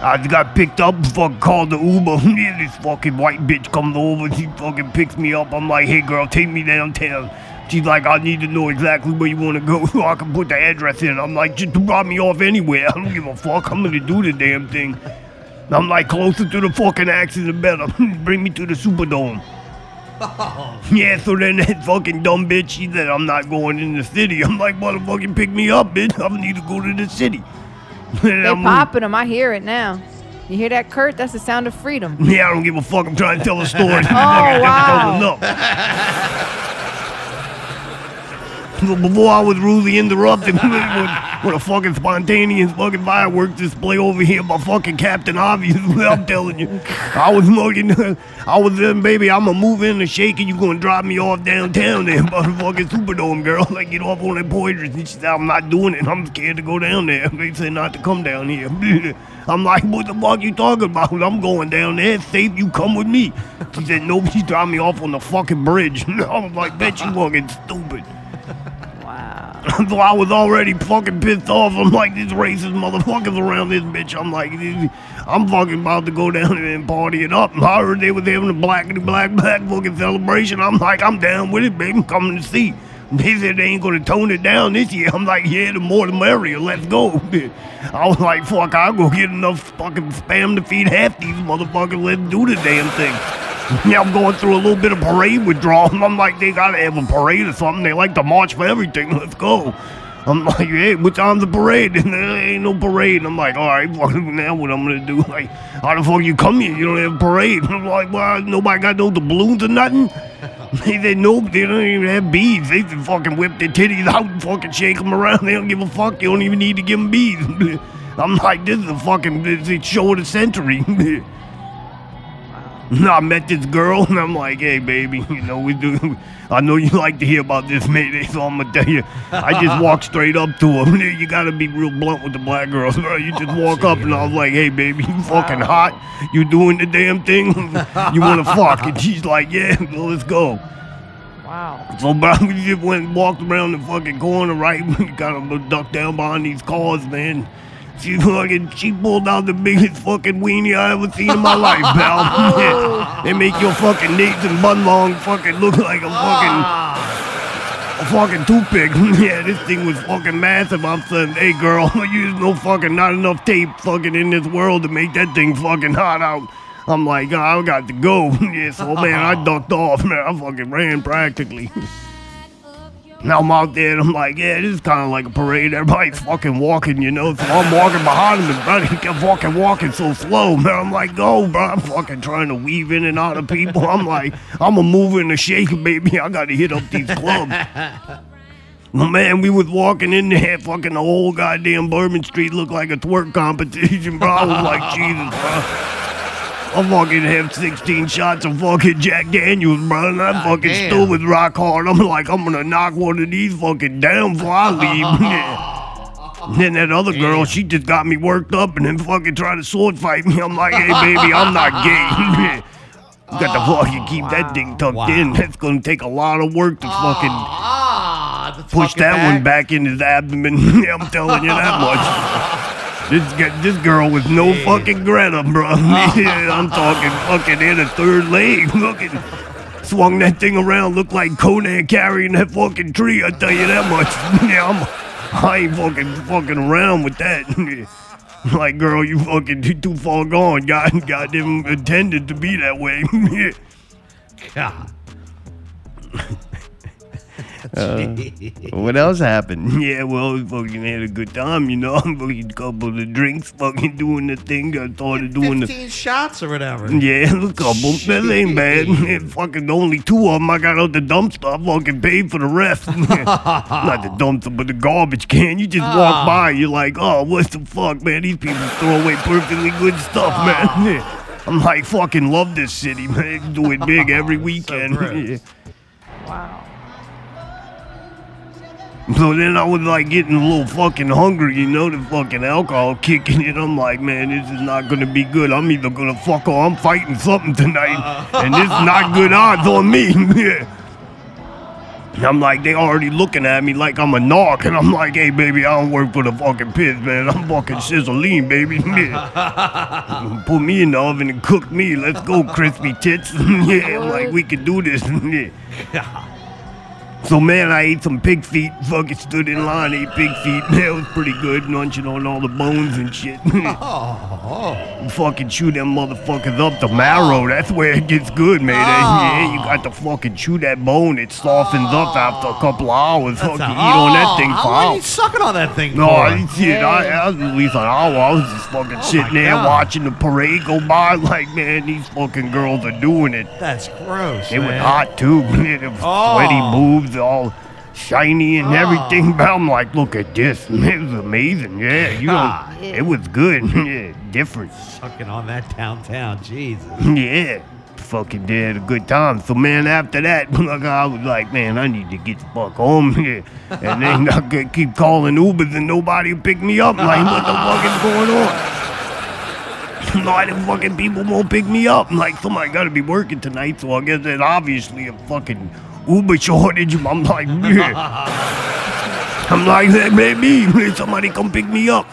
H: I got picked up, fuck, called the Uber. Yeah, this fucking white bitch comes over, she fucking picks me up. I'm like, hey girl, take me downtown. She's like, I need to know exactly where you want to go so I can put the address in. I'm like, just drop me off anywhere. I don't give a fuck. I'm gonna do the damn thing. I'm like, closer to the fucking action, the better. Bring me to the Superdome. Yeah, so then that fucking dumb bitch, she said, I'm not going in the city. I'm like, motherfucking pick me up, bitch. I need to go to the city. And
C: They
H: I'm-
C: popping them. I hear it now. You hear that, Kurt? That's the sound of freedom.
H: Yeah, I don't give a fuck. I'm trying to tell a story. oh,
C: wow.
H: Before I was rudely interrupted with, with a fucking spontaneous fucking fireworks display over here by fucking Captain Obvious, I'm telling you. I was smoking, I was then, baby, I'm gonna move in and shake and you gonna drop me off downtown there by the fucking Superdome, girl. Like, get off on that poetry. And she said, I'm not doing it. I'm scared to go down there. They said not to come down here. I'm like, what the fuck you talking about? I'm going down there. It's safe. You come with me. She said, nope, she dropped me off on the fucking bridge. I was like, bitch, you fucking stupid. So I was already fucking pissed off. I'm like, these racist motherfuckers around this bitch. I'm like, these- I'm fucking about to go down there and party it up. I heard they was having a blackety black black fucking celebration. I'm like, I'm down with it, baby. I'm coming to see. They said they ain't gonna tone it down this year. I'm like, yeah, the more the merrier. Let's go. I was like, fuck, I'll go get enough fucking spam to feed half these motherfuckers. Let's do the damn thing. Yeah, I'm going through a little bit of parade withdrawal. I'm like, they gotta have a parade or something. They like to march for everything. Let's go. I'm like, hey, what time's the parade? And there ain't no parade. I'm like, all right, fuck, now what I'm gonna do? Like, how the fuck you come here? You don't have a parade. I'm like, well, nobody got no doubloons or nothing. They said, nope, they don't even have beads. They just fucking whip their titties out and fucking shake them around. They don't give a fuck. You don't even need to give them beads. I'm like, this is a fucking this is the show of the century. No, I met this girl, and I'm like, hey, baby, you know, we do. I know you like to hear about this Mayday, so I'm gonna tell you. I just walked straight up to her. You gotta be real blunt with the black girls, bro. You just walk up, and I was like, hey, baby, you fucking hot. You doing the damn thing? You wanna fuck? And she's like, yeah, well, let's go.
C: Wow.
H: So, bro, we just went and walked around the fucking corner, right? We kind of ducked down behind these cars, man. She fucking, she pulled out the biggest fucking weenie I ever seen in my life, pal. Yeah. They make your fucking Nathan Bunlong fucking look like a fucking, a fucking toothpick. yeah, this thing was fucking massive. I'm saying, hey girl, you just no fucking, not enough tape fucking in this world to make that thing fucking hot out. I'm like, I got to go. yeah, so man, I ducked off, man. I fucking ran practically. Now I'm out there and I'm like, yeah, this is kind of like a parade. Everybody's fucking walking, you know? So I'm walking behind him and buddy, he kept fucking walking so slow, man. I'm like, go, bro. I'm fucking trying to weave in and out of people. I'm like, I'm a mover and a shaker, baby. I got to hit up these clubs. Well, Man, we was walking in there, fucking the whole goddamn Bourbon Street looked like a twerk competition, bro. I was like, Jesus, bro. I fucking have 16 shots of fucking Jack Daniels, bro. And I fucking
A: damn.
H: still was rock hard. I'm like, I'm gonna knock one of these fucking down before I leave. Yeah. And then that other girl, she just got me worked up and then fucking tried to sword fight me. I'm like, hey, baby, I'm not gay. You got to fucking keep that thing tucked
A: Wow.
H: in. That's gonna take a lot of work to fucking
A: Ah, the
H: push
A: fucking
H: that one back in his abdomen. I'm telling you that much. This g- this girl was no fucking Greta, bro. Yeah, I'm talking fucking in a third leg. Looking, swung that thing around, looked like Conan carrying that fucking tree. I tell you that much. Yeah, I'm, I ain't fucking fucking around with that. like, girl, you fucking too, too far gone. God, God didn't intend it to be that way.
A: God.
H: Uh,
A: Jeez.
H: what else happened? Yeah, well, we fucking had a good time, you know. I'm fucking couple of drinks, fucking doing the thing. I started doing the.
A: 15 shots or whatever.
H: Yeah, a couple. That ain't bad. Yeah, fucking only two of them I got out the dumpster. I fucking paid for the rest. Not the dumpster, but the garbage can. You just walk by, you're like, oh, what the fuck, man? These people throw away perfectly good stuff, man. Yeah. I'm like, fucking love this city, man. Do it big every weekend.
A: gross.
H: Yeah. So then I was like getting a little fucking hungry, you know, the fucking alcohol kicking in. I'm like, man, this is not gonna be good. I'm either gonna fuck or I'm fighting something tonight, and this is not good odds on me. Yeah. And I'm like, they already looking at me like I'm a narc, and I'm like, hey, baby, I don't work for the fucking piss, man. I'm fucking sizzling, baby. Yeah. Put me in the oven and cook me. Let's go, crispy tits. yeah, I'm like, we can do this. yeah. So man, I ate some pig feet. Fucking stood in line, ate pig feet. That was pretty good, munching on all the bones and shit.
A: Oh.
H: Fucking chew them motherfuckers up. The marrow, that's where it gets good, man.
A: Ah.
H: Yeah, you got to fucking chew that bone. It softens up after a couple hours. fucking eat on that thing
A: Oh, Ah, How
H: for
A: long you
H: hours.
A: sucking on that thing
H: No,
A: for?
H: I- shit, I, I was at least an hour. I was just fucking sitting there
A: Oh God.
H: watching the parade go by. Like, man, these fucking girls are doing it.
A: That's gross.
H: It was
A: man.
H: hot too. It was sweaty
A: Oh.
H: boobs, all shiny and everything. But I'm like, look at this. It was amazing. Yeah, you
A: Ah.
H: know, it was good. Yeah, different.
A: Sucking on that downtown. Jesus.
H: Yeah, fucking did a good time. So man, after that, like I was like, man, I need to get the fuck home here. And then I could keep calling Ubers and nobody would pick me up. Like, what the fuck is going on? Why the fucking people won't pick me up? I'm like, somebody gotta be working tonight, so I guess there's obviously a fucking Uber shortage. I'm like, yeah. I'm like, that man, me. Somebody come pick me up.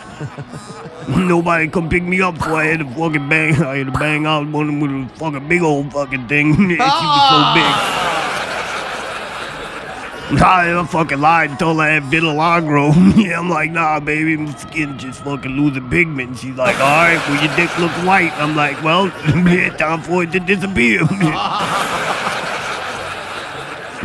H: Nobody come pick me up, so I had to fucking bang. I had to bang out one of them with a fucking big old fucking thing. she was so big. Nah, I fucking lied and told her I had vitiligo. yeah, I'm like, nah, baby, my skin just fucking losing pigment. And she's like, all right, well, your dick look white. I'm like, well, time for it to disappear.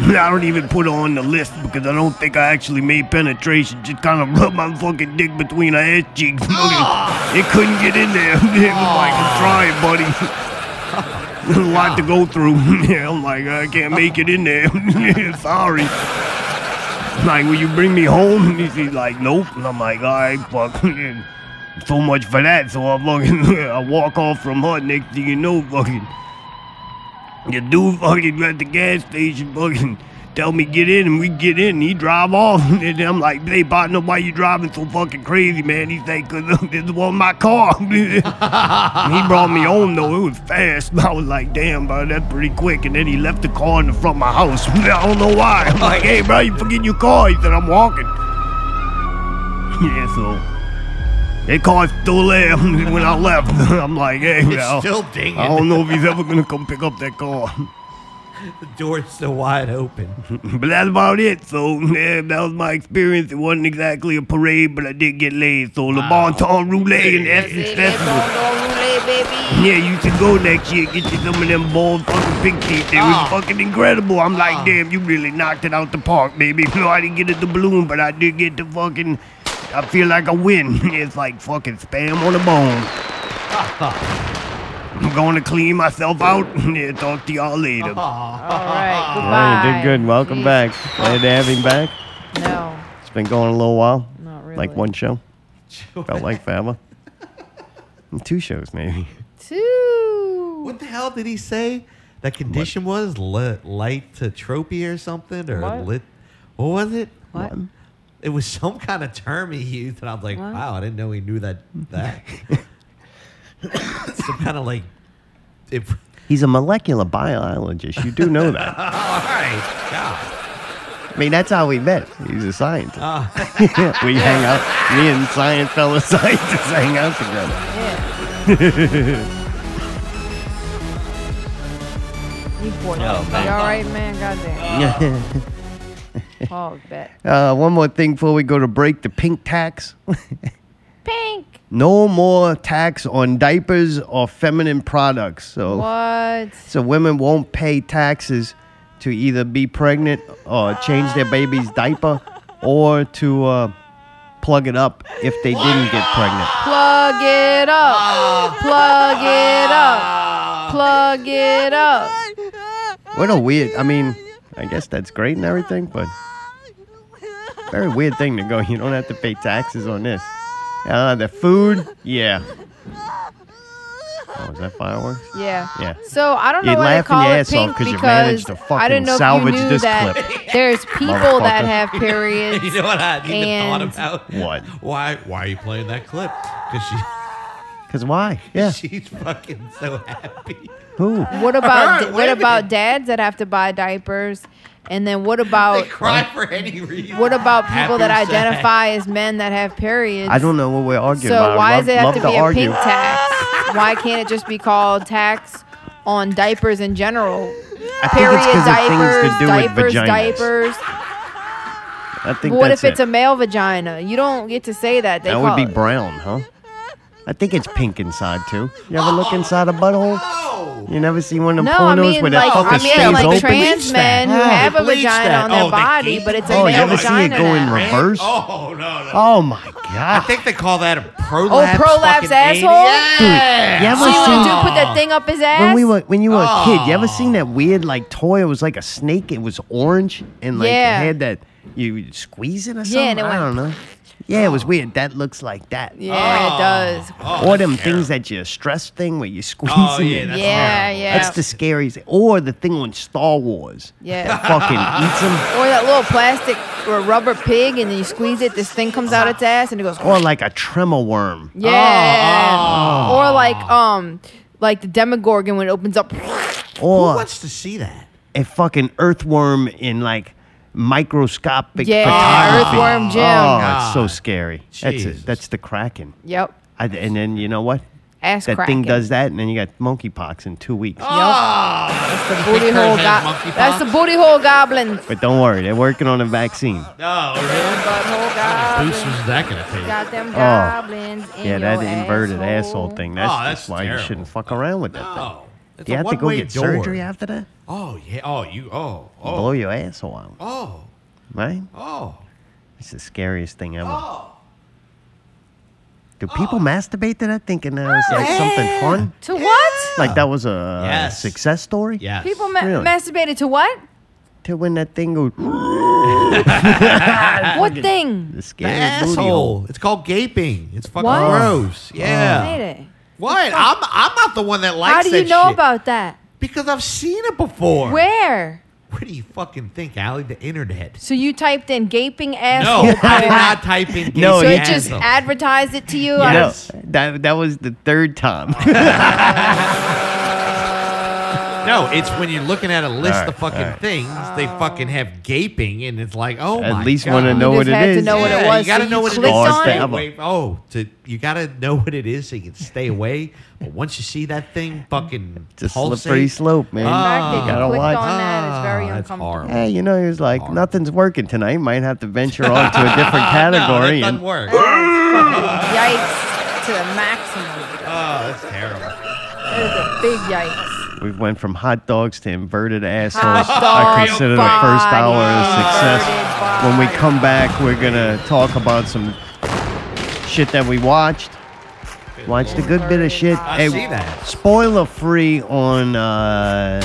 H: I don't even put her on the list because I don't think I actually made penetration. Just kind of rubbed my fucking dick between her ass cheeks. it couldn't get in there. It was like, I'm trying, buddy. a lot to go through. yeah, I'm like, I can't make it in there. Sorry. Like, will you bring me home? And she's like, nope. And I'm like, all right, fuck. And so much for that. So I fucking, I walk off from her. Next thing you know, fucking. The dude fucking at the gas station fucking tell me get in and we get in and he drive off. And then I'm like, hey, partner, why you driving so fucking crazy, man? He's like, cause this was my car. And he brought me home though. It was fast. I was like, damn, bro, that's pretty quick. And then he left the car in the front of my house. I don't know why. I'm like, hey, bro, you forget your car. He said, I'm walking. Yeah, so. That car's still there when I left. I'm like, hey,
A: It's
H: now.
A: still dinging.
H: I don't know if he's ever gonna come pick up that car.
A: The door's still wide open.
H: But that's about it. So yeah, that was my experience. It wasn't exactly a parade, but I did get laid. So Le Bon Temps Roulette and Essence Festival. Yeah, you should go next year. Get you some of them bald fucking pig feet. They was fucking incredible. I'm like, damn, you really knocked it out the park, baby. No, I didn't get a doubloon, but I did get the fucking. I feel like I win. it's like fucking spam on a bone. I'm going to clean myself out. Yeah, talk to y'all later.
C: All right,
H: Yeah,
C: goodbye.
H: you did Oh, good. Welcome
C: Jeez.
H: back. Glad to have him back.
C: No,
H: It's been going a little while.
C: not really.
H: Like one show. Felt like forever. And Two shows, maybe.
C: two.
A: What the hell did he say? That condition was li- light to tropy or something or
C: What?
A: lit. What was it?
C: What?
A: It was some kind of term he used, and I was like,
C: What?
A: wow, I didn't know he knew that. That some kind of like. It,
H: He's a molecular biologist. You do know that.
A: all right, God.
H: I mean, that's how we met. He's a scientist. we hang out. Me and science fellow scientists hang out together.
C: You poor oh, man. all right, man? Goddamn. Oh, bet.
H: Uh, one more thing before we go to break the pink tax.
C: Pink.
D: No more tax on diapers or feminine products. So
C: What?
D: so women won't pay taxes to either be pregnant or change their baby's diaper or to uh, plug it up if they didn't get pregnant.
C: Plug it up. Plug it up. Plug it up.
D: What a weird. I mean, I guess that's great and everything, but very weird thing to go. You don't have to pay taxes on this. Uh, the food, yeah. Oh, is that fireworks?
C: Yeah.
D: Yeah.
C: So I don't know
D: You're
C: why they
D: laughing
C: call
D: your
C: it
D: ass off
C: pink
D: 'cause
C: because
D: you managed to
C: I
D: fucking
C: didn't know
D: salvage
C: if you knew
D: this
C: that
D: clip.
C: there's people that
D: Motherfucker.
C: have periods.
A: You know what I even
C: And-
A: thought about?
D: What?
A: Why? Why are you playing that clip? Because she,
D: Cause why? Yeah.
A: she's fucking so happy.
D: Who?
C: What about
A: Alright, wait
C: what
A: a
C: about dads that have to buy diapers? And then what
A: They
C: about
A: cry for any reason.
C: Oh, what about
A: Happy
C: people that
A: or sad.
C: identify as men that have periods?
D: I don't know what we're arguing about.
C: So
D: I
C: why
D: love,
C: does it have
D: love
C: to
D: to
C: be a
D: argue.
C: pink tax? Why can't it just be called tax on diapers in general?
D: I think
C: Period
D: it's because of
C: diapers,
D: things to do
C: diapers,
D: with vaginas.
C: diapers.
D: I think
C: What
D: that's
C: if it's
D: it.
C: a male vagina? You don't get to say that. They
D: That
C: call
D: would be
C: it-
D: brown, huh? I think it's pink inside too. You ever look inside a butthole?
A: Oh!
D: You never see one of them
C: No, I
D: pornos
C: mean
D: where that
C: like
D: fucker
C: I mean
D: stays
C: like
D: open?
C: trans
A: Bleach
C: men who
A: that.
D: Yeah.
C: have a
A: Bleach
C: vagina
A: that.
C: on their
A: Oh, they
C: body,
A: eat
C: but it's a
D: Oh, you
C: male
D: ever see it
C: vagina
D: go in
C: now. Ah.
D: reverse? Reverse?
A: Oh no, no.
D: Oh my
A: I
D: god!
A: think they call that a prolapse.
C: Oh, prolapse
A: fucking anus.
C: asshole?
D: You
A: Yeah.
D: ever
C: See when the
D: seen-
C: dude put that thing up his ass?
D: when we were when you were a kid? You ever
A: Oh.
D: seen that weird like toy? It was like a snake. It was orange and like
C: Yeah.
D: it had that you would squeeze it or something.
C: and it
D: I
C: went-
D: don't know. Yeah, it was weird. That looks like that.
C: yeah, it does.
D: or them things that you stress thing where you squeeze.
A: Oh
D: it.
A: yeah, that's
C: Yeah,
A: horrible.
C: yeah.
D: That's the scariest. Or the thing on Star Wars.
C: Yeah.
D: That fucking eats them.
C: Or that little plastic or rubber pig, and then you squeeze it, this thing comes out its ass, and it goes.
D: Or like a tremor worm.
C: Yeah. Or like um, like the Demogorgon when it opens up.
A: Who
D: Or
A: wants to see that?
D: a fucking earthworm in like microscopic
C: Yeah,
D: photography.
C: earthworm Jim.
D: Oh, it's so
A: God.
D: scary. That's
A: Jesus.
D: it. That's the kraken.
C: Yep.
D: I, and then you know what?
C: Ass
D: that
C: cracking.
D: thing does that, and then you got monkeypox in two weeks.
A: Oh,
C: The booty hole
A: Curse
C: go-
A: has monkeypox.
C: That's the booty hole goblins.
D: But don't worry, they're working on a vaccine.
A: no, Oh, really?
C: Butthole goblins.
A: Boosters that gonna pay?
C: Got them goblins in
D: Oh. Yeah, that
C: your
D: inverted
C: asshole.
D: asshole thing. That's,
A: Oh,
D: just
A: that's
D: why you
A: terrible.
D: shouldn't fuck around with that thing.
A: Oh, it's
D: You
A: a
D: have to go
A: one-way
D: get
A: door.
D: surgery after that?
A: Oh yeah. Oh you. Oh.
D: Blow
A: Oh.
D: your asshole out,
A: Oh.
D: right?
A: Oh.
D: It's the scariest thing ever.
A: Oh.
D: Do people masturbate to that thinking that was like something fun?
C: To what?
D: Like that was a
A: Yes.
D: success story?
A: Yes.
C: People ma-
D: Really?
C: masturbated to what?
D: To when that thing goes,
C: What thing?
D: the
A: The
D: scary booty hole.
A: asshole. It's called gaping. It's fucking
C: What? Oh.
A: gross. Yeah.
C: Made it.
A: What? I'm I'm not the one that likes
C: How do you
A: that
C: know
A: shit.
C: about that?
A: Because I've seen it before.
C: Where?
A: What do you fucking think, Allie? The internet.
C: So you typed in gaping asshole.
A: No, I did not type in gaping
D: No,
C: So
D: you
C: it just
A: asshole.
C: advertised it to you.
A: Yeah.
C: I-
D: No,
A: Yes.
D: that that was the third time.
A: No, it's when you're looking at a list
D: All right,
A: of fucking
D: all right.
A: things, they fucking have gaping, and it's like, oh my
D: At least
A: God.
D: want to know
C: You
D: what
C: just
D: it
C: had to
D: is.
C: know what it
A: Yeah,
C: was,
A: You gotta
C: so
A: know
C: you
A: what it is.
C: clicked on
A: Stay
D: it?
A: away- Oh, to, you gotta know what it is so you can stay away. But once you see that thing, fucking
D: It's a
A: pulsate.
D: slippery slope, man.
C: The fact that you
A: Ah.
D: Gotta
C: clicked
D: watch.
C: on that is very
A: Ah, that's
C: uncomfortable.
A: horrible.
D: Hey, you know, he was like,
A: Hard.
D: nothing's working tonight. Might have to venture on to a different category.
A: No, that doesn't
D: and
A: work. Oh,
C: That is fucking yikes to the maximum.
A: Oh, that's terrible.
C: That is a big yikes.
D: we went from hot dogs to inverted assholes.
C: Hot
D: I
C: dog
D: consider the first hour a
C: body,
D: success.
C: inverted
D: When we
C: body.
D: come back, we're gonna talk about some shit that we watched. Watched a good bit of shit.
A: I see that.
D: Spoiler free on uh,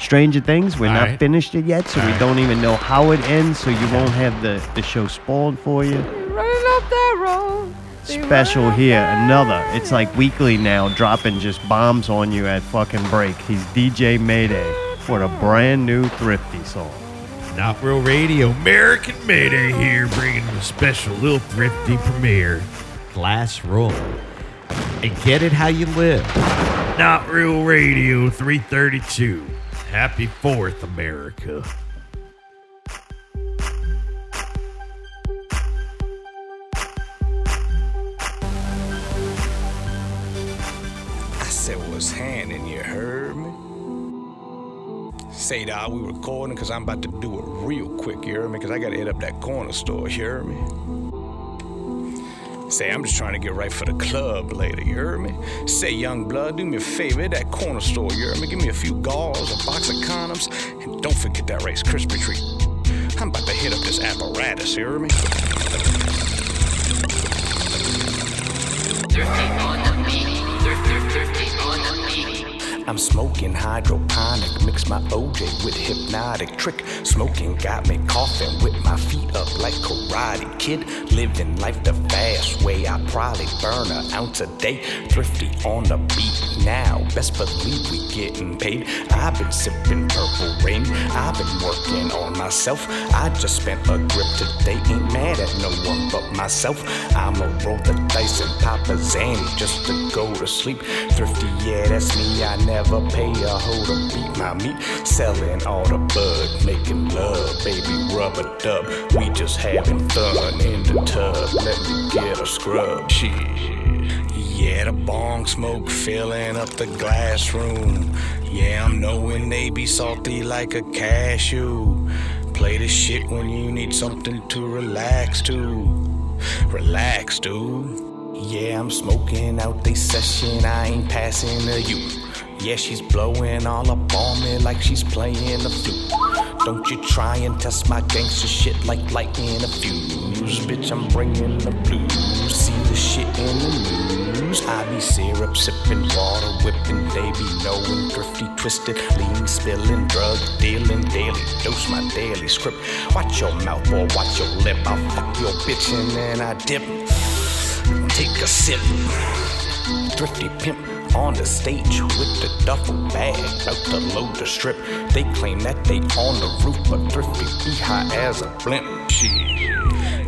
D: Stranger Things. We're
A: All
D: not
A: right.
D: finished it yet, so we
A: right.
D: don't even know how it ends. So you won't have the the show spoiled for you.
C: Running up that road. They
D: Special
C: run up
D: here,
C: that-
D: another. It's like weekly now, dropping just bombs on you at fucking break. He's DJ Mayday for a brand new thrifty song.
A: Not real radio. American Mayday here, bringing you a special little thrifty premiere. Glass roll. And get it how you live. Not real radio 332. Happy Fourth, America.
G: I said, what's happening? You heard me? Say, dawg, we recording because I'm about to do it real quick, you heard me? Because I got to hit up that corner store, you heard me? Say, I'm just trying to get right for the club later, you heard me? Say, young blood, do me a favor at that corner store, you heard me? Give me a few gauze, a box of condoms, and don't forget that Rice Krispie treat. I'm about to hit up this apparatus, you heard me? I'm smoking hydroponic, mix my OJ with hypnotic trick. Smoking got me coughing with my feet up like karate kid. Living life the fast way, I probably burn an ounce a day. Thrifty on the beat now, best believe we getting paid. I've been sipping purple rain, I've been working on myself. I just spent a grip today, ain't mad at no one but myself. I'ma roll the dice and pop a Zanny just to go to sleep. Thrifty, yeah, that's me. I never pay a hoe to beat my meat. Selling all the bud, making love, baby, rubber dub. We just having fun in the tub. Let me get a scrub. Shit. Yeah, the bong smoke filling up the glass room. Yeah, I'm knowing they be salty like a cashew. Play the shit when you need something to relax to. Relax, dude. Yeah, I'm smoking out this session. I ain't passing to you. Yeah, she's blowing all up on me like she's playing the flute. Don't you try and test my gangster shit like lighting a fuse. Bitch, I'm bringing the blues. See the shit in the news. I be syrup sipping, water whipping. They be knowing thrifty, twisted, lean, spilling, drug dealing, daily dose, my daily script. Watch your mouth or watch your lip. I'll fuck your bitch and then I dip take a sip. Thrifty pimp on the stage with the duffel bag, out to load the strip. They claim that they on the roof, but thrifty be high as a blimp. Shit.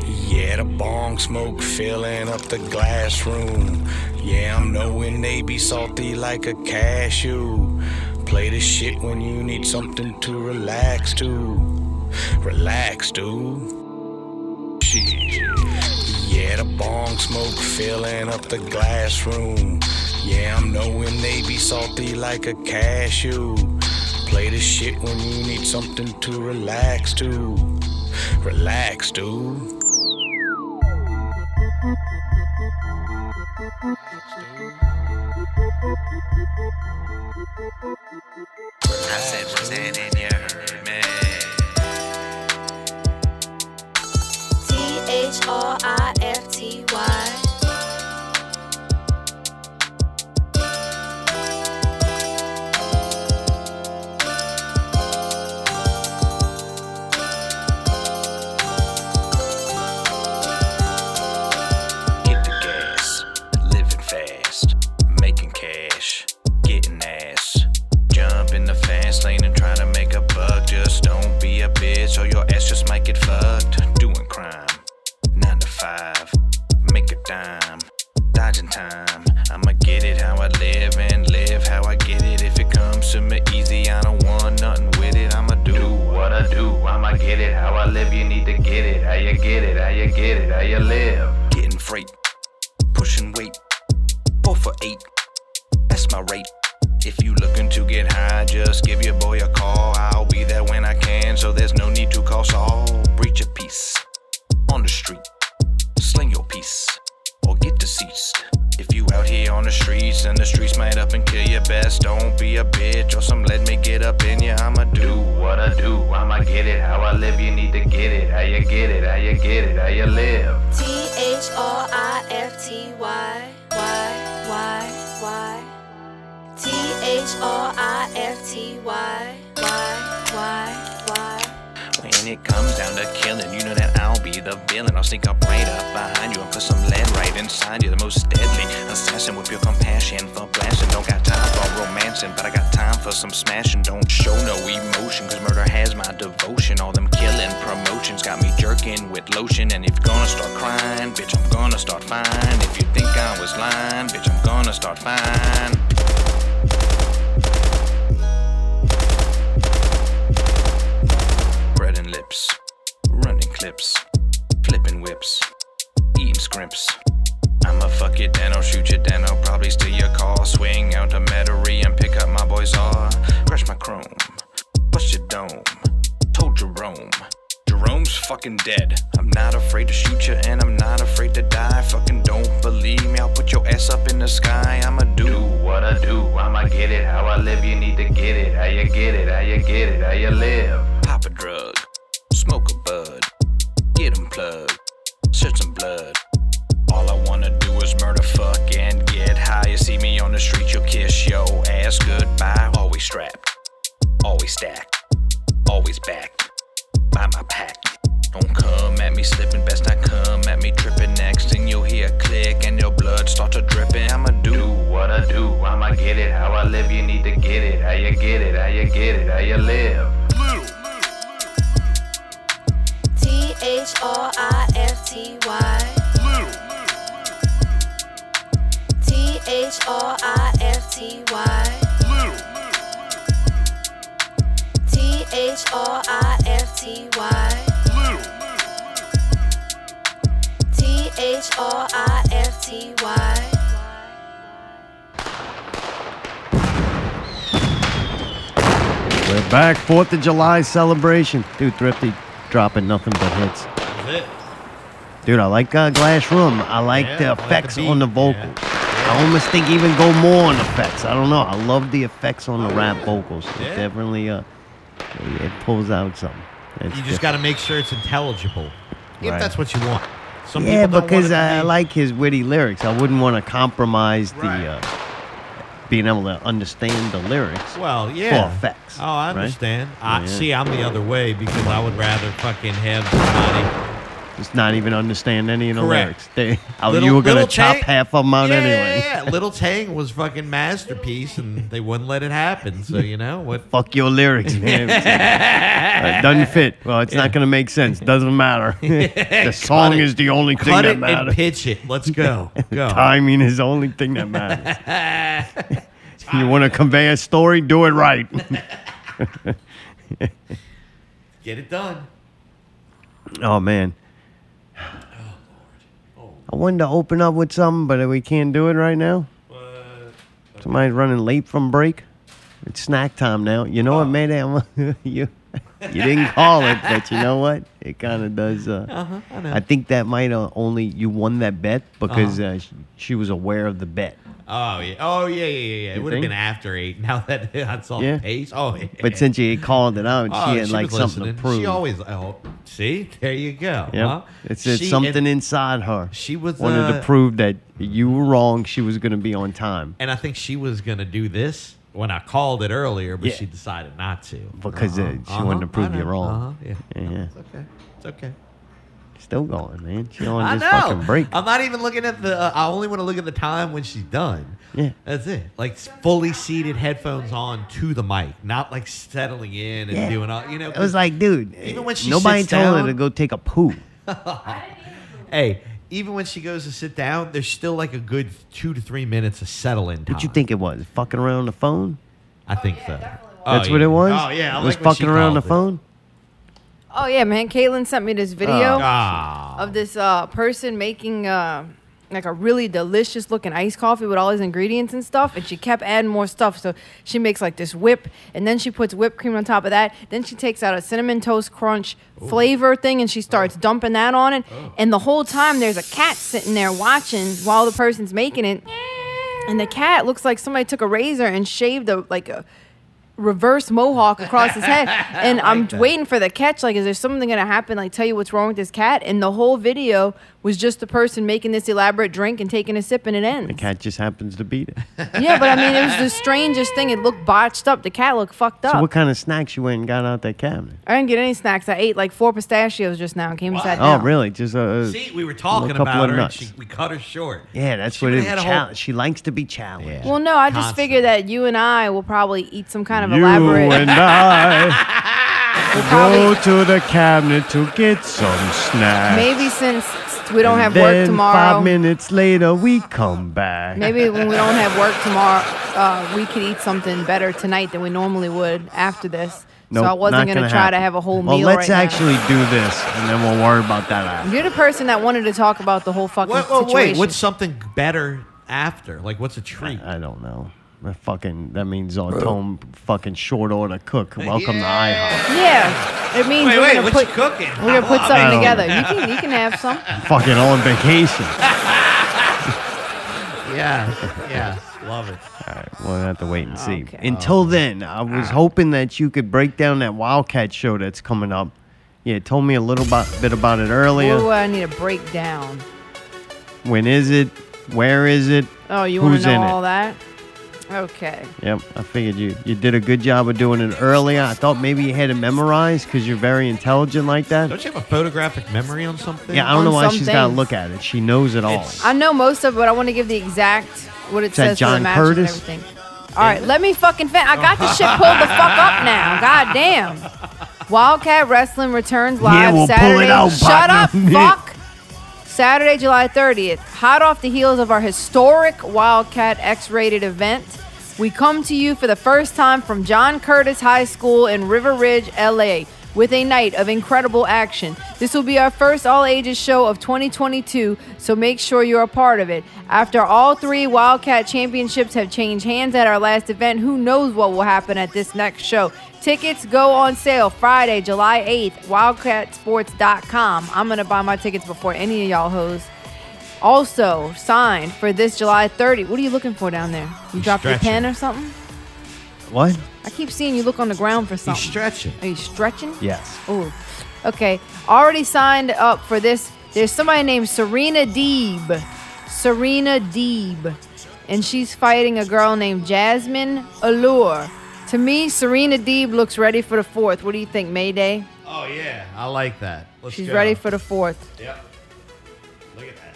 G: Yeah, the bong smoke filling up the glass room. Yeah, I'm knowing they be salty like a cashew. Play the shit when you need something to relax to. Relax, dude. Shit. Yeah, the bong smoke filling up the glass room. Yeah, I'm knowing they be salty like a cashew. Play the shit when you need something to relax to. Relax, dude.
I: I said, what's that in your heard me?
J: H R I F T Y.
G: Hit the gas, living fast, making cash, getting ass. Jump in the fast lane and try to make a buck. Just don't be a bitch or your ass just might get fucked. Doing crime, nine to five, make a dime, dodging time. I'ma get it how I live and live how I get it. If it comes to me easy, I don't want nothing with it. I'ma do what I do. I'ma get it how I live. You need to get it how you get it, how you get it, how you live. Getting freight, pushing weight, four for eight. That's my rate. If you looking to get high, just give your boy a call. I'll be there when I can, so there's no need to call Saul. Breach a piece on the street, sling your piece or get deceased. If you out here on the streets and the streets might up and kill your best, don't be a bitch or some let me get up in ya. I'ma do what I do, I'ma get it how I live. You need to get it, how you get it, how you get it, how you live.
J: T H R I F T Y. Y. Y. Y. T H R I F T Y. Y. Y. Y.
G: When it comes down to killing, you know that I'll be the villain. I'll sneak up right up behind you and put some lead right inside you. The most deadly assassin with pure compassion for blasting. Don't got time for romancing, but I got time for some smashing. Don't show no emotion, cause murder has my devotion. All them killing promotions got me jerking with lotion. And if you're gonna start crying, bitch, I'm gonna start fine. If you think I was lying, bitch, I'm gonna start fine. bread and lips, running clips, flipping whips, eating scrimps. I'ma fuck you, then I'll shoot you, then I'll probably steal your car. Swing out to Metairie and pick up my boys R. Crash my chrome, bust your dome. Told Jerome, Jerome's fucking dead. I'm not afraid to shoot you, and I'm not afraid to die. Fucking don't believe me, I'll put your ass up in the sky. I'ma
I: Do
G: do.
I: what I do, I'ma get it. How I live, you need to get it. How you get it, how you get it, how you live.
G: Pop a drug, smoke a bud, get 'em plugged, shed some blood. All I wanna do is murder, fuck, and get high. You see me on the street, you'll kiss your ass goodbye. Always strapped, always stacked, always backed by my pack. Don't come at me slipping, best not come at me tripping. Next thing you'll hear a click and your blood start to dripping. I'ma
I: Do
G: do
I: what I do, I'ma get it. How I live, you need to get it. How you get it, how you get it, how you live.
J: T H R I F T Y. T H R I F T Y. T H R I F T Y. T H R I F T Y.
D: We're back. Fourth of July celebration. Dude, Thrifty dropping nothing but hits.
A: That's it.
D: Dude, I like uh, Glass Room. I like
A: Yeah, I
D: the
A: like the
D: effects
A: beat,
D: on the vocals. I almost think even go more on effects. I don't know. I love the effects on the rap vocals.
A: Yeah.
D: It definitely uh, it it pulls out something. It's
A: You just
D: different.
A: got to make sure it's intelligible. If
D: Right.
A: that's what you want. Some
D: yeah,
A: people don't want it
D: because
A: to
D: I, I
A: be-
D: like his witty lyrics. I wouldn't want to compromise
A: Right.
D: the uh, being able to understand the lyrics.
A: Well, yeah.
D: effects,
A: Oh, I
D: right?
A: understand. I
D: Yeah.
A: see. I'm the other way because I would rather fucking have somebody.
D: Just not even understand any of the
A: Correct.
D: lyrics. They, oh,
A: Little-
D: you were gonna
A: Little
D: chop
A: Tang-
D: half of them out
A: yeah,
D: anyway.
A: Yeah, yeah. Little Tang was fucking masterpiece, and they wouldn't let it happen. So you know what?
D: Fuck your lyrics, man. it doesn't fit. Well, it's not gonna make sense. Doesn't matter. the song is the only thing
A: Cut
D: that
A: it and
D: matters.
A: pitch it. Let's go. Go.
D: Timing is the only thing that matters. you want to convey a story? Do it right.
A: Get it done.
D: Oh man. I wanted to open up with something, but we can't do it right now. Somebody's running late from break. It's snack time now. You know what,
A: Oh.
D: Mayday? I'm, you, you didn't call it, but you know what? It kind of does. Uh,
A: Uh-huh, I know.
D: I think that might uh, only you won that bet because
A: Uh-huh.
D: uh she, she was aware of the bet.
A: Oh yeah. Oh yeah. Yeah. Yeah. yeah. It
D: You
A: would have
D: think?
A: been after eight. Now that that's all
D: Yeah.
A: pace. Oh. Yeah.
D: But since you had called it out,
A: Oh,
D: she had like
A: was
D: something
A: listening.
D: to prove.
A: She always. Oh, see. There you go.
D: Yep.
A: huh?
D: It's, it's
A: She-
D: something
A: and-
D: inside her.
A: she was,
D: wanted
A: uh,
D: to prove that you were wrong. She was going to be on time
A: And I think she was going to do this when I called it earlier, but
D: Yeah.
A: she decided not to.
D: because uh, she
A: Uh-huh,
D: wanted to
A: I
D: prove you
A: know,
D: wrong.
A: Uh-huh, yeah.
D: Yeah, yeah.
A: It's okay. It's okay.
D: Still going, man. She
A: I
D: on this
A: know.
D: fucking break.
A: I'm not even looking at the. Uh, I only want to look at the time when she's done.
D: Yeah.
A: That's it. Like fully seated headphones on to the mic, not like settling in and
D: Yeah.
A: doing all. You know,
D: it was like, dude,
A: Even when she
D: nobody
A: sits
D: told
A: down-
D: her to go take a poo.
A: hey, even when she goes to sit down, there's still like a good two to three minutes of settling time.
D: What you think it was? Fucking around on the phone?
A: I think so. Oh,
D: That's
A: yeah.
D: what it was.
A: Oh yeah, I
D: it was
A: like when she
D: fucking around the
A: called it.
D: phone.
C: Oh yeah, man. Caitlin sent me this video
A: Ah.
C: of this uh, person making uh, like a really delicious looking iced coffee with all his ingredients and stuff, and she kept adding more stuff. So she makes like this whip, and then she puts whipped cream on top of that. Then she takes out a cinnamon toast crunch flavor thing, and she starts dumping that on it. And the whole time, there's a cat sitting there watching while the person's making it. And the cat looks like somebody took a razor and shaved a like a reverse mohawk across his head. And I'm waiting for the catch. Like, is there something gonna happen? Like, tell you what's wrong with this cat? And the whole video was just the person making this elaborate drink and taking a sip, and it ends.
D: The cat just happens to beat it.
C: Yeah, but I mean, it was the strangest thing. It looked botched up. The cat looked fucked up.
D: So what kind of snacks you went and got out that cabinet?
C: I didn't get any snacks. I ate like four pistachios just now and came and sat
D: Oh,
C: down.
D: really? Just uh,
A: See, we were talking
D: couple
A: about her.
D: of
A: And
D: nuts.
A: she, we cut her short.
D: yeah, that's
A: She
D: what it
A: would've
D: is.
A: had a
D: Chal-
A: whole-
D: she likes to be challenged.
C: Well, no, I just
A: Constant.
C: figured that you and I will probably eat some kind of
D: You
C: elaborate.
D: and I
C: we'll
D: go
C: probably,
D: to the cabinet to get some snacks.
C: maybe since we don't
D: And
C: have
D: then
C: work tomorrow.
D: Five minutes later, we come back.
C: Maybe when we don't have work tomorrow, uh, we could eat something better tonight than we normally would after this.
D: Nope,
C: so I wasn't
D: not
C: gonna
D: gonna
C: try to
D: happen.
C: have a whole
D: well,
C: meal
D: let's
C: right
D: actually do this, and then we'll worry about that
C: now.
D: after.
C: You're the person that wanted to talk about the whole fucking
A: Wait, wait,
C: situation.
A: wait, what's something better after? Like, what's a treat?
D: I don't know. That fucking that means on home fucking short order cook. Welcome to
C: Yeah, it means
A: Wait,
C: we're
A: wait,
C: gonna
A: what
C: put
A: you cooking?
C: we're gonna put
A: Oh,
C: something
D: man.
C: together. You can you can have some.
D: IHOP. Fucking on vacation.
A: Yeah, yeah, love it.
D: All right, we'll have to wait and see.
C: Okay. Ah.
D: Until then, I was hoping that you could break down that Wildcat show that's coming up. You had told me a little bo- bit about it earlier.
C: Ooh, I uh, need a breakdown.
D: When is it? Where is it?
C: Oh, you want
D: Who's
C: to know
D: in
C: all
D: it?
C: that? Okay.
D: Yep, I figured you you did a good job of doing it earlier. I thought maybe you had it memorized because you're very intelligent like that.
A: Don't you have a photographic memory on something?
D: Yeah, I don't
C: On
D: know why
C: some
D: she's got to
C: things.
D: look at it. She knows it all.
A: It's-
C: I know most of it, but I want to give the exact what it
D: that
C: says for the
D: John
C: matches
D: Curtis?
C: and everything. All right, let me fucking fin I got this shit pulled the fuck up now. God damn. Wildcat Wrestling returns live
D: we'll pull it
C: Saturday.
D: out,
C: Shut up,
D: partner.
C: fuck. Saturday, July 30th. Hot off the heels of our historic Wildcat X rated event, we come to you for the first time from John Curtis High School in River Ridge, LA, with a night of incredible action. This will be our first all ages show of 2022, so make sure you're a part of it. After all three Wildcat championships have changed hands at our last event, who knows what will happen at this next show? Tickets go on sale Friday, July 8th, wildcatsports.com. I'm going to buy my tickets before any of y'all hoes. Also, signed for this July 30. What are you looking for down there? You dropped your
A: stretching.
C: pen or something?
D: What?
C: I keep seeing you look on the ground for
A: He's
C: something.
A: stretching.
C: Are you stretching?
D: Yes.
C: Oh, okay. Already signed up for this. There's somebody named Serena Deeb. Serena Deeb. And she's fighting a girl named Jasmine Allure. To me, Serena Deeb looks ready for the fourth. What do you think, Mayday?
A: Oh yeah, I like that. Let's
C: She's
A: go.
C: ready for the fourth.
A: Yep. Look at that.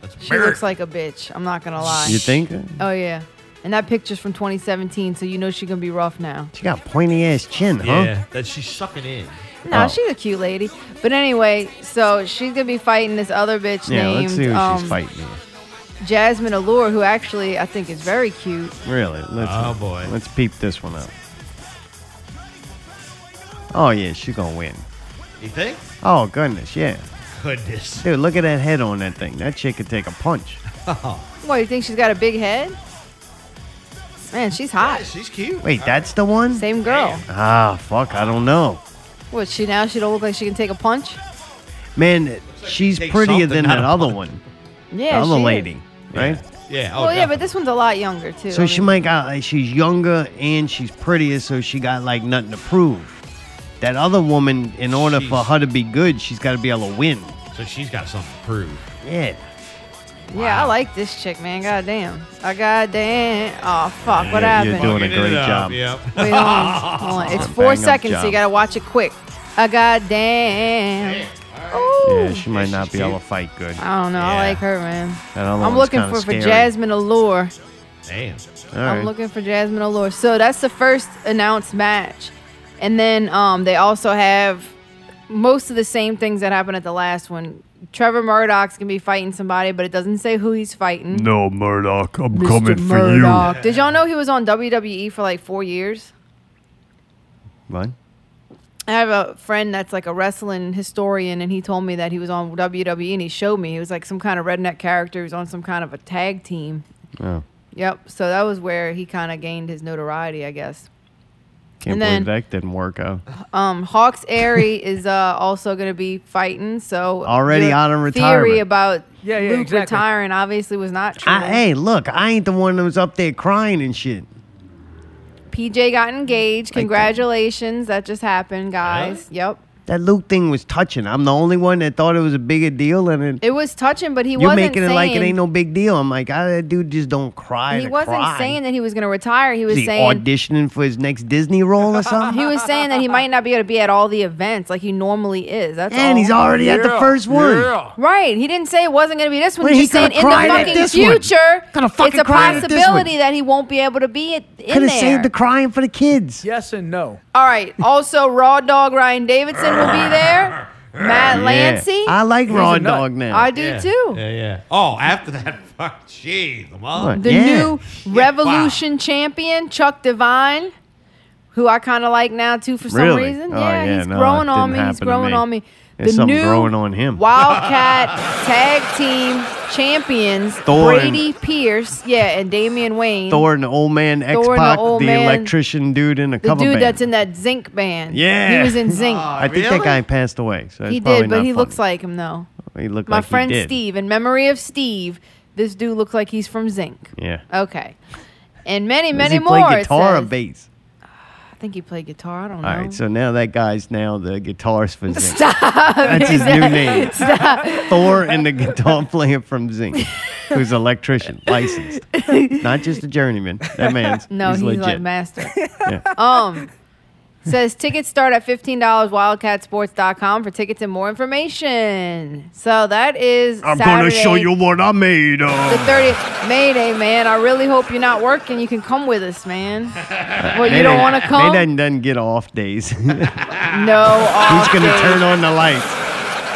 A: That's
C: She looks like a bitch. I'm not gonna lie.
D: You think?
C: Oh yeah. And that picture's from 2017, so you know she gonna be rough now.
D: She got pointy ass chin, huh?
A: Yeah, that she's sucking in.
C: No,
D: Oh.
C: she's a cute lady. But anyway, so she's gonna be fighting this other bitch
D: Yeah,
C: named
D: let's see who
C: um,
D: she's fighting. with.
C: Jasmine Allure, who actually I think is very cute.
D: Really? Let's,
A: Oh, boy.
D: Let's peep this one up. Oh yeah, she's gonna win.
A: You think?
D: Oh goodness, yeah,
A: Goodness.
D: dude, look at that head on that thing. That chick could take a punch.
C: What, you think she's got a big head? Man, she's
A: Yeah,
C: hot.
A: she's cute.
D: Wait, that's the one?
C: Same girl.
D: Ah, fuck, I don't know.
C: What, she now she don't look like she can take a punch?
D: Man, she's
A: take
D: prettier
A: something
D: than
A: out
D: that
A: of
D: other
A: it.
D: one, the
C: Yeah.
D: other
C: she is.
D: lady, right?
A: Yeah. Oh,
C: Well, yeah,
A: definitely.
C: but this one's a lot younger too.
D: So
C: I
D: she
C: mean-
D: might got like, she's younger and she's prettier, so she got like nothing to prove. That other woman, in order for
A: She's-
D: her to be good, she's got to be able to win.
A: So she's got something to prove.
D: Yeah.
C: Yeah, I like this chick, man. God damn. I goddamn. Oh fuck, what
D: Yeah,
C: happened?
D: you're doing a
A: Fucking
D: great
A: it up,
D: job.
A: Yep.
C: Wait, hold on. Hold on. It's four
D: Bang up
C: seconds, so
D: job.
C: you gotta watch it quick. I goddamn. Ooh.
D: Yeah, she might
A: Yeah,
D: not
A: she's
D: be able
A: cute.
D: to fight good.
C: I don't know.
A: Yeah.
C: I like her, man.
D: That other
C: I'm
D: one's
C: looking
D: kinda
C: for, for
D: scary.
C: Jasmine Allure.
A: Damn.
D: All
C: I'm
D: right.
C: looking for Jasmine Allure. So that's the first announced match. And then um, they also have most of the same things that happened at the last one. Trevor Murdoch's going to be fighting somebody, but it doesn't say who he's fighting.
D: No, Murdoch, I'm
C: Mr. Murdoch. Did y'all know he was on WWE for like four years?
D: What?
C: I have a friend that's like a wrestling historian, and he told me that he was on WWE, and he showed me he was like some kind of redneck character. He was on some kind of a tag team.
D: Oh,
C: Yep. So that was where he kind of gained his notoriety, I guess.
D: can't
C: And then-
D: believe that didn't work out.
C: Um, Hawks Airy is uh, also going to be fighting. So
D: Already
C: your
D: out of
C: Theory
D: retirement.
C: about
H: Yeah, yeah,
C: Luke
H: exactly.
C: retiring obviously was not true.
D: I, hey, look, I ain't the one that was up there crying and shit.
C: PJ got engaged.
D: that.
C: Congratulations, that just happened, guys. Yep.
D: That Luke thing was touching. I'm the only one that thought it was a bigger deal, and it,
C: It was touching, but he
D: you're
C: wasn't
D: making it
C: saying,
D: like it ain't no big deal. I'm like, ah, that dude just don't cry.
C: He
D: to
C: wasn't
D: cry.
C: saying that he was going to retire. He was
D: Is he
C: saying
D: auditioning for his next Disney role or something?
C: he was saying that he might not be able to be at all the events like he normally is. That's all.
D: and he's already at the first one.
H: Yeah.
C: Right. He didn't say it wasn't going to be this one.
D: Well,
C: He's just
D: he
C: saying
D: coulda
C: in the
D: cried at
C: fucking
D: this one.
C: future,
D: Coulda
C: it's
D: fucking
C: a
D: cried at this one.
C: possibility that he won't be able to be at, in
D: Could have
C: there.
D: saved the crying for the kids.
H: Yes and no.
C: All right. Also, Raw Dog Ryan Davidson will be there. Matt Lancy.
D: I like Raw
H: a nut.
D: Dog now.
C: I do
A: yeah.
C: too.
A: Yeah, yeah. Oh, after that, fuck, gee, Lamar.
D: What?
C: The
D: Yeah.
C: new
A: Yeah,
C: Revolution champion, Chuck Devine, who I kind of like now too for some
D: Really?
C: reason.
D: Oh,
C: yeah,
D: yeah,
C: he's
D: no,
C: growing
D: that
C: on
D: didn't
C: me. He's
D: happen to
C: growing
D: me.
C: on me.
D: There's
C: the
D: something
C: new
D: growing on him.
C: Wildcat tag team champions
D: Thor and-
C: Brady Pierce, yeah, and Damian Wayne.
D: Thor and the old man X
C: Thor and the
D: Pac, the,
C: old man-
D: electrician dude in a
C: the
D: cover
C: dude
D: band.
C: that's in that Zinc band.
D: Yeah.
C: he was in Zinc.
H: Oh,
D: I think that
A: Really?
D: guy passed away. So
C: he
D: it's probably
C: did, but
D: not
C: he
D: funny.
C: looks like him though.
D: he looked
C: My
D: like he
C: friend
D: did.
C: Steve, in memory of Steve, this dude looks like he's from Zinc.
D: Yeah.
C: Okay, and many,
D: Does
C: many
D: he
C: more.
D: play
C: Uh, it
D: guitar or
C: says.
D: bass?
C: I think he played guitar. I don't know.
D: All right, so now that guy's now the guitarist for Zinc.
C: Stop.
D: That's his new name. Thor and the guitar player from Zinc, who's an electrician, licensed, not just a journeyman. That man's
C: No, he's,
D: legit.
C: like master.
D: Yeah.
C: Um, says tickets start at fifteen dollars. Wildcatsports.com for tickets and more information. So that is Saturday,
D: what I made of.
C: the 30th Mayday, man. I really hope you're not working. You can come with us, man. Well, you don't want to come?
D: They doesn't, doesn't get off days. he's
C: no. off
D: gonna
C: days.
D: turn on the lights.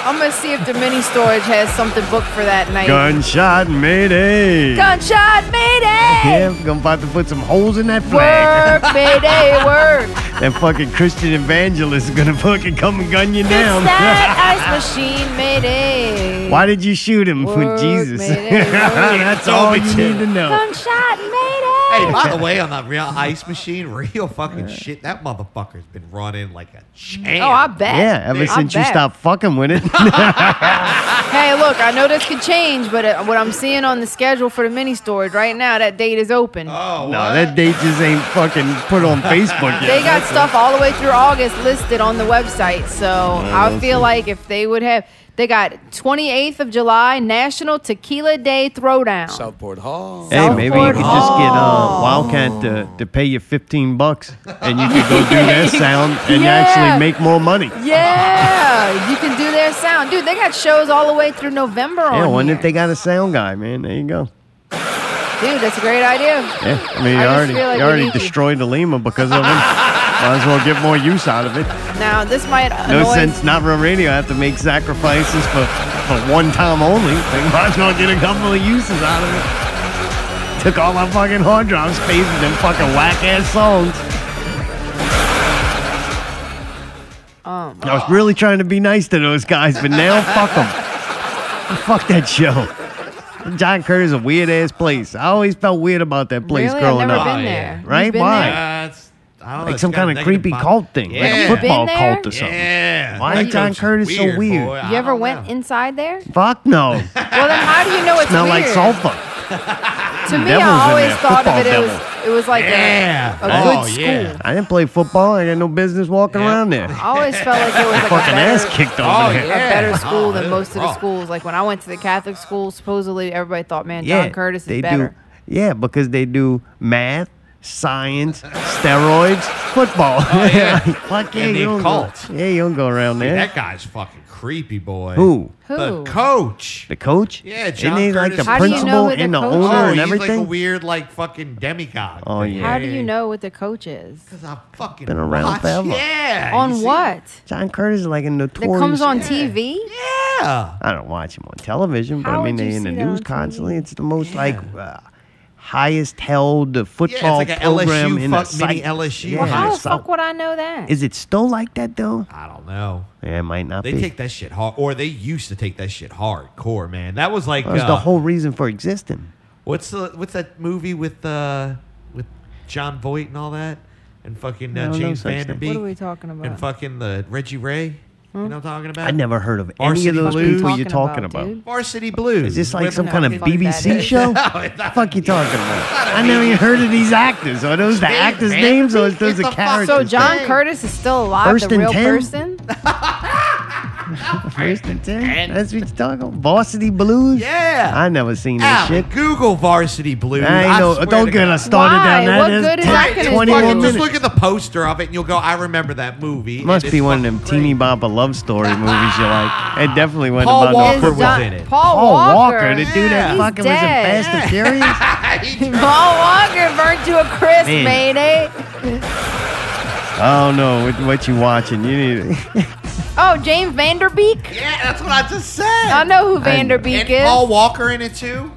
C: I'm gonna see if the mini storage has something booked for that night.
D: Gunshot mayday.
C: Gunshot Mayday.
D: yeah, we're gonna about to put some holes in that flag.
C: Work Mayday work.
D: that fucking Christian evangelist is gonna fucking come and gun you
C: Fix
D: down.
C: that ice machine Mayday.
D: Why did you shoot him with
C: Work
D: Jesus?
C: Mayday, work.
D: That's
A: Told
D: all
A: me
D: you
A: to.
D: need to know.
C: Gunshot Mayday.
A: Hey, by the way, on that real ice machine, real fucking shit, that motherfucker's been running like a champ.
C: Oh, I bet.
D: Yeah, ever
C: I
D: since you
C: bet.
D: stopped fucking with it.
C: Hey, look, I know this could change, but uh, what I'm seeing on the schedule for the mini storage right now, that date is open.
A: Oh,
D: no, that date just ain't fucking put on Facebook yet.
C: they got stuff all the way through August listed on the website, so
D: Mm-hmm.
C: I feel like if they would have, they got 28th of July National Tequila Day Throwdown.
H: Southport Hall.
D: Hey, maybe you
C: Southport
D: could just get uh,
A: Oh.
D: Wildcat to, to pay you 15 bucks and you could go do their sound and
C: Yeah.
D: actually make more money.
C: yeah, you can do their sound, dude. They got shows all the way through November
D: Yeah, I
C: on
D: wonder
C: here.
D: if they got a sound guy, man. There you go.
C: dude, that's a great idea.
D: Yeah, I mean,
C: I
D: you
C: just
D: already,
C: feel like
D: you
C: we
D: already
C: need you.
D: destroyed the Lima because of him. Might as well get more use out of it.
C: Now this might
D: No
C: annoy
D: sense, not real radio. I have to make sacrifices for, for one time only. They might as well get a couple of uses out of it. Took all my fucking hard drive space and them fucking whack ass songs.
C: Um,
D: I was really trying to be nice to those guys, but now fuck them. Fuck that show. John Kerr is a weird ass place. I always felt weird about that place
C: really,
D: growing
C: I've never
D: up.
C: been
A: Oh, yeah.
C: there. You've
D: Right?
C: been
D: Why?
C: there?
A: That's, I don't know,
D: Like
A: it's
D: some
A: got a
D: kind of
A: negative
D: creepy
A: vibe.
D: cult thing,
A: Yeah.
D: like a football
C: Been there?
D: cult or something.
A: Yeah.
D: Why
A: That
D: is John
A: coach
D: Curtis so weird?
A: boy. I
C: You ever
A: don't
C: went
A: know.
C: inside there?
D: Fuck no.
C: Well, then how do you know it's
D: Smell
C: weird?
D: like sulfur.
C: To me,
D: Devils in
C: I always
D: there.
C: thought
D: Football
C: of it. It was
D: devil.
C: it was like
A: Yeah.
C: a, a
A: Oh,
C: good school.
A: yeah.
D: I didn't play football. I got no business walking
A: Yeah.
D: around there.
C: I always felt like it was like
D: Fucking
C: a better,
D: ass kicked over
A: Oh,
D: there.
C: a
A: yeah.
C: better school
A: Oh,
C: than
A: it
C: most of
A: was
C: the
A: rough.
C: schools. Like when I went to the Catholic school, supposedly everybody thought, man,
D: Yeah,
C: John Curtis
D: they
C: is better.
D: do. Yeah, because they do math, science, steroids, football.
A: Oh, yeah.
D: Like, Fuck yeah,
A: And
D: you
A: the
D: don't
A: occult.
D: Go, yeah, you don't go around
A: Dude,
D: there.
A: That guy's fucking creepy, boy.
D: Who?
A: The
C: Who?
A: coach.
D: The coach?
A: Yeah,
D: Isn't
A: John
D: he like the
A: Curtis. How do you know
D: principal
C: who the
D: and the
C: coach
D: owner
C: is?
A: Oh,
D: and
A: he's
D: everything?
A: like a weird, like fucking demigod.
D: Oh,
A: thing.
D: yeah.
C: How do you know what the coach is?
A: Because I fucking
D: Been around
A: watch-
D: forever.
A: Yeah. you
C: On
A: see-
C: what?
D: John Curtis is like a
C: That
D: notorious.
C: comes on TV?
A: Yeah.
D: I don't watch him on television, but
C: How
D: I mean,
C: would
D: they
C: you
D: in the
C: see that on
D: news
C: TV?
D: constantly. It's the most like uh, highest held football
A: like a
D: program
A: LSU
D: in the
A: fuck- mini
D: site.
A: LSU
D: Yeah,
A: Well,
C: How the
D: so-
C: fuck would I know that?
D: Is it still like that though?
A: I don't know.
D: Yeah, it might not
A: They
D: be.
A: take that shit hard, or they used to take that shit hardcore, man. That was like
D: that was
A: uh,
D: the whole reason for existing.
A: What's the What's that movie with uh with John Voight and all that, and fucking
D: I
A: uh,
D: don't know
A: James
D: such thing.
A: Vanderbeek?
C: What are we talking
A: And
C: about? Hmm?
A: fucking the Reggie Ray. You know what I'm talking about?
D: I never heard of any
A: Varsity
D: of those
A: Blues.
D: people you're
C: Talking
D: talking
C: about,
D: about.
C: dude.
A: Varsity Blues.
D: Is this like
A: with
D: some kind of
C: fuck that
D: BBC
C: is.
D: show?
A: No, it's not-
D: fuck you talking about?
A: not a
D: I never even
A: BBC.
D: heard of these actors. Are those the
A: James
D: actors' names or is
A: Vanderbeek
D: those the
A: is the fuck-
D: characters?
C: So John
A: Hey.
C: Curtis is still alive,
D: First
C: the
D: and
C: real
D: ten?
C: person?
D: First and ten? That's what you're talking about. Varsity Blues?
A: Yeah.
D: I never seen
A: Ah,
D: that shit.
A: Google Varsity Blues.
D: I know.
A: swear
D: Don't
A: to
D: get
A: God.
D: us started
C: Why?
D: on that.
C: What
D: That's
C: good is
D: ten-
C: that
A: Right,
C: gonna
A: it's
D: 20 more
C: do?
A: fucking-
D: minutes.
A: Just look at the poster of it, and you'll go, "I remember that movie." and
D: Must
A: it's
D: be one of them
A: fucking
D: teeny
A: great.
D: bopper love story movies you like. It definitely wasn't
A: Paul
D: about
A: Walker
D: no
A: was
D: football.
A: in it.
C: Paul,
D: Paul Walker,
C: Walker.
D: the dude that
A: Yeah.
D: fucking
C: dead.
D: was in Fast and Furious.
C: Paul Walker burnt to a crisp,
D: Man.
C: Mayday.
D: I don't know what, what you watching. You need.
C: Oh, James Vanderbeek?
A: Yeah, that's what I just said.
C: I know who
D: I know.
C: Vanderbeek
A: and
C: is.
A: Paul Walker in it too.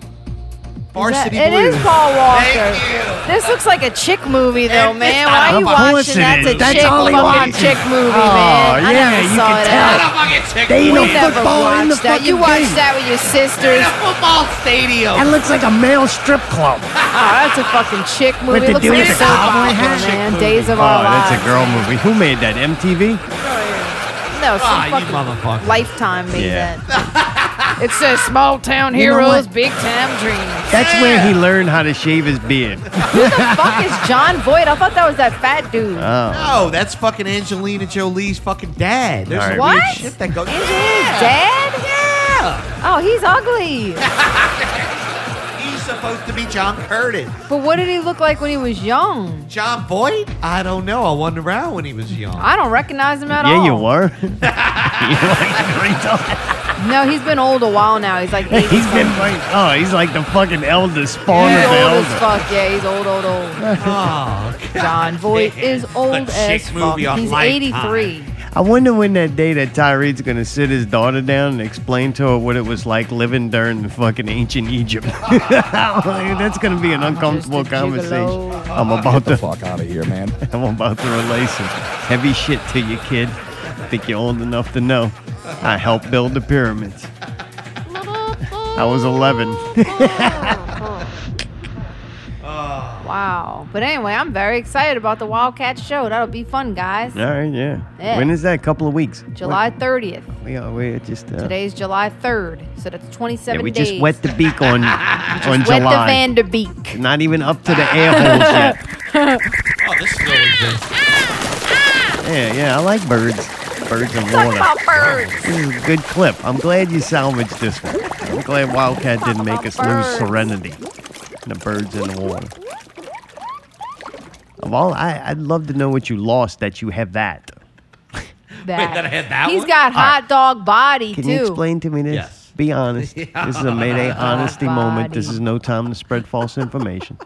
A: Varsity
C: It
A: Blues.
C: is Paul Walker.
I: Thank you.
C: This looks like a chick movie, though,
I: And
C: man.
I: it's
C: Why
I: not
C: are you
D: a Of course
C: watching?
D: it
C: That's a
D: is. That's
C: chick
D: all he
C: fucking
D: watches.
C: chick movie,
D: Oh,
C: man. I
D: yeah,
C: never
D: you
C: saw
D: can
C: that.
D: tell.
I: Motherfucking chick
D: They ain't
I: win
D: no
C: You never
D: football in the
C: watched that. You
D: fucking
C: watched
D: game.
C: that with your
I: in
C: sisters.
I: a football stadium.
D: That looks like a male strip club.
C: Oh, that's a fucking chick movie. It
D: With the
C: looks
D: dude
C: like
D: with
C: a
D: the
C: soap
D: cowboy
C: opera,
D: hat. Chick
C: man.
A: movie.
C: Days of
D: Oh,
C: Our Lives.
D: that's a girl movie. Who made that? MTV?
C: No, some
A: Ah, you
C: fucking
A: motherfucker.
C: Lifetime made
D: Yeah.
C: that. it says small town
D: You know
C: heroes,
D: what?
C: big time dreams.
D: That's where he learned how to shave his beard.
C: Fuck is John Voight? I thought that was that fat dude.
D: Oh.
A: No, that's fucking Angelina Jolie's fucking dad. There's
D: All
A: some
D: right.
A: weird
C: What?
A: shit that goes.
C: Angelina's
A: Yeah.
C: dad?
A: Yeah.
C: Oh, he's ugly.
A: He's supposed to be John Curtis.
C: But what did he look like when he was young?
A: John Boyd? I don't know. I wasn't around when he was young.
C: I don't recognize him at all.
D: Yeah, you were. you like retarded.
C: No, he's been old a while now. He's like 80
D: He's been
C: something.
D: like, oh, he's like the fucking elder spawn
C: He's
D: of the
C: old
D: elder.
C: as fuck. Yeah, he's old, old, old.
A: oh,
C: John Voight is old
A: A chick
C: as fuck.
A: movie on
C: He's
A: Lifetime.
C: 83.
D: I wonder when that day that Tyree's gonna sit his daughter down and explain to her what it was like living during the fucking ancient Egypt. That's gonna be an uncomfortable
C: Just a
D: conversation.
C: gigolo.
D: I'm about to
H: fuck out of here, man.
D: I'm about to relay some heavy shit to you, kid. Think you're old enough to know. I helped build the pyramids. I was 11.
C: Wow. But anyway, I'm very excited about the Wildcat show. That'll be fun, guys.
D: All right, yeah.
C: Yeah.
D: When is that? A couple of weeks.
C: July 30th.
D: What- We are we just uh,
C: Today's July 3rd. So that's 27
D: Yeah, we
C: days.
D: just wet the beak on on
C: Wet the
D: July.
C: Vanderbeek.
D: Not even up to the air holes yet.
A: oh, this still exists.
D: Yeah, yeah, I like birds. Birds and water. This is a good clip. I'm glad you salvaged this one. I'm glad Wildcat didn't make us lose
C: Birds.
D: serenity. The birds in the water. Of all, I, I'd love to know what you lost that you have that.
C: That.
A: that I had that
C: He's
A: one?
C: got hot dog body,
D: Can
C: too.
D: you explain to me this?
A: Yes.
D: Be honest. This is a Mayday honesty moment. This
C: Body.
D: is no time to spread false information.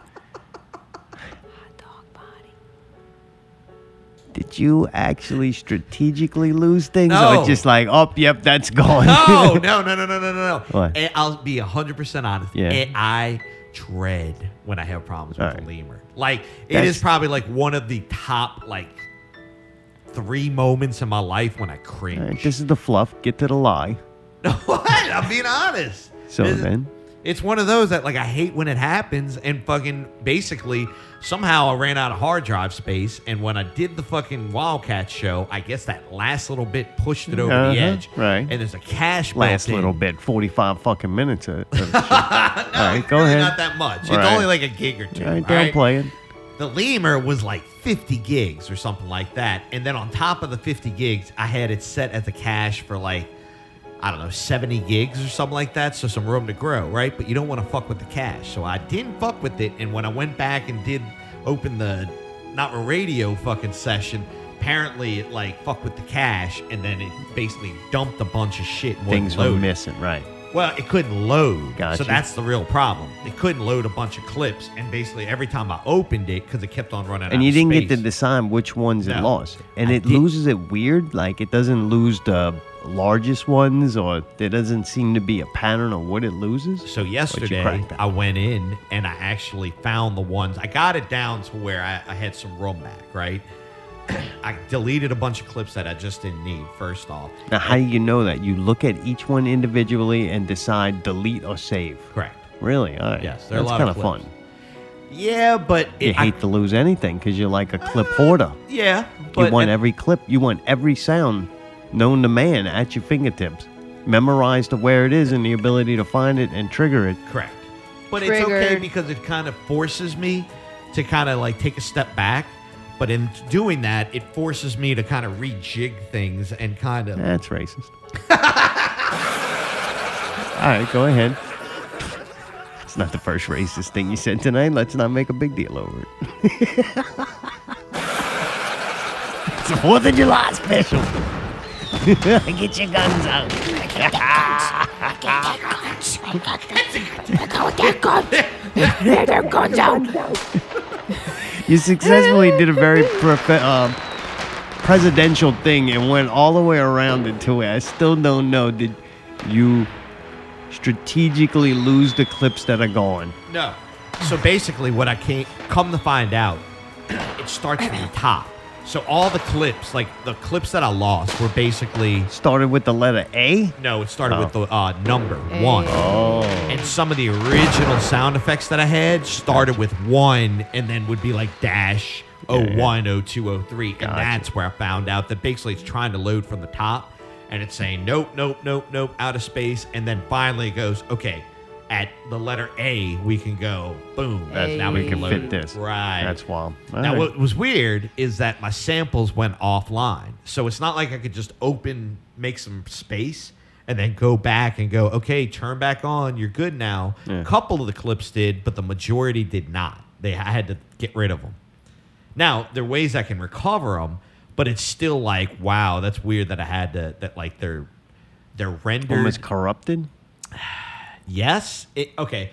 D: Did you actually strategically lose things,
A: No.
D: or just like, oh, yep, that's gone?
A: No, Oh, no, no, no, no, no, no.
D: What?
A: And I'll be 100% honest.
D: Yeah.
A: And I dread when I have problems with
D: All right.
A: a lemur. Like, it
D: That's-
A: is probably like one of the top, like, three moments in my life when I cringe.
D: All right, this is the fluff. Get to the lie.
A: what? I'm being honest.
D: So
A: This is-
D: then?
A: It's one of those that, like, I hate when it happens. And fucking basically, somehow I ran out of hard drive space. And when I did the fucking Wildcat show, I guess that last little bit pushed it over
D: Uh-huh,
A: the edge.
D: right.
A: And there's a cache
D: Last
A: built in.
D: little bit, 45 fucking minutes of, of shit. All right, go
A: really
D: ahead.
A: Not that much. It's
D: All right.
A: only like a gig or two.
D: All right,
A: all right?
D: downplay it.
A: The lemur was like 50 gigs or something like that. And then on top of the 50 gigs, I had it set as a cache for like, I don't know, 70 gigs or something like that. So some room to grow, right? But you don't want to fuck with the cache. So I didn't fuck with it. And when I went back and did open the not real radio fucking session, apparently it like fucked with the cache. And then it basically dumped a bunch of shit. and wasn't
D: Things were
A: loaded.
D: missing, right?
A: Well, it couldn't load.
D: Gotcha.
A: So that's the real problem. It couldn't load a bunch of clips. And basically, every time I opened it, because it kept on running out
D: And you
A: of
D: didn't get to
A: space.
D: decide which ones it
A: No.
D: lost. And
A: I
D: it
A: did-
D: loses it weird. Like it doesn't lose the largest ones, or there doesn't seem to be a pattern of what it loses.
A: So yesterday,
D: cracked it.
A: I went in and I actually found the ones. I got it down to where I, I had some room back, right? I deleted a bunch of clips that I just didn't need, first off.
D: Now, how do you know that? You look at each one individually and decide delete or save.
A: Correct.
D: Really? All right.
A: Yes, there are a
D: That's
A: lot
D: kind
A: of
D: of fun.
A: clips. Yeah, but
D: You
A: it, I- Ah.
D: hate to lose anything because you're like a clip hoarder.
A: yeah, but
D: you want
A: at-
D: every clip, you want every sound known to man at your fingertips, memorized to where it is and the ability to find it and trigger it.
A: Correct. But it's okay
C: Triggered.
A: because it kind of forces me to kind of like take a step back. But in doing that, it forces me to kind of rejig things and kind of.
D: That's racist. All right, go ahead. It's not the first racist thing you said tonight. Let's not make a big deal over it. it's the 4th of July special. Get your guns out. You successfully did a very prof- um, presidential thing and went all the way around it to it. I still don't know. Did you strategically lose the clips that are gone.
A: No. So basically, what I can't come to find out, it starts from the top. So all the clips, like the clips that I lost, were basically
D: Started with the letter A.
A: no. It started
D: Oh.
A: with the uh, number one,
D: Oh.
A: and some of the original sound effects that I had started with one, and then would be like dash oh one oh two oh three, and that's where I found out that basically it's trying to load from the top, and it's saying nope, nope, nope, nope, out of space, and then finally it goes okay. At the letter A, we can go boom.
D: That's-
A: now
D: we can fit this.
A: Right.
D: That's wild. All
A: now,
D: right.
A: what was weird is that my samples went offline. So it's not like I could just open, make some space, and then go back and go, okay, turn back on. You're good now. A couple of the clips did, but the majority did not. They, I had to get rid of them. Now, there are ways I can recover them, but it's still like, wow, that's weird that I had to, that like they're, they're rendered.
D: almost corrupted.
A: Yes. It, okay.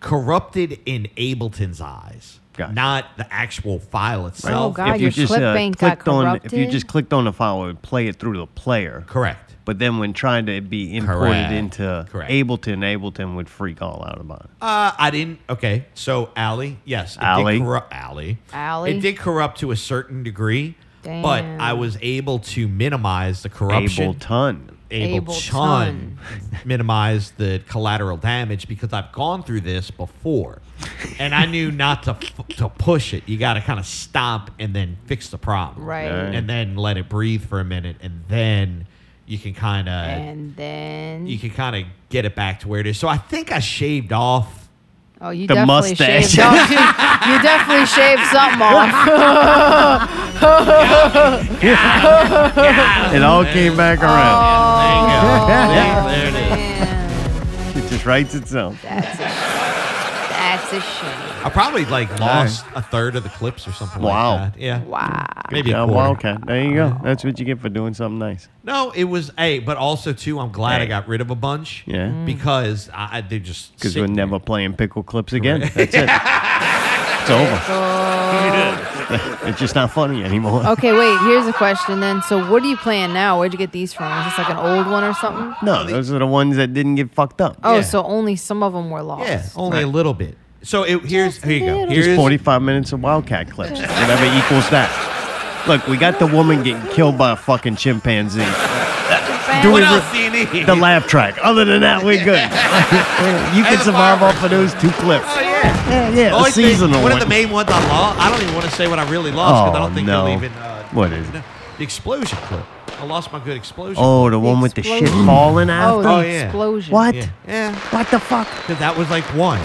A: Corrupted in Ableton's eyes,
D: Gotcha.
A: not the actual file
C: Oh,
A: itself.
C: God, your clip bank got
D: uh, clicked on, if you
C: corrupted?
D: just clicked on the file, it would play it through the player.
A: Correct.
D: But then when trying to be imported
A: Correct.
D: into
A: Correct.
D: Ableton, Ableton would freak all out about it.
A: Uh, I didn't. Okay. So Allie, yes, it
D: Ally.
A: did corrupt Allie.
C: Ally.
A: It did corrupt to a certain degree, but
C: Damn.
A: I was able to minimize the corruption.
D: Ableton.
A: able ton minimize the collateral damage because I've gone through this before, and I knew not to f- to push it. You got to kind of stop and then fix the problem,
C: Right.
D: Right.
A: And then let it breathe for a minute, and then you can kind of
C: And then
A: you can kind of get it back to where it is. So I think I shaved off.
C: oh, you
D: The
C: definitely
D: mustache.
C: shaved. off- you, you definitely shaved something off.
D: It all came back around.
A: There it is.
C: Oh,
D: It just writes itself.
C: That's a shame.
A: I probably like lost a third of the clips or something
D: Wow.
A: like that. Yeah.
C: Wow.
A: Maybe a
D: Yeah,
A: quarter.
D: Wildcat. There you go. That's what you get for doing something nice.
A: No, it was a, but also too. I'm glad I got rid of a bunch.
D: Yeah. Mm.
A: because I, I they just
D: Because
A: sit
D: we're
A: there.
D: never playing pickle clips again. That's it. it's over. it's just not funny anymore.
C: Oh. Okay, wait. Here's a question then. So, what are you playing now? Where'd you get these from? Is this like an old one or something?
D: No, those are the ones that didn't get fucked up.
C: Oh,
A: Yeah.
C: so only some of them were lost.
A: Yeah, only a little bit. So it, here's here you go. Here's
D: Just 45 minutes of Wildcat clips. Whatever equals that. Look, we got the woman getting killed by a fucking chimpanzee. Do we
A: What
D: re-
A: else do you need?
D: the laugh track. Other than that, we're good. you can
A: the
D: survive
A: barber.
D: off of those two clips.
A: Oh, yeah.
D: Yeah, yeah,
A: Only
D: a
A: thing-
D: seasonal
A: one,
D: one.
A: of the main ones I lost. I don't even want to say what I really lost because I
D: Oh,
A: don't think
D: no.
A: you'll even. Uh,
D: What is it?
A: no, The explosion clip. I lost my good explosion.
D: oh, the one with the shit
C: explosion.
D: falling
C: Oh,
D: after.
C: the
A: Oh, yeah.
C: explosion.
D: What?
A: Yeah. Yeah.
D: What the fuck?
A: 'Cause that was like one.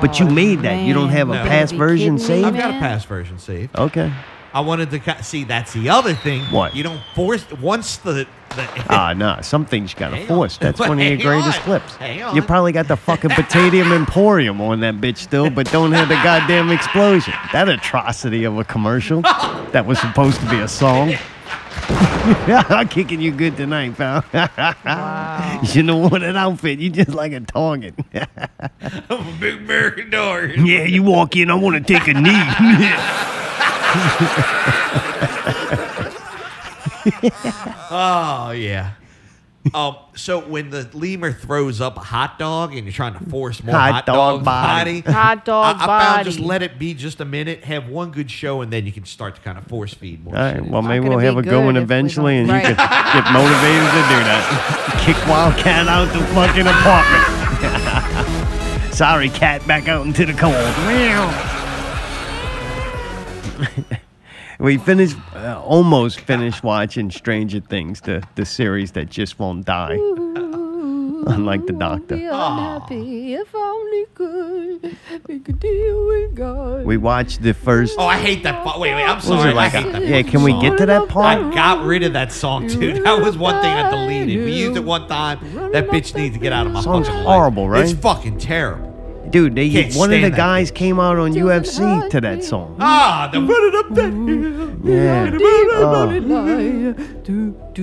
D: But you made that. You don't have a
A: No.
D: past
C: You
D: version
C: kidding me?
A: I've
D: saved?
A: got a
C: man.
A: past version saved.
D: Okay.
A: I wanted to ca- see. That's the other thing.
D: What?
A: You don't force once the the
D: Ah, no. Some things you gotta
A: Hang
D: force.
A: on.
D: That's one of your
A: Hang
D: greatest
A: on.
D: clips.
A: Hang
D: You
A: on.
D: probably got the fucking Potatium Emporium on that bitch still, but don't have the goddamn explosion. That atrocity of a commercial that was supposed to be a song. I'm kicking you good tonight, pal. You shouldn't have worn that outfit. You just like a target.
A: I'm a big American dog.
D: yeah, you walk in. I want to take a knee.
A: Oh yeah. Um. So when the lemur throws up a hot dog and you're trying to force more hot,
D: Hot dog
A: dog
D: body.
A: body,
C: Hot dog
A: I, I found just
C: body.
A: let it be just a minute, have one good show, and then you can start to kind of force feed more.
D: All right.
A: shit.
D: Well, maybe
C: gonna
D: we'll have
C: be
D: a
C: good
D: go one
C: if we
D: eventually, and
C: don't-
D: you
C: Right.
D: can get motivated to do that. Kick Wildcat out the fucking apartment. Sorry, cat, back out into the cold. Meow. we finished, uh, almost finished watching Stranger Things, the the series that just won't die. Unlike the Doctor,
A: Oh.
C: Unhappy, if only could make a deal with God.
D: we watched the first.
A: oh, I hate that. Fu- wait, wait. I'm
D: was
A: sorry.
D: it like?
A: I hate
D: A,
A: that
D: yeah,
A: fucking
D: can we
A: song.
D: get to that part?
A: I got rid of that song, dude. That was one thing I deleted. We used it one time. That bitch needs to get out of my
D: Song's
A: fucking
D: horrible,
A: life.
D: right?
A: It's fucking terrible.
D: Dude, they,
A: Can't
D: one of
A: stand
D: the
A: that.
D: guys came out on UFC to that song.
A: Ah, the running up that hill.
D: Yeah.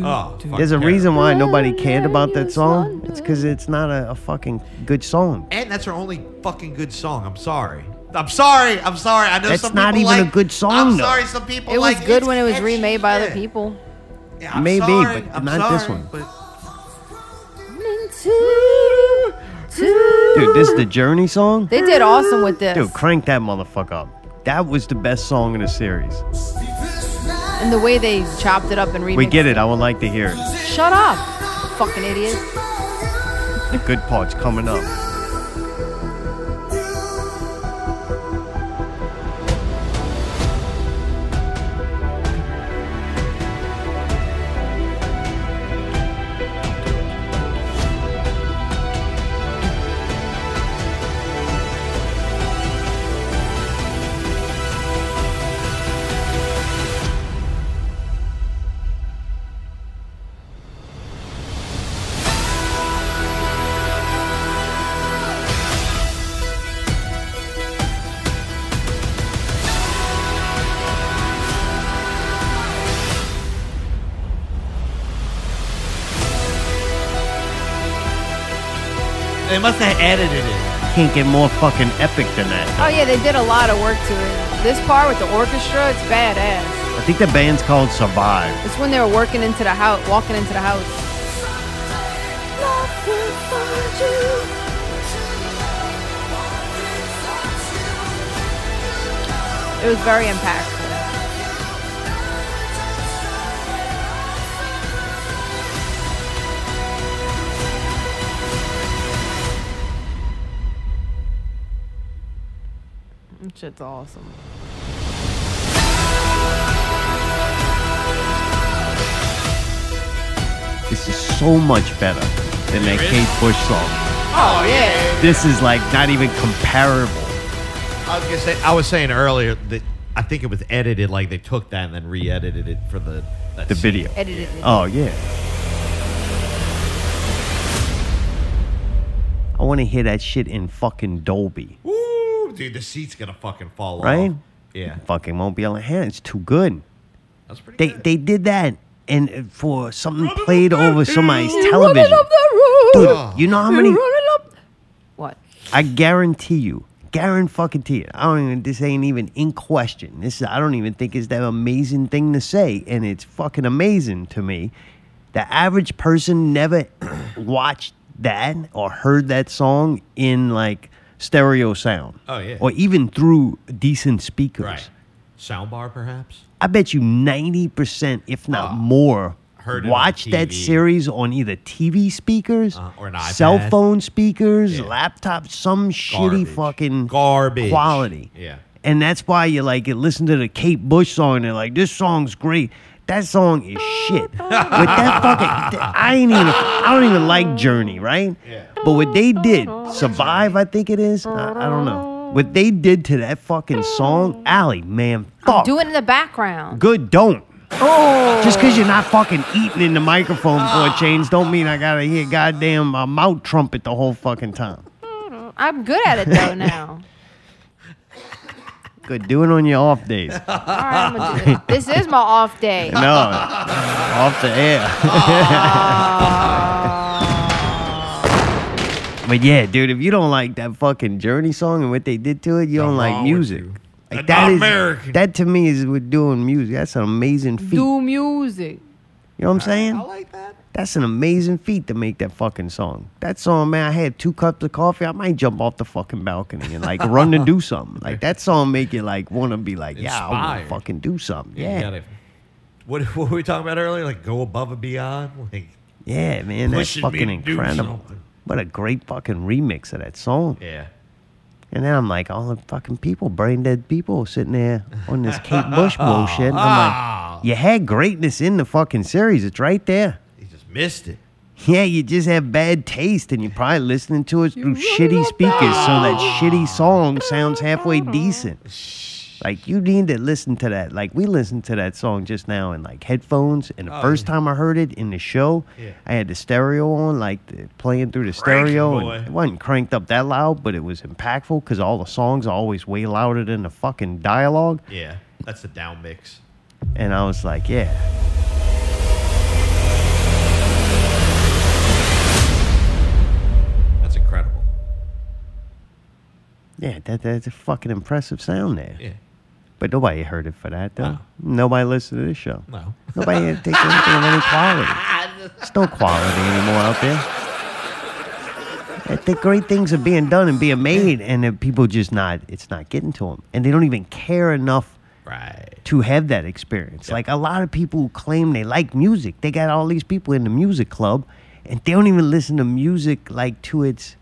A: Oh, fucking
D: There's a
A: terrible.
D: reason why nobody cared about that song. It's because it's not a, a fucking good song.
A: And that's her only fucking good song. I'm sorry. I'm sorry. I'm sorry. I know
D: That's
A: some
D: not
A: people
D: even a
A: like-
D: good song,
A: I'm
D: though.
A: sorry. Some people
C: It was
A: like
C: good
A: it's
C: when it was
A: catchy.
C: remade by
A: Yeah.
C: other people.
A: Yeah, I'm
D: Maybe,
A: sorry.
D: but
A: I'm
D: not this
A: sorry,
D: one.
A: but-
D: Dude, this is the Journey song?
C: They did awesome with this.
D: Dude, crank that motherfucker up. That was the best song in the series.
C: And the way they chopped it up and remixed
D: We get it. I would like to hear it.
C: Shut up, fucking idiot.
D: The good part's coming up.
A: They must have edited it.
D: Can't get more fucking epic than that.
C: Oh yeah, they did a lot of work to it. This part with the orchestra, it's badass.
D: I think the band's called Survive.
C: It's when they were working into the house, walking into the house. It was very impactful. That shit's awesome.
D: This is so much better than that Kate Bush song.
A: Oh yeah.
D: This is like not even comparable.
A: I was gonna say I was saying earlier that I think it was edited like they took that and then re-edited it for the that
D: The
A: scene.
D: video.
C: Edited it.
D: Oh yeah. I want to hear that shit in fucking Dolby.
A: Woo, dude, the seat's gonna fucking fall
D: Right?
A: off. Yeah,
D: Fucking won't be able to handle. it. It's too good.
A: that's pretty.
D: They
A: good.
D: they did that and uh, for something played over somebody's television.
C: Running up the road.
D: Dude, you know how many?
C: Running up. What?
D: I guarantee you, guarantee fucking you. I don't even. This ain't even in question. This I don't even think is that amazing thing to say, and it's fucking amazing to me. The average person never watched that or heard that song in like stereo sound.
A: Oh, yeah.
D: Or even through decent speakers.
A: right. Soundbar, perhaps.
D: I bet you 90%, if not
A: Oh,
D: more,
A: heard it on
D: watched that
A: TV.
D: series on either TV speakers,
A: Uh, or an
D: cell
A: iPad.
D: phone speakers,
A: Yeah.
D: laptops, some shitty
A: Garbage.
D: fucking
A: Garbage.
D: quality.
A: Yeah.
D: And that's why you like you listen to the Kate Bush song and they're like, this song's great. That song is shit. With that fucking, I ain't even. I don't even like Journey, right?
A: Yeah.
D: But what they did, Survive, I think it is. I, I don't know. What they did to that fucking song, Allie, man, fuck.
C: Do it in the background.
D: Good, don't. Oh. Just because you're not fucking eating in the microphone for a change don't mean I gotta hear goddamn uh, mouth trumpet the whole fucking time.
C: I'm good at it though now.
D: Good, do it on your off days.
C: All right, I'm gonna do it. This is my off day.
D: No, off the air. but yeah, dude, if you don't like that fucking Journey song and what they did to it, you
A: Something
D: don't like
A: wrong with
D: music.
A: you.
D: Like,
A: That's
D: that
A: not
D: is
A: American.
D: that to me is with doing music. That's an amazing feat.
C: Do music.
D: You know what I'm saying?
A: I like that.
D: That's an amazing feat to make that fucking song. That song, man, I had two cups of coffee. I might jump off the fucking balcony and like run to do something. Like that song make you like want to be like, yeah, I want to
A: Inspired.
D: fucking do something.
A: Yeah.
D: Yeah,
A: You
D: yeah,
A: gotta, what, what were we talking about earlier? Like go above and beyond. Like
D: man, that's
A: Pushing me
D: fucking
A: to do
D: incredible.
A: something.
D: What a great fucking remix of that song.
A: yeah.
D: And then I'm like, all the fucking people, brain dead people sitting there on this Kate Bush bullshit. And I'm
A: Ah.
D: like, you had greatness in the fucking series. It's right there.
A: He just missed it.
D: Yeah, you just have bad taste and you're probably listening to it through shitty speakers, so that shitty song sounds halfway decent. Like you need to listen to that. Like we listened to that song just now in like headphones, and the
A: Oh,
D: first
A: yeah.
D: time I heard it in the show,
A: Yeah.
D: I had the stereo on, like the, playing through the
A: Crank it,
D: stereo.
A: boy.
D: and it wasn't cranked up that loud, but it was impactful because all the songs are always way louder than the fucking dialogue.
A: Yeah. That's the down mix.
D: And I was like, yeah.
A: That's incredible.
D: Yeah, that, that's a fucking impressive sound there.
A: Yeah.
D: But nobody heard it for that, though.
A: No.
D: Nobody listened to this show.
A: No.
D: Nobody had to take anything of any quality. There's no quality anymore out there. that the great things are being done and being made, and that people just not, it's not getting to them, and they don't even care enough
A: Right.
D: to have that experience. Like a lot of people who claim they like music, they got all these people in the music club, and they don't even listen to music like to its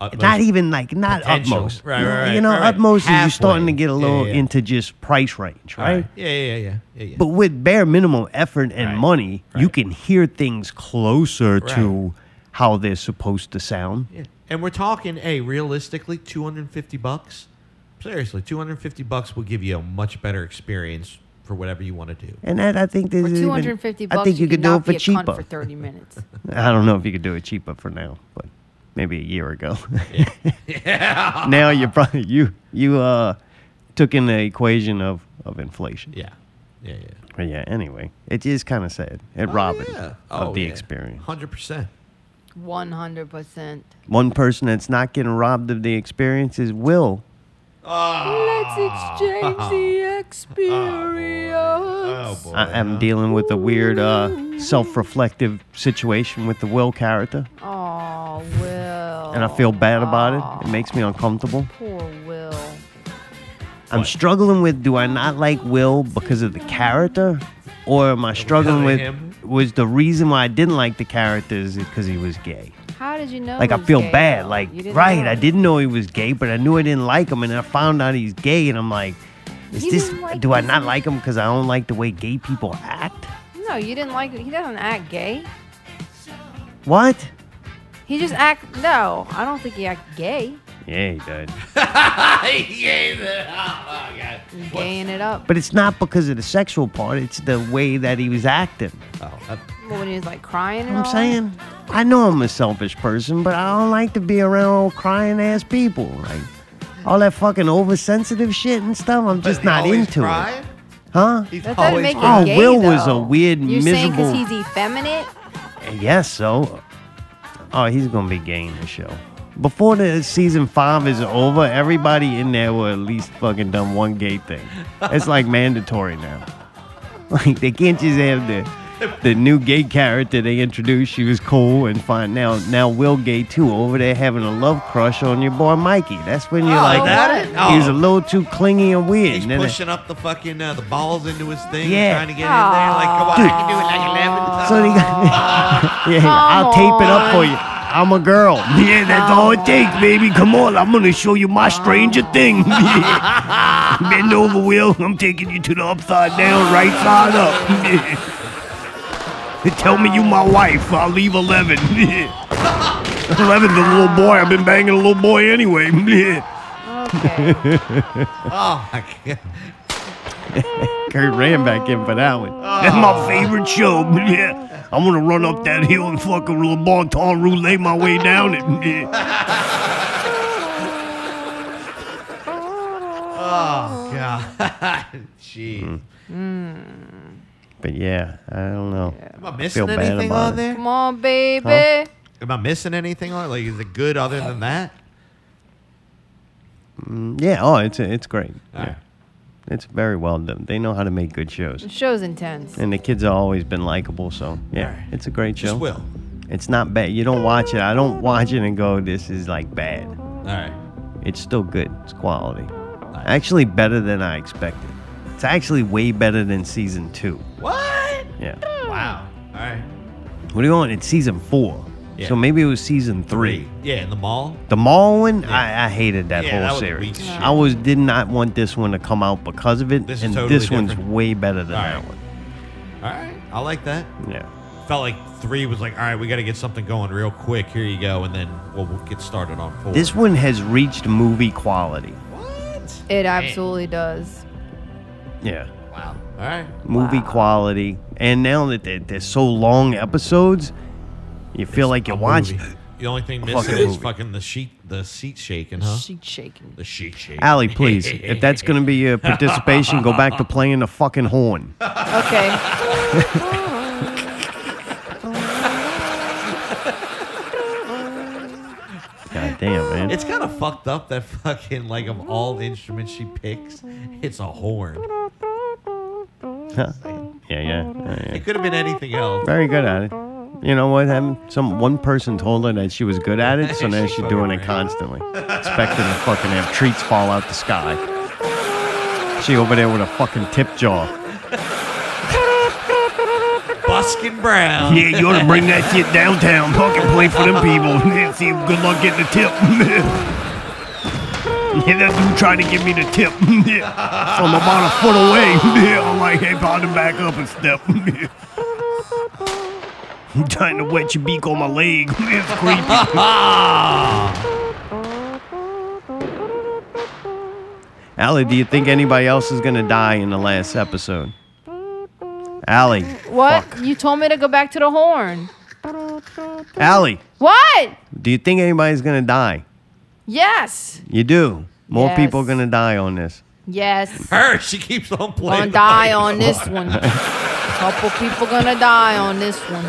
A: Utmost-
D: not even like not
A: potential.
D: utmost.
A: Right, right, right,
D: You know,
A: right, right.
D: utmost is you're starting to
A: Halfway.
D: get a little
A: Yeah, yeah.
D: into just price range, right?
A: Right. Yeah, yeah, yeah, yeah, yeah.
D: But with bare minimum effort and
A: Right,
D: money, you
A: right.
D: can hear things closer to how they're supposed to sound.
A: Yeah. And we're talking, hey, realistically, 250 bucks. Seriously, 250 bucks will give you a much better experience for whatever you want to do.
D: And that I think this
C: For
D: is even-
C: 250 bucks,
D: I think you, could do
C: not
D: it for
C: be a cunt
D: cheaper.
C: for 30 minutes.
D: I don't know if you could do it cheaper for now, but maybe a year ago. now you probably you you uh took in the equation of of inflation.
A: Yeah. Yeah, yeah.
D: But yeah, anyway, it is kind of sad. It robbed it
A: yeah.
D: of
A: Oh,
D: the
A: yeah.
D: experience.
A: 100%.
C: 100%.
D: One person that's not getting robbed of the experience is Will.
C: Let's exchange the experience.
A: Oh, boy.
D: I am dealing with a weird uh, self-reflective situation with the Will character,
C: Oh, Will.
D: and I feel bad about it. It makes me uncomfortable.
C: Poor Will.
D: I'm struggling with do I not like Will because of the character, or am I struggling with
A: Because of him?
D: was the reason why I didn't like the character is because he was gay?
C: How did you know?
D: Like
C: he
D: I
C: was
D: feel
C: gay,
D: bad.
C: though?
D: Like
C: You didn't
D: right,
C: know.
D: I didn't know he was gay, but I knew I didn't like him, and I found out he's gay, and I'm like, is
C: You
D: this
C: didn't like
D: do I
C: this
D: not
C: man?
D: like him because I don't like the way gay people act?
C: No, you didn't like. He doesn't act gay.
D: What?
C: He just act. No, I don't think he act gay.
D: Yeah, he did.
C: Oh, He's gaying it up.
D: But it's not because of the sexual part. It's the way that he was acting.
A: Oh, that-
C: When he was like crying and
D: You know
C: all.
D: what I'm saying? I know I'm a selfish person, but I don't like to be around old crying ass people. Like all that fucking oversensitive shit and stuff. I'm just
A: But
D: not
A: always
D: into
A: crying?
D: it. Huh?
A: He's
C: That doesn't
A: always
C: make
A: crying.
D: Oh,
C: him gay.
D: Will was a
C: though.
D: weird,
C: You're saying because
D: miserable-
C: he's effeminate?
D: I guess so. Oh, he's gonna be gay in the show. Before the season five is over, everybody in there will at least fucking done one gay thing. It's like mandatory now. Like they can't just have the the new gay character they introduced. She was cool and fine. Now now Will gay too over there having a love crush on your boy Mikey. That's when you're
A: Oh,
D: like
A: that?
D: He was a
A: Oh.
D: little too clingy and weird.
A: He's
D: And then it-
A: pushing up the fucking uh, the balls into his thing,
D: Yeah.
A: trying to get in there. Like, come on, I can do it like eleven.
D: So they got, yeah, I'll tape it up for you. I'm a girl. Yeah, that's all it takes, baby. Come on, I'm gonna show you my Stranger Thing. Bend over, Will. I'm taking you to the upside down, right side up. Tell me you my wife. I'll leave eleven. Eleven's a little boy. I've been banging a little boy anyway.
C: Okay.
A: Oh my god.
D: Kurt ran back in for that one.
A: Oh.
D: That's my favorite show. Yeah. I'm gonna run up that hill and fuck a little bonton roulette my way down it. Yeah.
A: Oh god. Jeez.
D: Mm. But yeah, I don't know.
A: Am I missing
D: feel bad
A: anything
D: about
A: on
D: it.
A: there?
C: Come on, baby.
D: Huh?
A: Am I missing anything on? Like, is it good other than that?
D: Yeah, oh, it's it's great.
A: All right.
D: It's very well done. They know how to make good shows.
C: The show's intense.
D: And the kids have always been likable, so yeah,
A: Alright.
D: it's a great show.
A: Just will.
D: It's not bad. You don't watch it. I don't watch it and go, this is like bad.
A: All right.
D: It's still good. It's quality. Actually, better than I expected. It's actually way better than season two.
A: What?
D: Yeah.
A: Wow. All right.
D: What do you want? It's season four.
A: Yeah.
D: So maybe it was season three.
A: Yeah, in the mall.
D: The mall one, I, I hated that
A: Yeah,
D: whole
A: that was
D: series.
A: weak shit.
D: I was did not want this one to come out because of it,
A: This is
D: and
A: totally
D: this one's
A: different.
D: way better than
A: Alright.
D: that one.
A: All right. I like that.
D: Yeah.
A: Felt like three was like, all right, we got to get something going real quick. Here you go, and then we'll, we'll get started on four.
D: This one has reached movie quality.
A: What?
C: It absolutely does.
D: Yeah.
A: Wow. All right.
D: Movie quality. And now that they're, they're so long episodes, you feel like you're
A: A
D: watching.
A: movie. The only thing
D: fucking
A: missing is
D: movie.
A: fucking the sheet, the seat shaking, huh?
C: She's shaking.
A: The sheet shaking.
D: Allie, please, if that's going to be your participation, go back to playing the fucking horn.
C: Okay.
D: God damn, man.
A: It's kind of fucked up that fucking like of all the instruments she picks, it's a horn.
D: yeah, yeah. yeah, yeah.
A: It could have been anything else.
D: Very good at it. You know what happened? Some one person told her that she was good at it, so now
A: She
D: she's doing
A: fucking
D: it
A: ran.
D: constantly, expecting to fucking have treats fall out the sky. She over there with a fucking tip jar.
A: Buskin Brown.
D: you ought to bring that shit downtown. Fucking play for them people. See, good luck getting a tip. yeah, that dude tried to give me the tip. I'm about a foot away. I'm like, hey, pound him back up a step. I'm trying to wet your beak on my leg. It's creepy.
A: Ah!
D: Allie, do you think anybody else is going to die in the last episode? Allie.
C: What?
D: Fuck.
C: You told me to go back to the horn.
D: Allie,
C: What?
D: do you think anybody's going to die?
C: Yes.
D: You do. More
C: Yes.
D: people going to die on this.
C: Yes.
A: Her, she keeps on playing.
C: Gonna
A: the
C: die
A: fucking
C: on this
A: song.
C: one. Couple people gonna die on this one.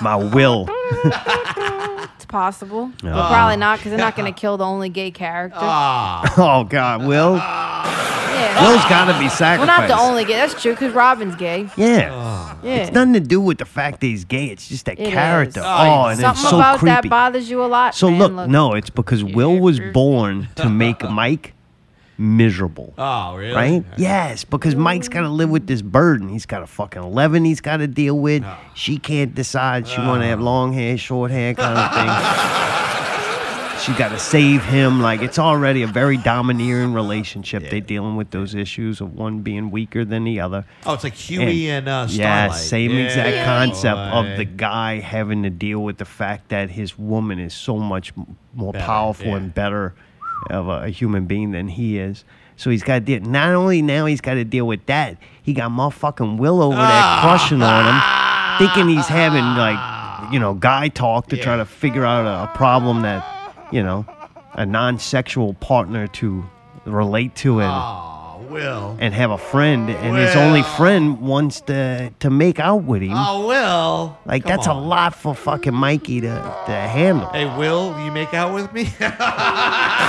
D: My will.
C: It's possible. But
D: Oh.
C: probably not, because they're not gonna kill the only gay character.
A: Ah,
D: Oh God, Will.
C: yeah.
D: Will's got to be
C: Well,
D: sacrificed.
C: not the only gay. That's true, because Robin's gay.
D: Yeah,
C: Yeah.
D: it's nothing to do with the fact that he's gay. It's just that
C: Eh. It
D: character.
C: is.
D: Oh, and
C: Something
D: it's so
C: about
D: creepy.
C: that bothers you a lot.
D: so
C: man.
D: look, no, it's because Will was born to make Mike miserable.
A: oh, really?
D: Right? Yes, because Mike's got to live with this burden. He's got a fucking eleven. He's got to deal with. She can't decide she want to
A: Oh.
D: have long hair, short hair, kind of thing. she got to save him. Like it's already a very domineering relationship. They're dealing with those issues of one being weaker than the other.
A: Oh, it's like Huey and, uh,
D: yeah,
A: Starlight.
D: same
A: Yeah,
D: exact concept
A: boy.
D: of the guy having to deal with the fact that his woman is so much m- more
A: Better,
D: powerful
A: yeah.
D: and better of a, a human being than he is. So he's got to deal. Not only now he's got to deal with that, he got motherfucking Will over
A: Ah.
D: there crushing on him, thinking he's having like you know guy talk to try to figure out a, a problem that you know a non-sexual partner to relate to and
A: Oh, Will.
D: and have a friend, and his only friend wants to to make out with him.
A: Oh, Will.
D: like
A: Come
D: that's
A: on.
D: a lot for fucking Mikey to to handle.
A: Hey, Will, you make out with me?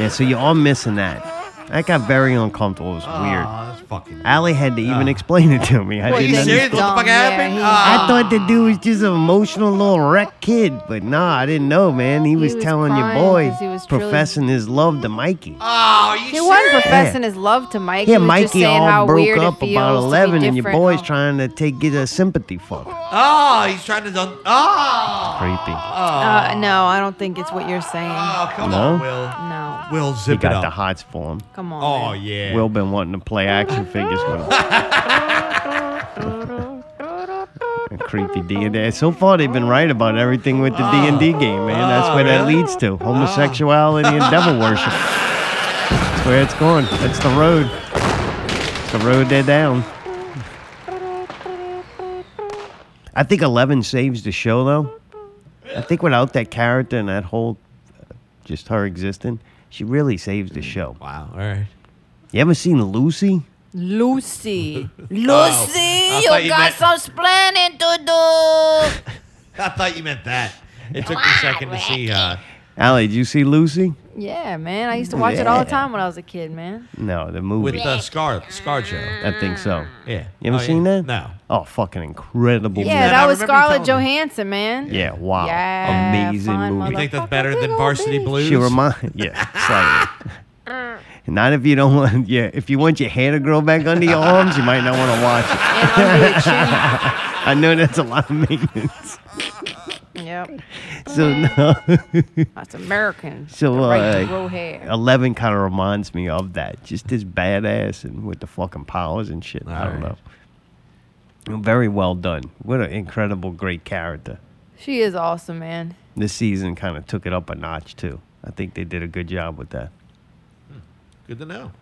D: Yeah, so you are missing that. That got very uncomfortable. It was weird.
A: Oh, that's fucking.
D: Allie had to even explain it to me. I
C: Well,
A: Are you
C: then
D: didn't.
A: serious? Ah. What the fuck
D: Understand.
C: dumb. Yeah,
A: happened?
C: he-
A: Ah.
D: I thought the dude was just an emotional little wreck kid, but nah, I didn't know, man. He, was,
C: was
D: telling your
C: crying
D: boy,
C: 'cause he was truly-
D: professing his love to Mikey.
A: Oh, you
C: He wasn't
A: serious?
C: professing his love to Mike. he
D: yeah,
C: was just
D: Mikey
C: saying
D: all
C: how
D: broke
C: weird it
D: up
C: feels
D: about
C: to be
D: eleven, and your
C: different.
D: boy's
C: Oh.
D: trying to take get a sympathy for him.
A: Oh, he's trying to. Dun- oh.
D: Creepy.
C: Uh, no, I don't think it's what you're saying.
A: Oh, come
D: No?
A: on, Will.
C: No,
A: Will,
D: He
A: zip it
D: got
A: up.
D: the hots for him.
C: come on.
A: oh,
C: man.
A: yeah.
D: Will been wanting to play action figures with him. And creepy D and D. So far, they've been right about everything with the D and D game, man. That's where that leads to homosexuality and devil worship. That's where it's going. That's the road. It's the road they're down. I think Eleven saves the show, though. I think without that character and that whole, uh, just her existing, she really saves the show.
A: Wow. All right.
D: You ever seen Lucy?
C: Lucy.
A: I
F: Lucy,
A: Oh, thought
F: you
A: you
F: got
A: meant-
F: some splaining to do.
A: I thought you meant that. It took me a second to see. Uh,
D: Allie, did you see Lucy?
C: yeah, man. I used to watch it all the
D: Yeah.
C: time when I was a kid, man.
D: No, the
A: with
D: movie.
A: the Scar Scar Joe.
D: I think so.
A: Yeah.
D: You ever
A: Oh,
D: seen
A: yeah.
D: that?
A: No.
D: Oh, fucking incredible
C: Yeah,
A: And
C: that
A: I
C: was
A: remember you
C: Scarlett
A: telling me.
C: Johnson, man.
D: movie. Yeah, wow.
C: Yeah,
D: Amazing
C: fine
D: movie.
A: You think that's
C: Motherfucker,
A: better
C: big
A: than
C: old
A: Varsity
C: bitch.
A: Blues?
D: She remind yeah, slightly. Not if you don't want yeah, if you want your hair to grow back under your arms, you might not want to watch it.
C: And under your chin.
D: I know that's a lot of maintenance.
C: Yep.
D: So no.
C: That's American.
D: So
C: the right to
D: uh,
C: grow hair.
D: Eleven kind of reminds me of that. Just this badass and with the fucking powers and shit. I don't
A: Alright.
D: know. Very well done. What an incredible, great character.
C: She is awesome, man.
D: This season kind of took it up a notch too. I think they did a good job with that.
A: Good to know.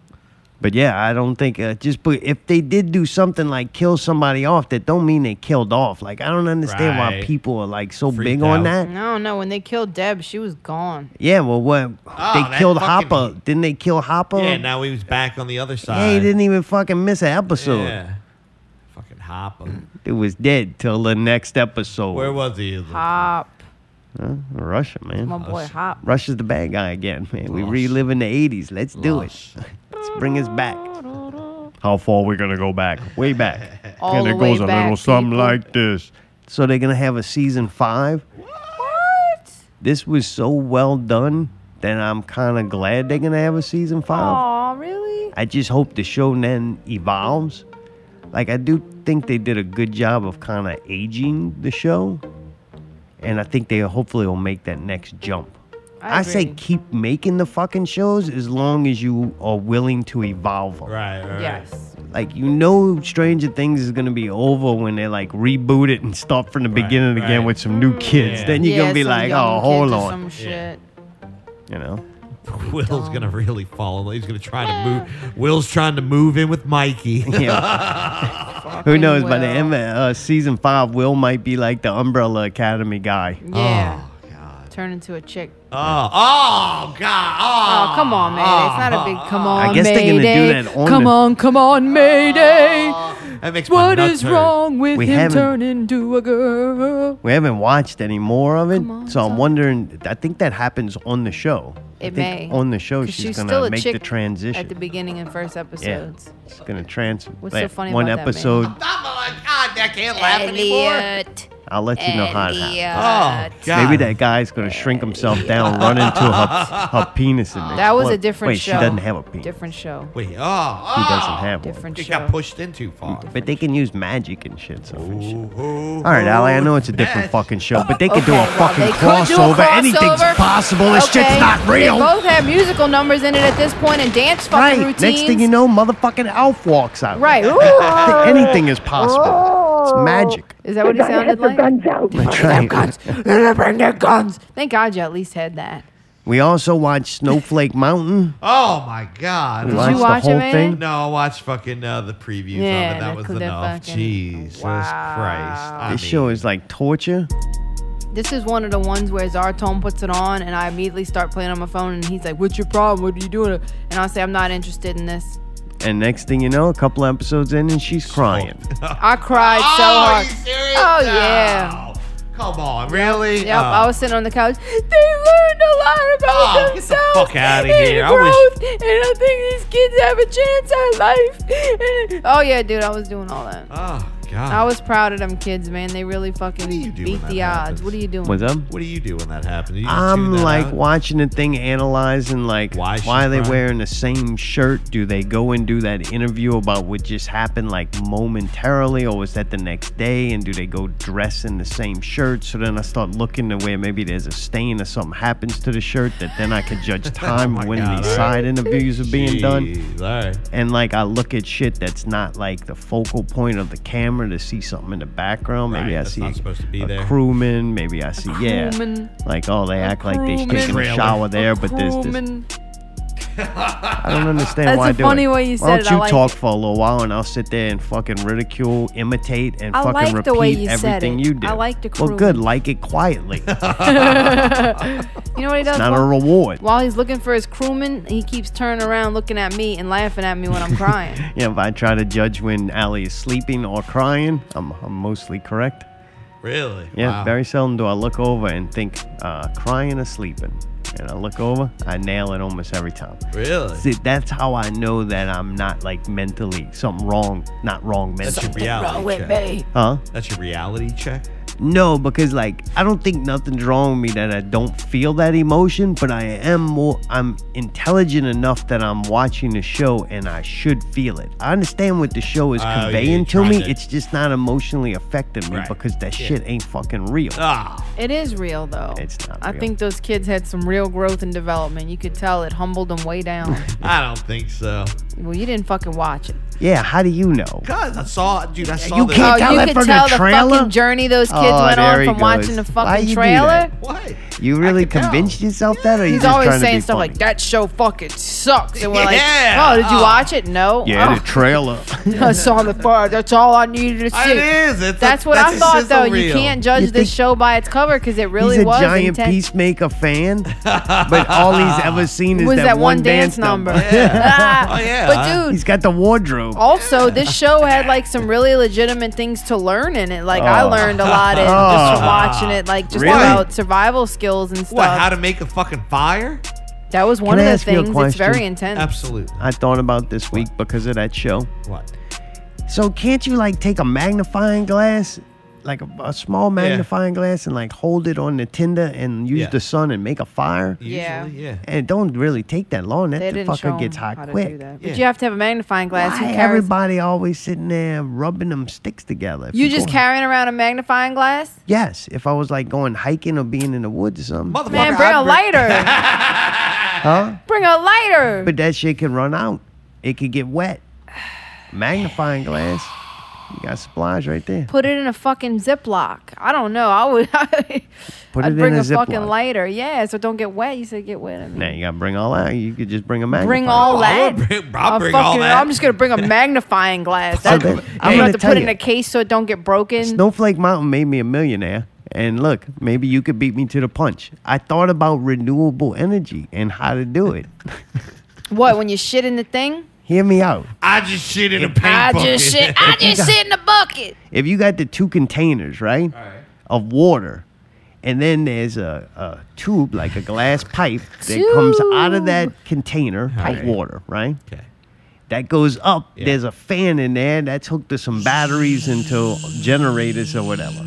D: But yeah, I don't think uh, just but if they did do something like kill somebody off, that don't mean they killed off. Like I don't understand why
A: Right.
D: people are like so
A: Freaked
D: big on
A: out.
D: that.
C: I don't know. When they killed Deb, she was gone.
D: Yeah, well, what
A: that
D: they killed
A: Oh, fucking-
D: Hopper? Didn't they kill Hopper?
A: Yeah. Now he was back on the other side.
D: Oh. Yeah, he didn't even fucking miss an episode.
A: Yeah. Fucking hop him.
D: It was dead till the next episode.
A: Where was he?
C: Hop.
D: Russia, man.
C: My boy, Hop.
D: Russia's the bad guy again, man. We
A: Lush.
D: relive in the 80s. Let's do
A: Lush.
D: it. Let's bring us back. How far we gonna go back? Way back.
C: all
H: and
C: the
H: it goes
C: way
H: a
C: back.
H: little something
C: people.
H: like this.
D: So they're gonna have a season five.
C: What?
D: This was so well done that I'm kind of glad they're gonna have a season five.
C: Aw, really?
D: I just hope the show then evolves. Like I do think they did a good job of kind of aging the show, and I think they hopefully will make that next jump.
C: I
D: say
C: agree.
D: keep making the fucking shows as long as you are willing to evolve them.
A: Right, right.
C: Yes.
D: Like you know, Stranger Things is gonna be over when they like reboot it and start from the beginning again
A: right.
D: with some new kids.
A: Yeah.
D: Then you're
C: Yeah,
D: gonna be
C: some
D: like,
C: young
D: oh,
C: kids
D: hold
C: or
D: on,
C: Some shit.
D: you know.
A: Will's gonna really fall in love. He's gonna try to move. Will's trying to move in with Mikey.
D: Yeah. Who knows? By the end of uh, season five, Will might be like the Umbrella Academy guy.
C: Yeah.
D: Oh,
C: Turn into a chick.
D: Ah.
A: Oh, oh God!
C: Oh, come on, man. it's not a big come on,
D: Ah. guess they're gonna do
C: Mayday.
D: that on
C: come
D: the- Ah.
C: on, come on, Mayday.
A: Oh, that makes my
C: what
A: nuts
C: is
A: hurt.
C: wrong with
D: We
C: him
D: haven't-
C: turning to a girl?
D: We haven't watched any more of it, so I'm wondering. I think that happens on the show. I
C: It
D: think
C: may.
D: on the show
C: 'Cause
D: she's,
C: still
D: gonna
C: a
D: make
C: chick
D: the transition.
C: At the beginning and first episodes.
D: yeah, she's gonna trans.
C: What's so funny
D: One
C: about that, man?
D: episode.
A: Oh my God! I can't laugh anymore.
D: I'll let you know how it happens.
A: Oh God!
D: Maybe that guy's gonna shrink himself down, run into her, her penis, and
C: That was a
D: explode.
C: different
D: Wait,
C: show.
D: she doesn't have a penis.
C: Different show.
A: Wait. Oh, oh.
D: He doesn't have one.
C: Different
A: It
C: show.
A: got pushed in too far.
D: But they can use magic and shit. So and shit.
A: All
D: All right, Ali, I know it's a different fucking show, but they could do a
C: Okay, well,
D: fucking
C: they could do a
D: crossover. Anything's
C: crossover.
D: possible. This
C: Okay.
D: shit's not real.
C: They both have musical numbers in it at this point and dance
D: right.
C: fucking routines.
D: Next thing you know, motherfucking Alf walks out.
C: Right.
D: Th- Anything is possible. It's magic.
C: Is that what he sounded like?
D: That's right.
C: Thank God you at least had that.
D: We also watched Snowflake Mountain.
A: Oh my God!
D: We watched
C: watch it,
D: the whole
C: man?
D: thing.
A: No, I watched fucking uh, the previews
C: Yeah,
A: of it.
C: that
A: That was
C: could have
A: enough.
C: fucking-
A: Jesus Christ! I
D: This
A: mean,
D: show is like torture.
C: This is one of the ones where Zartone puts it on and I immediately start playing on my phone and he's like, What's your problem? What are you doing? And I'll say, I'm not interested in this.
D: And next thing you know, a couple episodes in, and she's crying.
C: I cried
A: Oh,
C: so
A: you
C: hard.
A: serious?
C: Oh, yeah.
A: No. Come on, really?
C: Yep,
A: Oh.
C: I was sitting on the couch. They learned a lot about
A: Oh, get the
C: themselves.
A: fuck outta
C: and
A: here. I
C: Growth,
A: wish-
C: And I think these kids have a chance at life. And- oh, yeah, dude, I was doing all that.
A: Oh God!
C: I was proud of them kids, man. They really fucking
A: do you do
C: beat
A: when
C: the
A: that
C: odds.
A: happens?
C: What are you doing?
D: What's up?
A: What do you do when that happens? You just
D: I'm
A: tune that
D: like
A: out?
D: watching the thing, analyzing like
A: Why
D: why,
A: she's
D: are they
A: crying?
D: wearing the same shirt? Do they go and do that interview about what just happened like momentarily, or was that the next day? And do they go dress in the same shirt? So then I start looking to where maybe there's a stain or something happens to the shirt that then I could judge time
A: Oh my
D: when
A: God,
D: these
A: all right.
D: side interviews are being done.
A: Jeez, All right.
D: And like I look at shit that's not like the focal point of the camera to see something in the background.
A: Right,
D: Maybe I
A: that's
D: see
A: not supposed to be
D: a
A: there.
D: crewman. Maybe I see yeah,
C: crewman.
D: like oh they act like they
C: crewman.
D: taking a shower there, but there's this.
C: Crewman.
D: I don't understand
C: That's
D: why
C: a
D: I do
C: funny
D: it.
C: way you
D: why
C: said
D: don't
C: it, I
D: you
C: like
D: talk for a little while and I'll sit there and fucking ridicule, imitate, and
C: I
D: fucking
C: like
D: repeat
C: the way you said
D: everything
C: it.
D: you did.
C: I like the
D: Well, good,
C: crewman.
D: like it quietly. It's
C: You know what he does?
D: not a
C: while,
D: reward.
C: while he's looking for his crewman, he keeps turning around, looking at me, and laughing at me when I'm crying.
D: Yeah, if I try to judge when Allie is sleeping or crying, I'm, I'm mostly correct.
A: Really?
D: Yeah,
A: Wow.
D: very seldom do I look over and think uh, crying or sleeping. And I look over, I nail it almost every time.
A: Really?
D: See, that's how I know that I'm not like mentally something wrong, not wrong
A: That's your
D: mentally.
A: reality check.
D: Huh?
A: That's your reality check.
D: No, because like I don't think nothing's wrong with me that I don't feel that emotion, but I am more I'm intelligent enough that I'm watching the show and I should feel it. I understand what the show is
A: Oh, yeah,
D: conveying
A: you're
D: to me.
A: trying to-
D: It's just not emotionally affecting me
A: Right.
D: because that shit ain't fucking real.
A: Ah,
C: It is real though.
D: It's not
C: I
D: real.
C: think those kids had some real growth and development. You could tell it humbled them way down.
A: I don't think so.
C: well, you didn't fucking watch it.
D: Yeah, how do you know?
A: God, I saw, dude, I saw
D: you
A: the-
D: can't-
C: oh,
D: tell
C: you
D: that
C: could
D: from the
C: tell the,
D: trailer?
C: fucking journey those kids
D: Oh,
C: went
D: there
C: on
D: he
C: from
D: goes.
C: watching the
D: Why
C: fucking
D: you do
C: trailer.
D: that?
A: What?
D: You
A: I
D: really
A: could tell.
D: convinced yourself that, or you
C: He's
D: just
C: always
D: trying to be
C: saying stuff
D: funny?
C: like that show fucking sucks, and we're
A: Yeah.
C: like, oh, did you
A: Oh.
C: watch it? No.
D: Yeah,
C: Oh,
D: the trailer.
C: I saw the fire. That's all I needed to see.
A: It is. It's a-
C: That's what
A: that's
C: I
A: a
C: thought though.
A: sizzle
C: You
A: reel.
C: can't judge
D: You
C: this
D: think-
C: show by its cover because it really
D: He's a
C: was
D: giant
C: intense.
D: peacemaker fan, but all he's ever seen is
C: was
D: that, one, dance, number.
C: Ah,
A: Oh, yeah.
C: But dude,
D: he's got the wardrobe.
C: also this show had like some really legitimate things to learn in it like i
D: Oh.
C: learned a lot in just from watching it like just
D: Really?
C: about survival skills and stuff
A: What? How to make a fucking fire?
C: that was one
D: Can
C: of
D: I
C: the
D: ask you a
C: things it's very
D: question?
C: intense
A: Absolutely.
D: I thought about this week because of that show.
A: What?
D: So can't you like take a magnifying glass, like a, a small magnifying glass, and like hold it on the tinder and use
A: Yeah.
D: the sun and make a fire?
A: Usually,
C: Yeah.
A: yeah.
D: And it don't really take that long. That
C: They
D: the
C: didn't show
D: fucker gets
C: 'em
D: hot
C: how to
D: quick.
C: do that.
A: Yeah.
C: But you have to have a magnifying glass.
D: Why
C: Who carries?
D: everybody always sitting there rubbing them sticks together? If
C: You just
D: going-
C: carrying around a magnifying glass?
D: Yes, if I was like going hiking or being in the woods or something.
A: Motherfucker,
C: Man, bring
A: I'd
C: a lighter.
D: Huh?
C: bring a lighter.
D: But that shit can run out. It could get wet. Magnifying glass. You got splash right there.
C: Put it in a fucking Ziploc. I don't know. I would.
D: Put it
C: I'd bring
D: in a,
C: a, fucking
D: Ziploc.
C: lighter. Yeah, so don't get wet. You said get wet. I mean.
D: Now you gotta bring all that. You could just bring a magnifying.
C: Bring all that.
A: I'll bring- I'll
C: A
A: bring all
C: fucking-
A: that.
C: I'm just gonna bring a magnifying glass.
D: So
C: That-
D: then- I'm
C: I'm gonna
D: gonna
C: have to
D: tell
C: put it in
D: you.
C: a case so it don't get broken.
D: Snowflake Mountain made me a millionaire. And look, maybe you could beat me to the punch. I thought about renewable energy and how to do it.
C: what when you shit in the thing?
D: Hear me out.
A: I just shit in a paint
F: I
A: bucket.
F: just shit. I just sit in the bucket.
D: If you got the two containers, right, of water, and then there's a, a tube, like a glass pipe, that comes out of that container of
A: Alright.
D: water, right?
A: Okay.
D: that goes up.
A: Yeah.
D: There's a fan in there that's hooked to some batteries and to generators or whatever.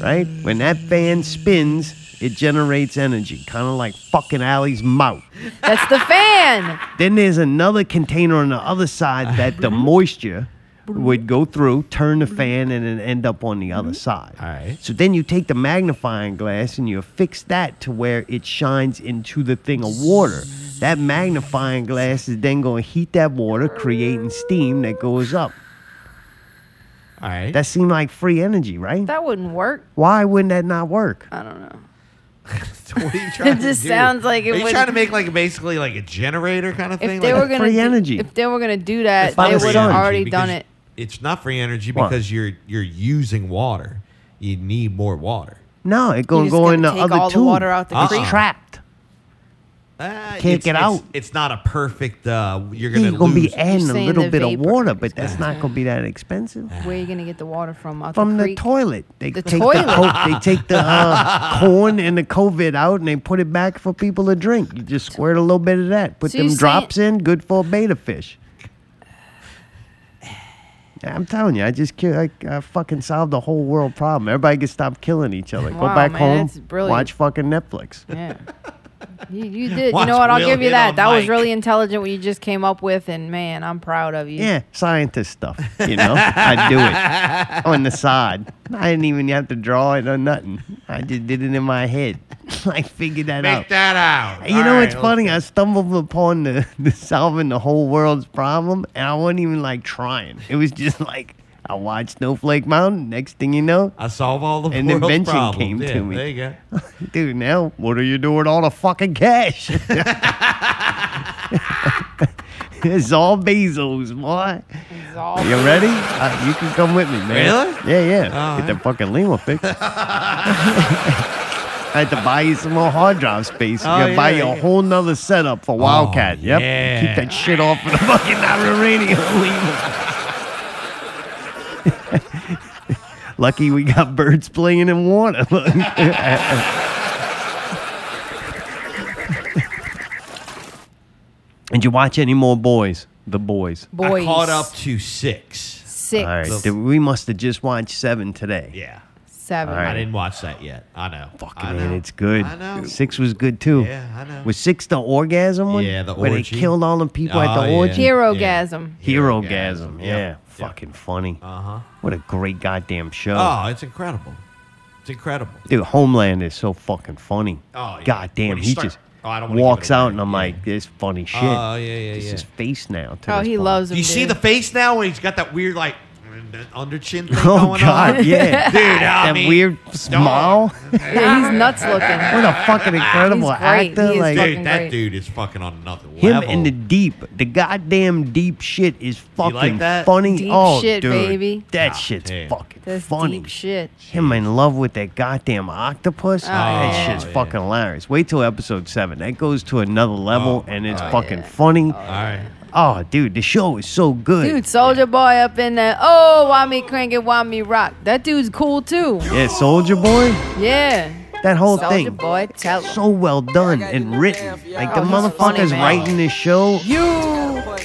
D: Right? When that fan spins, it generates energy, kind of like fucking Allie's mouth.
C: That's the fan.
D: Then there's another container on the other side that the moisture would go through, turn the fan, and then end up on the
A: Mm-hmm.
D: other side.
A: Alright.
D: So then you take the magnifying glass and you affix that to where it shines into the thing of water. That magnifying glass is then going to heat that water, creating steam that goes up.
A: All right.
D: That seemed like free energy, right?
C: That wouldn't work.
D: Why wouldn't that not work?
C: I don't know.
A: what are you trying
C: It
A: to
C: just
A: do?
C: sounds like it
A: Are you
C: would-
A: trying to make like basically like a generator kind of
C: If
A: thing?
C: they
A: like
C: were gonna
D: free
C: do-
D: energy.
C: if they were gonna do that,
D: It's not
C: they
D: free
C: would have
D: energy
C: already
A: because
C: done it.
A: It's not free energy
D: Why?
A: because you're you're using water. You need more water.
D: No, it's
C: You're
D: going to
C: just
D: go
C: gonna
D: in the
C: take
D: other
C: all the
D: tube.
C: water out the
A: Uh-uh.
D: It's
A: creek?
D: trapped.
A: Ah,
D: Can't
A: it's-
D: get
A: it's-
D: out.
A: It's not a perfect. Uh, you're
D: You're
A: gonna
D: going to
A: lose.
D: be adding a
C: saying
D: little
C: the
D: bit of
C: vapor
D: water, but that's not going to be that expensive.
C: Where are you gonna get the water from? Out
D: from
C: the,
D: the,
C: creek?
D: toilet. They
C: The
D: take the
C: toilet.
D: co- they take the uh, corn and the COVID out and they put it back for people to drink. You just squirt a little bit of that. Put
C: So
D: them
C: you're
D: drops in. Good for a beta fish. I'm telling you, I just ki- I, I fucking solved the whole world problem. Everybody can stop killing each other. Go
C: Wow,
D: back
C: man, that's
D: home,
C: brilliant.
D: watch fucking Netflix.
C: Yeah. You, you did.
A: Watch
C: you know what? I'll
A: Will
C: give
A: hit
C: you that.
A: on
C: That was
A: Mike.
C: really intelligent what you just came up with, and man, I'm proud of you.
D: Yeah, scientist stuff. You know, I do it on the side. I didn't even have to draw it or nothing. I just did it in my head. I figured that out.
A: Make that out.
D: You know
A: All
D: what's
A: right,
D: funny? I stumbled upon the, the solving the whole world's problem, and I wasn't even like trying. It was just like I watched Snowflake Mountain. Next thing you know,
A: I solve all the
D: An
A: world's
D: invention
A: problems.
D: came
A: Yeah,
D: to me.
A: There you go.
D: dude, now what are you doing with all the fucking cash? it's all Bezos, boy.
C: It's all-
D: You ready? Uh, you can come with me, man.
A: Really?
D: Yeah, yeah.
A: All
D: Get that fucking lima fixed. I had to buy you some more hard drive space.
A: Oh,
D: you gotta buy
A: yeah,
D: you a
A: yeah. Oh,
D: whole nother setup for Wildcat. yep.
A: yeah.
D: Keep that shit off of the fucking outer radio lima. Lucky we got birds playing in water. Look. Did you watch any more boys? The boys.
C: Boys.
A: I caught up to six.
C: Six,
D: All right,
A: The-
D: then we must have just watched seven today.
A: Yeah.
C: seven.
D: All right.
A: I didn't watch that yet. I know.
D: Fuck,
A: I
D: man,
A: know.
D: it's good.
A: I know.
D: Six was good too.
A: Yeah, I know.
D: Was six the orgasm one?
A: Yeah, the
D: where
A: orgy.
D: they killed all the people at
A: Oh,
D: the
A: yeah.
D: orgy.
C: Hero
D: Hero
A: Herogasm,
D: gasm.
A: yep,
D: Yeah,
A: yep.
D: fucking funny.
A: Uh huh.
D: What a great goddamn show.
A: Oh, it's incredible. It's incredible.
D: Dude, Homeland is so fucking funny.
A: Oh, yeah.
D: Goddamn,
A: When he
D: he
A: start-
D: just
A: Oh, I don't wanna give
D: walks
A: it away.
D: out and I'm
A: Yeah.
D: like, this funny shit.
A: Oh, yeah, yeah,
D: This
A: yeah.
D: is face now. to
C: Oh,
D: this
C: he
D: point.
C: loves
A: Do
C: him.
A: you see the
C: dude.
A: face now where he's got that weird like under chin thing
D: Oh
A: going
D: God,
A: on?
D: yeah.
A: Dude, I
D: that
A: mean,
D: weird smile.
C: Yeah, he's nuts looking.
D: what a fucking incredible
C: He's great.
D: actor.
C: He is
D: like
C: fucking
A: Dude, that
C: great.
A: dude is fucking on another
D: Him
A: level.
D: in the deep, the goddamn deep shit is
A: like
D: fucking
A: that?
D: funny.
C: Deep
D: oh,
C: shit,
D: dude,
C: baby.
D: that
A: God
D: shit's
A: damn.
D: fucking
C: That's
D: funny.
C: deep shit.
D: Him in love with that goddamn octopus. that
A: yeah.
D: shit's
A: Oh, yeah.
D: fucking hilarious. Wait till episode seven. That goes to another level,
A: Oh,
D: and it's
A: oh,
D: fucking
A: All
D: funny.
A: right.
D: Oh, dude, the show is so good.
C: Dude, Soldier Boy up in there. Oh, why me crank it? Why me rock? That dude's cool too.
D: Yeah, Soldier Boy.
C: Yeah.
D: That whole
C: Soulja
D: thing.
C: Boy, tell 'em.
D: so well done and written. Like the
C: Oh, he's funny,
D: motherfuckers
C: man.
D: writing this show.
C: You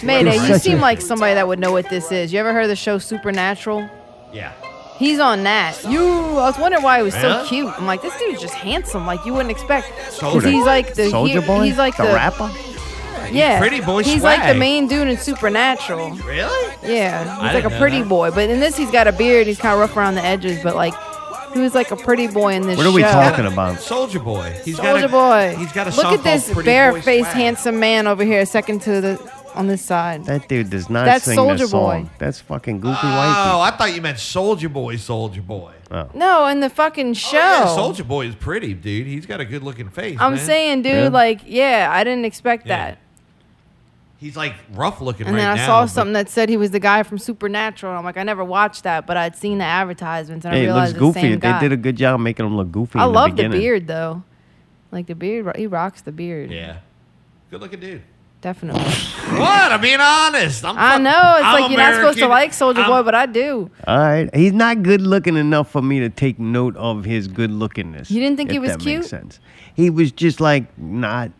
C: Mayday, you
D: such
C: seem
D: a-
C: like somebody that would know what this is. You ever heard of the show Supernatural?
A: Yeah.
C: He's on that. You, I was wondering why he was
A: Yeah?
C: so cute. I'm like, this dude's just handsome, like you wouldn't expect. 'Cause
A: Soldier.
C: he's like the he-
D: Soldier Boy?
C: He's like the,
D: rapper?
C: Yeah,
A: Pretty boy
C: He's like
A: swag.
C: the main dude in Supernatural.
A: Really?
C: Yeah, he's like
A: didn't
C: a
A: know
C: pretty
A: that.
C: boy. But in this, he's got a beard. He's kind of rough around the edges, but like he was like a pretty boy in this.
D: What are we
C: show.
D: talking about?
A: Soldier Boy. He's
C: Soldier
A: got a,
C: boy.
A: He's got a
C: look
A: song
C: at this
A: called Pretty Boy
C: bare-faced,
A: Swag.
C: handsome man over here, second to the on this side.
D: That dude does not
C: That's
D: sing
C: Soulja
D: this song.
C: Boy.
D: That's fucking goofy
A: Oh,
D: white.
A: I thought you meant Soldier Boy, Soldier Boy.
C: No, in the fucking show.
A: Oh, Soldier Boy is pretty, dude. He's got a good looking face.
C: I'm
A: man.
C: saying, dude,
D: Really?
C: like, yeah, I didn't expect
A: Yeah.
C: that.
A: he's like rough looking
C: And
A: right
C: then I
A: now.
C: saw
A: but-
C: something that said he was the guy from Supernatural. And I'm like, I never watched that, but I'd seen the advertisements and I
D: Hey, it looks
C: realized the
D: goofy.
C: same
D: They
C: guy.
D: did a good job making him look goofy.
C: I
D: in
C: love
D: the,
C: the,
D: beginning.
C: beard though. Like the beard, ro- he rocks the beard.
A: Yeah. Good looking dude.
C: Definitely.
A: What? I'm being honest. I'm
C: I
A: fuck-
C: know. It's
A: I'm
C: like you're not supposed to
A: American.
C: like Soldier
A: I'm-
C: Boy, but I do.
D: All right, he's not good looking enough for me to take note of his good lookingness.
C: You didn't think
D: if
C: he was
D: that
C: cute?
D: Makes sense. He was just like not.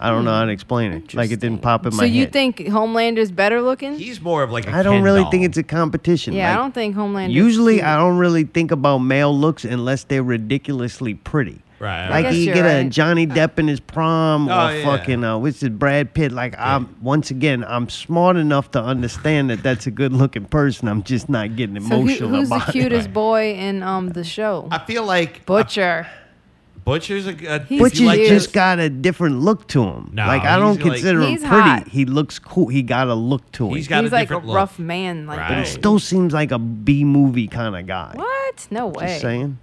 D: I don't know how to explain it. Like it didn't pop in
C: So
D: my head.
C: you think Homelander's better looking?
A: He's more of like a
D: I don't
A: Ken
D: really
A: doll.
D: think it's a competition.
C: yeah, I
D: Like,
C: don't think Homelander.
D: Usually, I don't really think about male looks unless they're ridiculously pretty.
A: Right,
D: Like
A: right.
D: you
C: guess
D: get
C: you're
D: a
C: right. Uh,
D: Johnny Depp in his prom,
A: Oh,
D: or
A: yeah.
D: fucking uh, what's it, Brad Pitt. Like I'm once again, I'm smart enough to understand that that's a good-looking person. I'm just not getting
C: So who-
D: emotional
C: who's the
D: about it.
C: cutest boy in um the show?
A: I feel like
C: Butcher.
A: Butcher's a good.
C: He's
D: Butcher's
C: like
D: just
C: this.
D: got a different look to him.
A: No,
D: like I
A: he's
D: don't
A: like-
D: consider him
C: He's
D: pretty.
C: hot.
D: He looks cool. He got a look to him.
A: He's got
C: He's
A: a
C: like a
A: different look.
C: rough man. Like
A: Right. But he's
D: Still seems like a B movie kind of guy.
C: what? No way.
D: Just saying.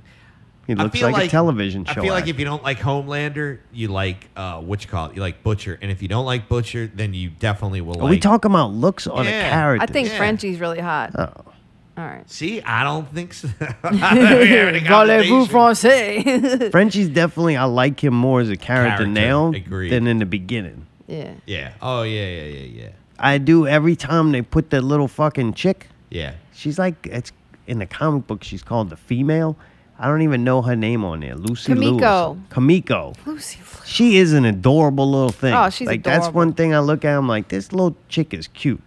D: He
A: I
D: looks
A: feel
D: like, a television show.
A: I feel like
D: actor.
A: if you don't like Homelander, you like uh, what you call it. You like Butcher, and if you don't like Butcher, then you definitely will.
D: Are
A: like,
D: we talking about looks on
A: Yeah.
D: a character?
C: I think
A: Yeah.
C: Frenchie's really hot.
D: Oh.
C: All right.
A: See, I don't think so. Parlez-vous
C: Parlez-vous français?
D: Frenchie's definitely. I like him more as a character,
A: Character,
D: now
A: agreed.
D: than in the beginning.
C: yeah.
A: Yeah. Oh yeah, yeah, yeah, yeah,
D: I do every time they put that little fucking chick.
A: yeah.
D: She's like it's in the comic book. She's called the female. I don't even know her name on there. Lucy Liu or
C: Kamiko.
D: something. Kamiko.
C: Lucy.
D: She is an adorable little thing.
C: Oh, she's
D: like that's
C: adorable.
D: one thing I look at. I'm like, this little chick is cute.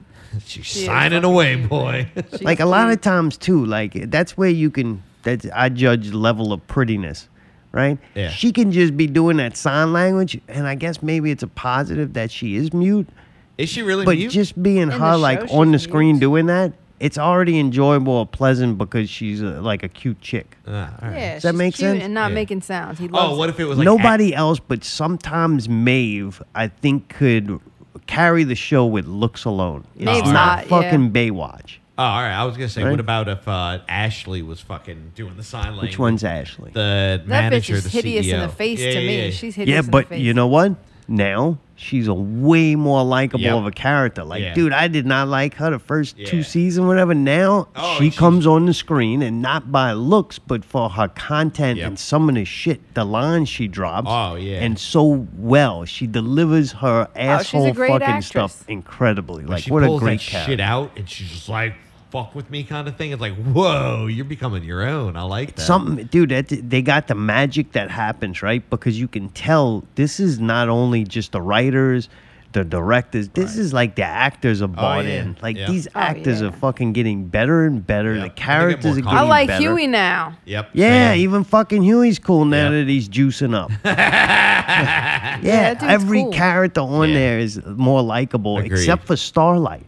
A: She's
C: is
A: signing
C: fucking
A: away, boy.
D: like a lot of times too like that's where you can that's i judge level of prettiness right
A: Yeah.
D: she can just be doing that sign language and i guess maybe it's a positive that she is mute
A: Is she really
D: but
A: mute?
D: just being her
C: show,
D: like
C: she's
D: on the
C: mute.
D: screen doing that it's already enjoyable or pleasant because she's a, like a cute chick
A: Ah, all right.
C: Yeah. Does
D: that make sense?
C: And not
A: Yeah.
C: making sounds. He loves
A: Oh, what
C: it.
A: if it was like
D: nobody else but sometimes maeve i think could carry the show with looks alone it's
C: Maeve's hot,
D: not
C: yeah.
D: fucking baywatch
A: Oh, all right. I was gonna say,
D: Right?
A: what about if uh, Ashley was fucking doing the sign language?
D: which one's ashley
A: The
C: That bitch
A: manager,
C: is
A: the
C: hideous
A: CEO.
C: in the face
A: Yeah,
C: to
A: yeah,
C: me.
A: yeah.
C: She's hideous
D: Yeah,
C: in the
D: but
C: face.
D: you know what? Now she's a way more likable
A: Yep.
D: of a character. Like,
A: Yeah.
D: dude, I did not like her the first
A: Yeah.
D: two seasons, whatever. Now
A: Oh,
D: she
A: and she's-
D: comes on the screen and not by looks, but for her content
A: Yep.
D: and some of the shit, the lines she drops.
A: Oh, yeah.
D: And so well. She delivers her asshole
C: Oh, great
D: fucking
C: actress.
D: stuff incredibly.
A: When
D: Like,
A: she
D: what a
A: pulls
D: great
A: that
D: character.
A: shit out, and she's just like, "Fuck with me," kind of thing. It's like, whoa, you're becoming your own. I like that.
D: something dude that they got the magic that happens right because you can tell this is not only just the writers the directors this is like the actors are bought
A: Oh, yeah.
D: in like
A: Yeah.
D: these
A: Oh,
D: actors
C: yeah.
D: are fucking getting better and better
A: Yeah.
D: the
A: They get
D: characters
A: more
D: are getting
A: complex.
C: I like
D: better.
C: Huey now.
A: Yep.
D: yeah,
A: same.
D: even fucking Huey's cool now
A: Yeah.
D: that he's juicing up. yeah,
C: that dude's
D: every
C: cool.
D: character on
A: Yeah.
D: there is more likable,
A: Agreed.
D: except for Starlight.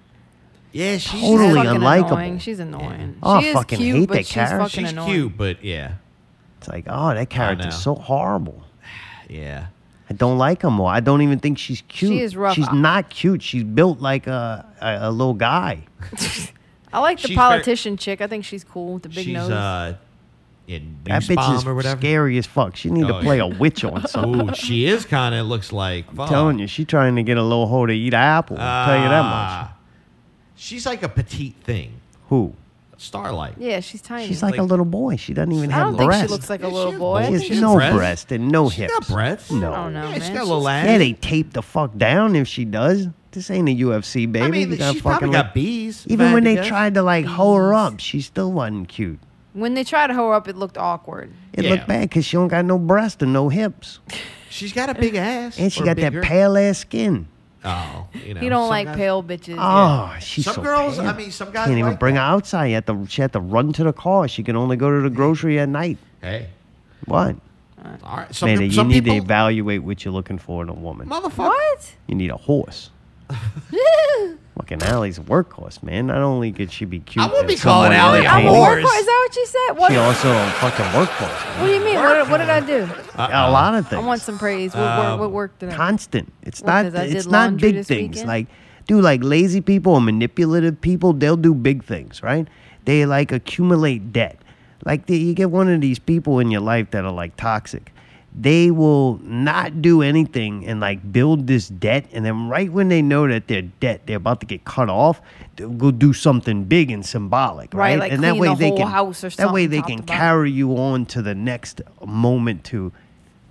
A: yeah, she's
C: She's
D: Totally
C: fucking
D: unlikable.
C: Annoying. She's annoying.
D: Oh, I
C: she is
D: fucking
C: cute,
D: hate
C: but
D: that
C: she's
D: character.
C: fucking
A: she's
C: annoying.
A: cute, but yeah,
D: It's like, oh, that character's
A: know.
D: so horrible.
A: yeah.
D: I don't like her more. I don't even think she's cute.
C: is rough.
D: She's not cute. She's built like a a, a little guy.
C: I like the
A: She's very-
C: politician chick. I think she's cool with the big
A: she's
C: nose.
A: uh, in
D: That bitch
A: bomb
D: is
A: or whatever.
D: scary as fuck. She need
A: Oh,
D: to play
A: yeah.
D: a witch on something.
A: Ooh, she is kind of looks like.
D: I'm telling you, she trying to get a little hoe to eat an apple. I'll tell you that much.
A: Ah. She's like a petite thing.
D: Who?
A: Starlight.
C: yeah, she's tiny.
D: She's like, a little boy. She doesn't even
C: I
D: have
C: don't think
D: breasts.
C: she looks like a
A: Yeah,
C: little
A: she's
C: boy. I
A: little.
C: think
D: she
A: she's
D: has no
A: breasts.
D: breast and no
A: She
D: hips.
A: got breasts.
D: No.
C: I don't know,
A: Yeah, she
C: man.
A: got a
C: She's
A: little ass.
D: Yeah, they tape the fuck down if she does. This ain't a UFC baby.
A: I mean,
D: You
A: she's
D: gotta
A: probably
D: fucking
A: got
D: look-
A: bees. if I
D: Even
A: had
D: when
A: to
D: they
A: guess.
D: tried to like hoe her up, she still wasn't cute.
C: When they tried to hoe her up, it looked awkward.
D: It
A: Yeah.
D: looked bad because she don't got no breast and no hips.
A: She's got a big ass.
D: And she
A: or
D: got that
A: bigger.
D: pale ass skin.
A: Oh, you know.
C: You don't
A: some
C: like
A: guys-
C: pale bitches.
D: Oh, she's
A: Some
D: so
A: girls,
D: pale.
A: I mean, some guys
D: can't even
A: like
D: bring
A: that.
D: her outside. You had to, she had to run to the car. She can only go to the grocery at night.
A: Hey,
D: What?
A: all right. Some,
D: Mayday, you
A: some
D: need to
A: people,
D: evaluate what you're looking for in a woman.
A: motherfucker.
C: What?
D: You need a horse. Fucking Allie's a workhorse, man. Not only could she be cute,
A: I wouldn't
D: and
A: be calling
D: somewhat
A: Allie a
D: entertaining,
A: whore.
C: Or- Is that what you said? What,
D: She also a fucking workhorse. man.
C: what do you mean? What, what did I do?
A: Uh-uh.
D: A lot of
C: I
D: things.
C: want some praise. What, work,
D: Um,
C: what worked tonight?
D: Constant. It's
C: Well,
D: not.
C: 'cause I
D: It's
C: did
D: not
C: laundry
D: big
C: this
D: things.
C: weekend.
D: Like, dude, like lazy people or manipulative people, they'll do big things, right? They like accumulate debt. Like, the, you get one of these people in your life that are like toxic. They will not do anything and like build this debt, and then right when they know that their debt, they're about to get cut off, they'll go do something big and symbolic, right?
C: Right, like
D: and that
C: clean
D: way
C: the
D: they
C: whole
D: can
C: house or
D: that way
C: something,
D: they
C: top
D: can
C: to bottom.
D: carry you on to the next moment to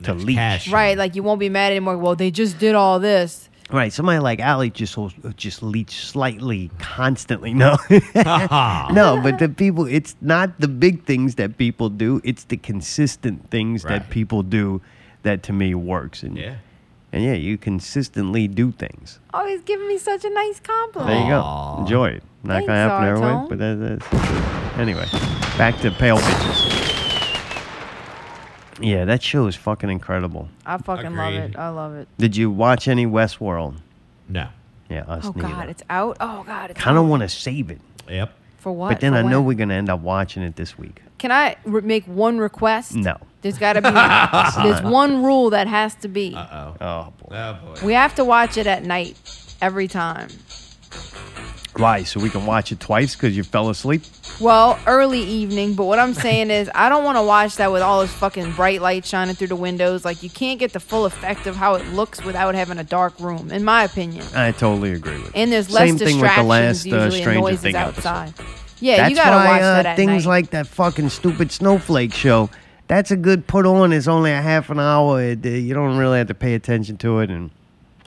D: to leash.
A: Cash.
C: Right, like you won't be mad anymore. Well, they just did all this.
D: Right, somebody like Ali just will- uh, just leech slightly constantly. No, no, but the people. It's not the big things that people do. It's the consistent things
A: Right.
D: that people do that to me works. And
A: Yeah.
D: and yeah, you consistently do things.
C: Oh, he's giving me such a nice compliment.
D: There you go.
A: Aw.
D: Enjoy it. Not
C: Thanks,
D: gonna happen every way,
C: Artone.
D: but that, that's anyway. Back to pale bitches. Yeah, that show is fucking incredible.
C: I fucking love
A: Agreed.
C: it. I love it.
D: Did you watch any Westworld?
A: No.
D: Yeah, us
C: Oh
D: neither.
C: God, it's out. Oh God, it's
D: kind of
C: out.
D: want to save it.
A: Yep.
C: for what?
D: But then
C: For
D: I know
C: when?
D: we're gonna end up watching it this week.
C: Can I re- make one request?
D: No.
C: There's got to be. there's one rule that has to be.
A: Uh oh.
D: Oh boy.
A: Oh boy.
C: We have to watch it at night every time.
D: Why? So we can watch it twice because you fell asleep?
C: Well, early evening, but what I'm saying is I don't want to watch that with all those fucking bright lights shining through the windows. Like you can't get the full effect of how it looks without having a dark room, in my opinion.
D: I totally agree with. you.
C: And there's less
D: Same thing with the
C: distractions
D: last uh,
C: usually and
D: Stranger
C: noises
D: Thing episode.
C: outside. Yeah,
D: That's
C: you gotta
D: why
C: watch
D: uh,
C: that at
D: things
C: night.
D: like that fucking stupid snowflake show. That's a good put on. It's only a half an hour. It, uh, you don't really have to pay attention to it, and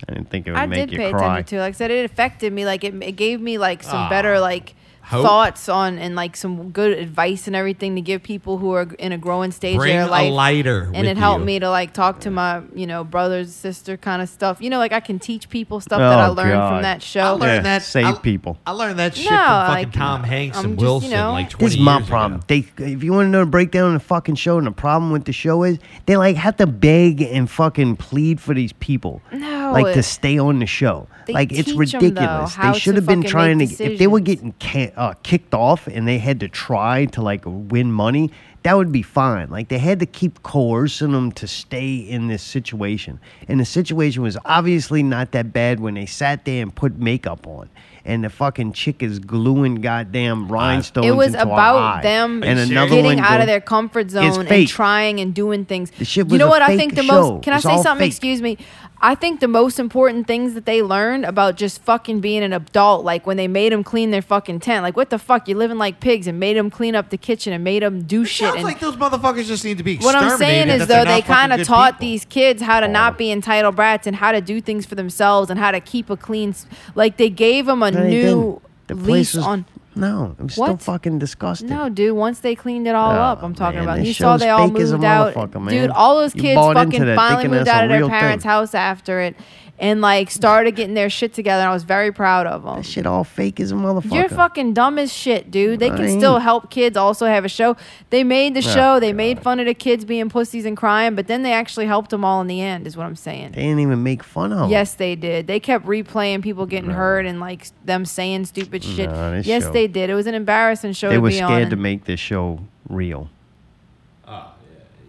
D: I didn't think it would
C: I
D: make
C: did
D: you
C: pay
D: cry. Ah.
C: attention to. it. Like I said, it affected me. Like it, it gave me like some better like
A: hope.
C: thoughts on and like some good advice and everything to give people who are in a growing stage of
A: Bring
C: their
A: a
C: life.
A: lighter
C: and
A: with
C: it helped
A: you.
C: me to like talk to my you know brothers sister kind of stuff. You know, like I can teach people stuff
D: Oh,
C: that I learned
D: God.
C: from that show.
A: I learned
D: Yeah,
A: that.
D: save
A: I-
D: people.
A: I learned that shit
C: No,
A: from fucking
C: like,
A: Tom Hanks
C: I'm
A: and
C: just, you
A: Wilson
C: know,
A: like 20
D: This is my
A: years ago.
D: problem. They, if you want to know the breakdown of the fucking show and the problem with the show is, they like have to beg and fucking plead for these people,
C: No,
D: like to
C: it-
D: stay on the show.
C: They
D: Like it's
C: teach 'em, though,
D: ridiculous.
C: how
D: they
C: to
D: should have been
C: fucking
D: trying to.
C: make
D: If they were
C: decisions.
D: getting can, uh, kicked off and they had to try to like win money, that would be fine. Like they had to keep coercing them to stay in this situation, and the situation was obviously not that bad when they sat there and put makeup on. And the fucking chick is gluing goddamn rhinestones.
C: It was
D: into our eye.
C: about them
A: you
D: and another one
C: getting out
D: go-
C: of their comfort
D: It's
C: zone and
D: fake.
C: trying and doing things.
D: The shit
C: you
D: was
C: know
D: a
C: what I
D: fake
C: think the
D: show.
C: most? Can I
D: It's
C: say
D: all
C: something?
D: fake.
C: Excuse me. I think the most important things that they learned about just fucking being an adult, like when they made them clean their fucking tent, like what the fuck, you're living like pigs, and made them clean up the kitchen and made them do
A: It
C: shit.
A: sounds
C: and
A: like those motherfuckers just need to be
C: what I'm saying
A: exterminated
C: is
A: that they're
C: though they
A: not fucking
C: kind of
A: good
C: taught
A: people.
C: these kids how to not be entitled brats and how to do things for themselves and how to keep a clean. s- Like they gave them a
D: No, they
C: new
D: didn't. The place
C: lease
D: was,
C: on.
D: No, it was still
C: What?
D: fucking disgusting.
C: No, dude. Once they cleaned it all
D: Oh,
C: up, I'm talking
D: man,
C: about.
D: this
C: You saw
D: show's
C: they all
D: fake as a
C: moved out,
D: motherfucker, man.
C: dude. All those
D: You
C: kids
D: bought into
C: fucking
D: that
C: finally
D: thinking
C: moved
D: that's
C: out
D: a
C: of their
D: real thing.
C: parents' house after it, and like started getting their shit together. And I was very proud of them.
D: That shit all fake as a motherfucker.
C: You're fucking dumb as shit, dude. They
D: I
C: can still
D: ain't.
C: help kids also have a show. They made the show. They made fun of the kids being pussies and crying, but then they actually helped them all in the end, is what I'm saying.
D: They didn't even make fun of. 'em.
C: Yes, they did. They kept replaying people getting hurt and like s- them saying stupid shit.
D: No, this
C: yes,
D: show-
C: they did. It was an embarrassing show
D: they
C: to
D: were
C: be on.
D: scared to
C: and-
D: make this show real.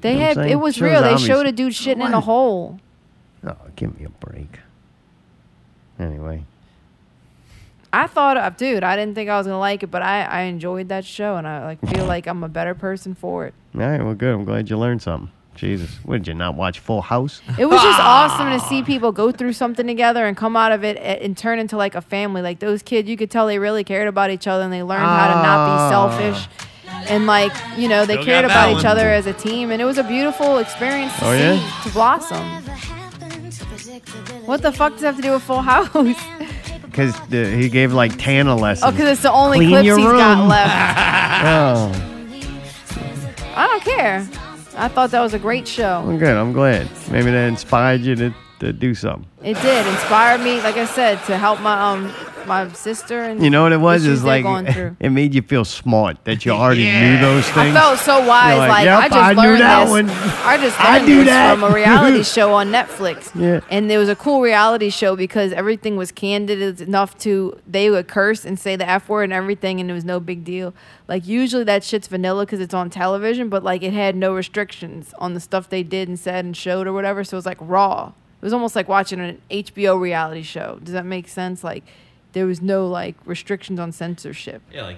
C: They
D: know what
C: had
D: I'm
C: it
D: saying?
C: was
D: Show's
C: real. They
D: obvious.
C: showed a dude shitting in a
D: What?
C: hole.
D: Oh, give me a break. Anyway,
C: I thought, uh, dude, I didn't think I was gonna like it, but I, I enjoyed that show, and I like feel like I'm a better person for it.
D: all right, well, good. I'm glad you learned something. Jesus, what did you not watch Full House?
C: It was just awesome to see people go through something together and come out of it a- and turn into like a family. Like those kids, you could tell they really cared about each other, and they learned how to
D: Ah.
C: not be selfish. And like you know, they
A: Still
C: cared
A: got
C: about
A: that
C: each
A: one.
C: other as a team, and it was a beautiful experience to
D: Oh,
C: see
D: yeah?
C: to blossom. What the fuck does that have to do with Full House?
D: Because he gave like Tana lessons.
C: Oh, because it's the only
D: Clean
C: clips
D: your
C: he's got
D: room.
C: left.
D: Oh,
C: I don't care. I thought that was a great show.
D: well, good. I'm glad. Maybe that inspired you to, to do something.
C: It did inspire me, like I said, to help my um my sister and
D: You know what it was?
C: issues
D: Is
C: they're
D: like
C: going through.
D: it made you feel smart that you already knew those
C: I
D: things.
C: felt so wise.
D: like,
C: like
D: "Yep,
C: I just
D: I knew
C: learned
D: that
C: this.
D: one.
C: I just
D: I
C: learned
D: knew
C: this
D: that."
C: from a reality show on Netflix.
D: Yeah.
C: And there was a cool reality show because everything was candid enough to they would curse and say the f word and everything, and it was no big deal. Like usually that shit's vanilla because it's on television, but like it had no restrictions on the stuff they did and said and showed or whatever. So it was like raw. It was almost like watching an HBO reality show. Does that make sense? Like there was no like restrictions on censorship.
A: Yeah, like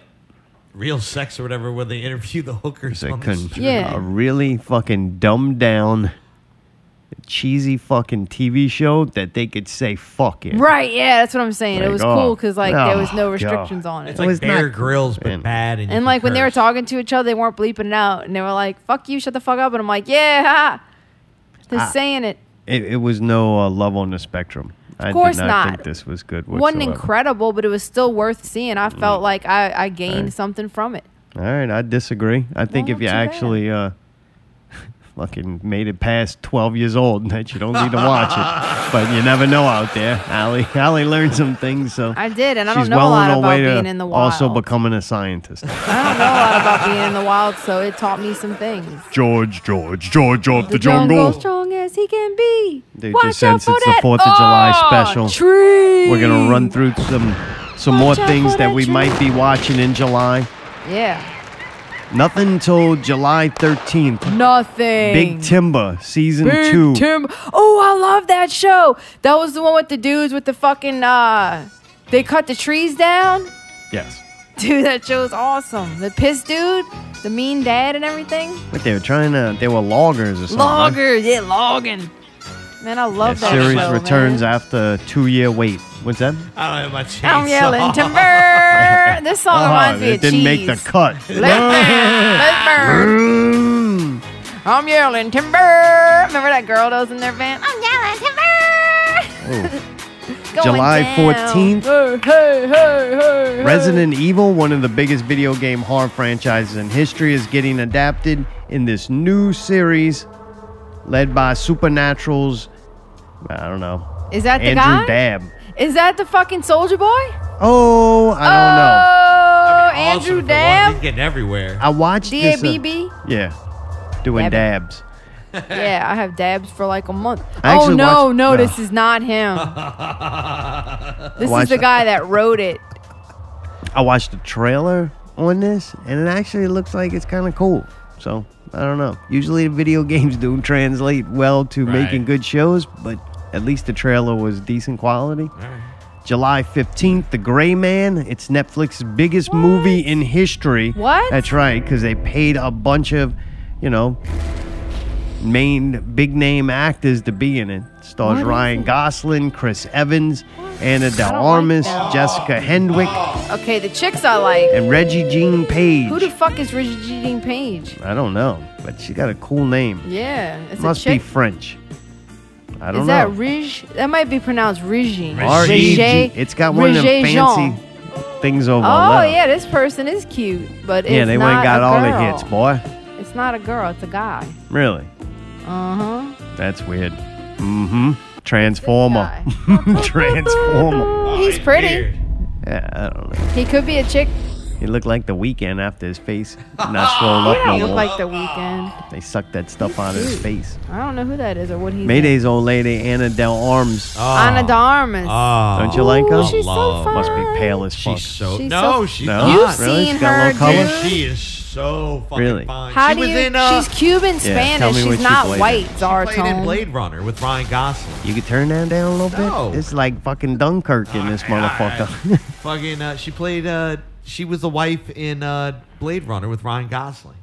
A: real sex or whatever, where they interview the hookers.
D: They
A: on the
D: couldn't.
A: street.
C: Yeah.
D: A really fucking dumbed down, cheesy fucking TV show that they could say fuck it.
C: Right, yeah, that's what I'm saying.
D: Like,
C: it was
D: oh,
C: cool because like there was
D: oh,
C: no restrictions on
A: It's
C: it.
D: It
A: like
D: was
A: Bear
D: not-
A: Grylls, but
D: Man.
A: bad. And, you
C: and
A: can
C: like when they were
A: curse.
C: talking to each other, they weren't bleeping it out, and they were like, "Fuck you, shut the fuck up," and I'm like, "Yeah, ha. they're
D: Ah,
C: saying it."
D: It, it was no uh, love on the spectrum. I
C: course
D: did not,
C: not.
D: think this was good.
C: wasn't
D: whatsoever. Mm-hmm.
C: incredible, but it was still worth seeing. I felt like I, I gained
D: Right.
C: something from it.
D: All right, I disagree. I think
C: Well,
D: if you
C: too bad.
D: actually uh, fucking made it past 12 years old, that you don't need to watch it. But you never know out there. Allie, Allie learned some things, so
C: I did, and I
D: she's
C: don't know a
D: well
C: lot
D: on her
C: about
D: way
C: being
D: to
C: in the wild.
D: also becoming a scientist.
C: I don't know a lot about being in the wild, so it taught me some things.
D: George, George, George of the,
C: strong as he can be.
D: Dude,
C: Watch
D: just
C: out
D: since
C: for
D: it's the
C: that
D: 4th of July
C: orange
D: special,
C: tree.
D: We're gonna run through some some more
C: Watch out
D: things
C: for
D: that
C: that
D: we
C: tree.
D: might be watching in July.
C: Yeah,
D: Nothing until July 13th.
C: nothing.
D: Big Timber season
C: Big
D: two.
C: Tim- Oh, I love that show. That was the one with the dudes with the fucking uh they cut the trees down.
D: yes.
C: Dude, that show is awesome. The piss dude, the mean dad and everything.
D: But they were trying to. They were loggers or something. huh?
C: Loggers, yeah, logging. Man, I
D: Yeah,
C: love that
D: series
C: show,
D: returns
C: man.
D: after two year wait. What's that?
A: I don't have my chainsaw.
C: I'm yelling timber. This song Oh, reminds me
D: Uh-huh, it
C: of
D: didn't
C: cheese.
D: make the cut.
C: Let's burn, let's burn.
D: Mm.
C: I'm yelling timber. Remember that girl that was in their van? I'm yelling timber.
D: Oh.
C: Going
D: July
C: down.
D: 14th.
C: Hey, hey, hey, hey, hey.
D: Resident Evil, one of the biggest video game horror franchises in history, is getting adapted in this new series led by Supernatural's. I don't know.
C: Is that the
D: Andrew
C: guy?
D: Dabb.
C: Is that the fucking soldier boy?
D: Oh, I don't know.
C: Oh,
A: Awesome for
C: Andrew
A: one. He's
C: Dab.
A: getting everywhere.
D: I watched
C: D A
D: this. uh,
C: B B.
D: yeah, doing
C: Dabbing.
D: dabs.
C: Yeah, I have dabs for like a month.
D: I
C: oh
D: actually
C: no,
D: watched-
C: no,
D: no.
C: this is not him. this is
D: watched-
C: the guy that wrote it.
D: I watched the trailer on this, and it actually looks like it's kind of cool. So I don't know. Usually, the video games don't translate well to
A: Right.
D: making good shows, but at least the trailer was decent quality.
A: right.
D: July 15th, The Gray Man. It's Netflix's biggest movie in history.
C: What?
D: That's right, because they paid a bunch of, you know, main big name actors to be in it. Stars Ryan Gosling, Chris Evans, Anna De
C: I don't like
D: Armas,
C: that.
D: Jessica Hendwick,
C: Okay, the chicks I like.
D: and Reggie Jean Page.
C: Who the fuck is Richard Jean Page?
D: I don't know, but she got a cool name.
C: Yeah, it's
D: Must
C: a
D: be
C: chick.
D: French. I don't
C: is
D: know.
C: that Rij? That might be pronounced Rijin.
D: R E G.
C: Rijay-
D: It's got one of them
C: Rijay
D: fancy
C: Jean.
D: things over.
C: Oh
D: left.
C: yeah, this person is cute, but it's
D: Yeah, they went
C: not
D: and got
C: a
D: all the
C: girl.
D: hits, boy.
C: It's not a girl. It's a guy.
D: Really?
C: Uh huh.
D: That's weird. Mm-hmm. Transformer.
C: This
D: Transformer.
C: He's pretty.
D: Yeah, I don't know.
C: He could be a chick.
D: He looked like the weekend after his face not swollen up
C: He
D: no
C: look
D: more.
C: like the weekend.
D: they sucked that stuff out of his face.
C: I don't know who that is or what he's.
D: Mayday's old lady Anna Del Arms.
A: Oh.
C: in. Anna Darmus.
A: Oh.
D: Don't you like her?
C: Ooh, she's so
A: Love.
C: fine.
D: Must be pale as fuck.
A: She's so.
C: She's
A: no,
C: so-
A: she's
D: No?
A: not.
C: You've
D: Really?
C: seen
D: She's got a
C: her,
D: little color?
C: dude.
A: She is so fucking
D: Really?
A: fine.
C: How
A: she
C: do
A: was
C: you?
A: in. Uh,
C: she's Cuban
D: tell
C: Spanish.
D: me what
C: she's
D: she
C: not
D: played in.
C: white.
A: played in
C: Zartone.
A: Blade Runner with Ryan Gosling.
D: You could turn that down a little bit.
A: No.
D: It's like fucking Dunkirk in this motherfucker.
A: Fucking, uh, she played. Uh, she was the wife in uh, Blade Runner with Ryan Gosling.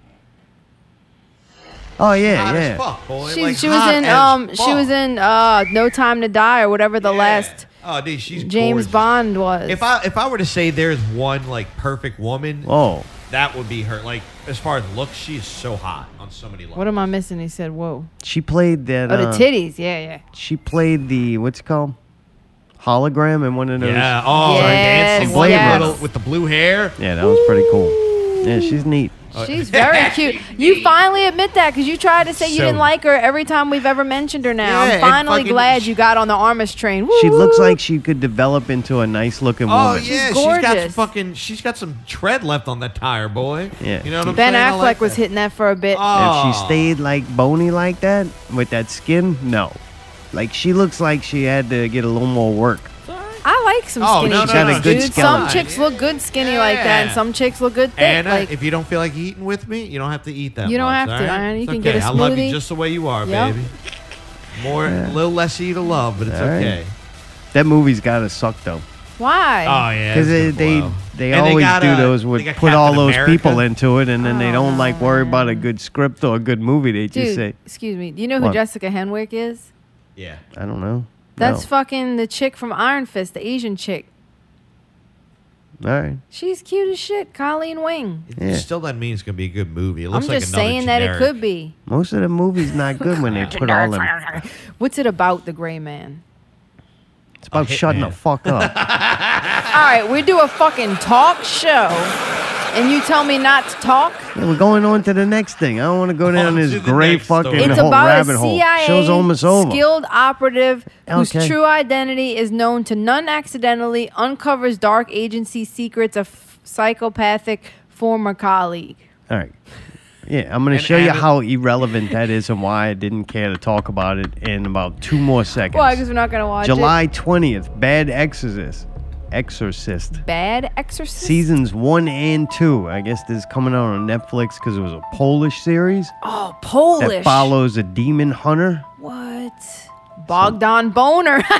D: oh yeah,
A: Hot as
D: yeah.
A: fuck, boy.
C: She,
A: Like,
C: she was
A: hot
C: in
A: as
C: um she
A: fuck.
C: was in uh No Time to Die or whatever the
A: Yeah.
C: last
A: Oh, dude, she's
C: James
A: gorgeous.
C: Bond was.
A: If I if I were to say there's one like perfect woman,
D: Oh,
A: that would be her. Like as far as looks, she is so hot on so many levels.
C: what am I missing? He said, "Whoa."
D: she played that.
C: Oh, the
D: uh,
C: titties. Yeah, yeah.
D: She played the what's it called hologram in one of those.
A: Yeah. Oh,
C: Yes,
A: dancing one
D: yes.
A: little with the blue hair.
D: Yeah, that was pretty cool. Yeah, she's neat.
A: Oh.
C: She's very cute. You finally admit that because you tried to say you
A: So-
C: didn't like her every time we've ever mentioned her. Now
A: Yeah,
C: I'm
A: and
C: finally
A: fucking-
C: glad you got on the Armist train.
D: She looks
C: Woo!
D: like she could develop into a nice looking
A: Oh yeah,
D: woman.
C: She's
A: she's got some
C: gorgeous.
A: fucking. She's got some tread left on that tire, boy.
D: Yeah.
A: you know what I'm saying?
C: Ben
A: I
C: Affleck
A: like
C: was
A: that.
C: hitting that for a bit.
A: Oh.
D: If she stayed like bony like that with that skin, no. Like she looks like she had to get a little more work.
C: I like some
A: Oh,
C: skinny
A: no, no,
C: chicks,
A: She's got a
D: good
C: dude.
D: skeleton.
C: Some chicks look good skinny like that, and
A: Yeah.
C: some chicks look good thick.
A: Anna,
C: like,
A: if you don't feel like eating with me, you don't have to eat that.
C: You don't
A: much,
C: have
A: all
C: to,
A: right?
C: Anna. You
A: It's
C: can
A: okay.
C: get a
A: I love you
C: smoothie.
A: just the way you are,
C: Yep.
A: baby. More, a little less you to love, but it's
D: All right.
A: okay.
D: That movie's gotta suck though,
C: why?
A: Oh yeah,
D: because they
A: it's been a
D: they,
A: while.
D: they
A: And
D: always
A: got,
D: do
A: uh,
D: those. Would
A: they got
D: put all
A: Captain
D: those
A: America. Oh.
D: people into it, and then they don't like worry about a good script or a good movie. They just
C: dude,
D: say,
C: excuse me. Do you know who
D: What?
C: Jessica Henwick is?
A: Yeah,
D: I don't know.
C: That's
D: no.
C: fucking the chick from Iron Fist, the Asian chick.
D: all right.
C: She's cute as shit, Colleen Wing.
A: It
D: Yeah.
A: still doesn't mean it's gonna be a good movie. It
C: I'm
A: looks like
C: just
A: another
C: saying that it
A: generic-
C: could be.
D: Most of the movies not good when they put all them.
C: What's it about, The Gray Man?
D: It's about
A: hitman.
D: shutting the fuck up.
C: All right, we do a fucking talk show, and you tell me not to talk.
D: Yeah, we're going on to the next thing. I don't want to go down
A: On
D: this
A: to the
D: gray
A: next story.
D: fucking
A: In
C: It's
D: hole,
C: about
D: rabbit
C: a
D: hole.
C: CIA
D: Show's almost over.
C: skilled operative whose
D: Okay.
C: true identity is known to none accidentally, uncovers dark agency secrets of psychopathic former colleague.
D: All right. Yeah, I'm going
A: And
D: to show you
A: add it-
D: how irrelevant that is and why I didn't care to talk about it in about two more seconds.
C: Why? Because we're not gonna watch
D: July 20th, Bad Exorcist. Exorcist.
C: it. Bad Exorcist.
D: Seasons one and two. I guess this is coming out on Netflix because it was a Polish series
C: oh,
D: that
C: Polish.
D: follows a demon hunter.
C: What? Bogdan Boner.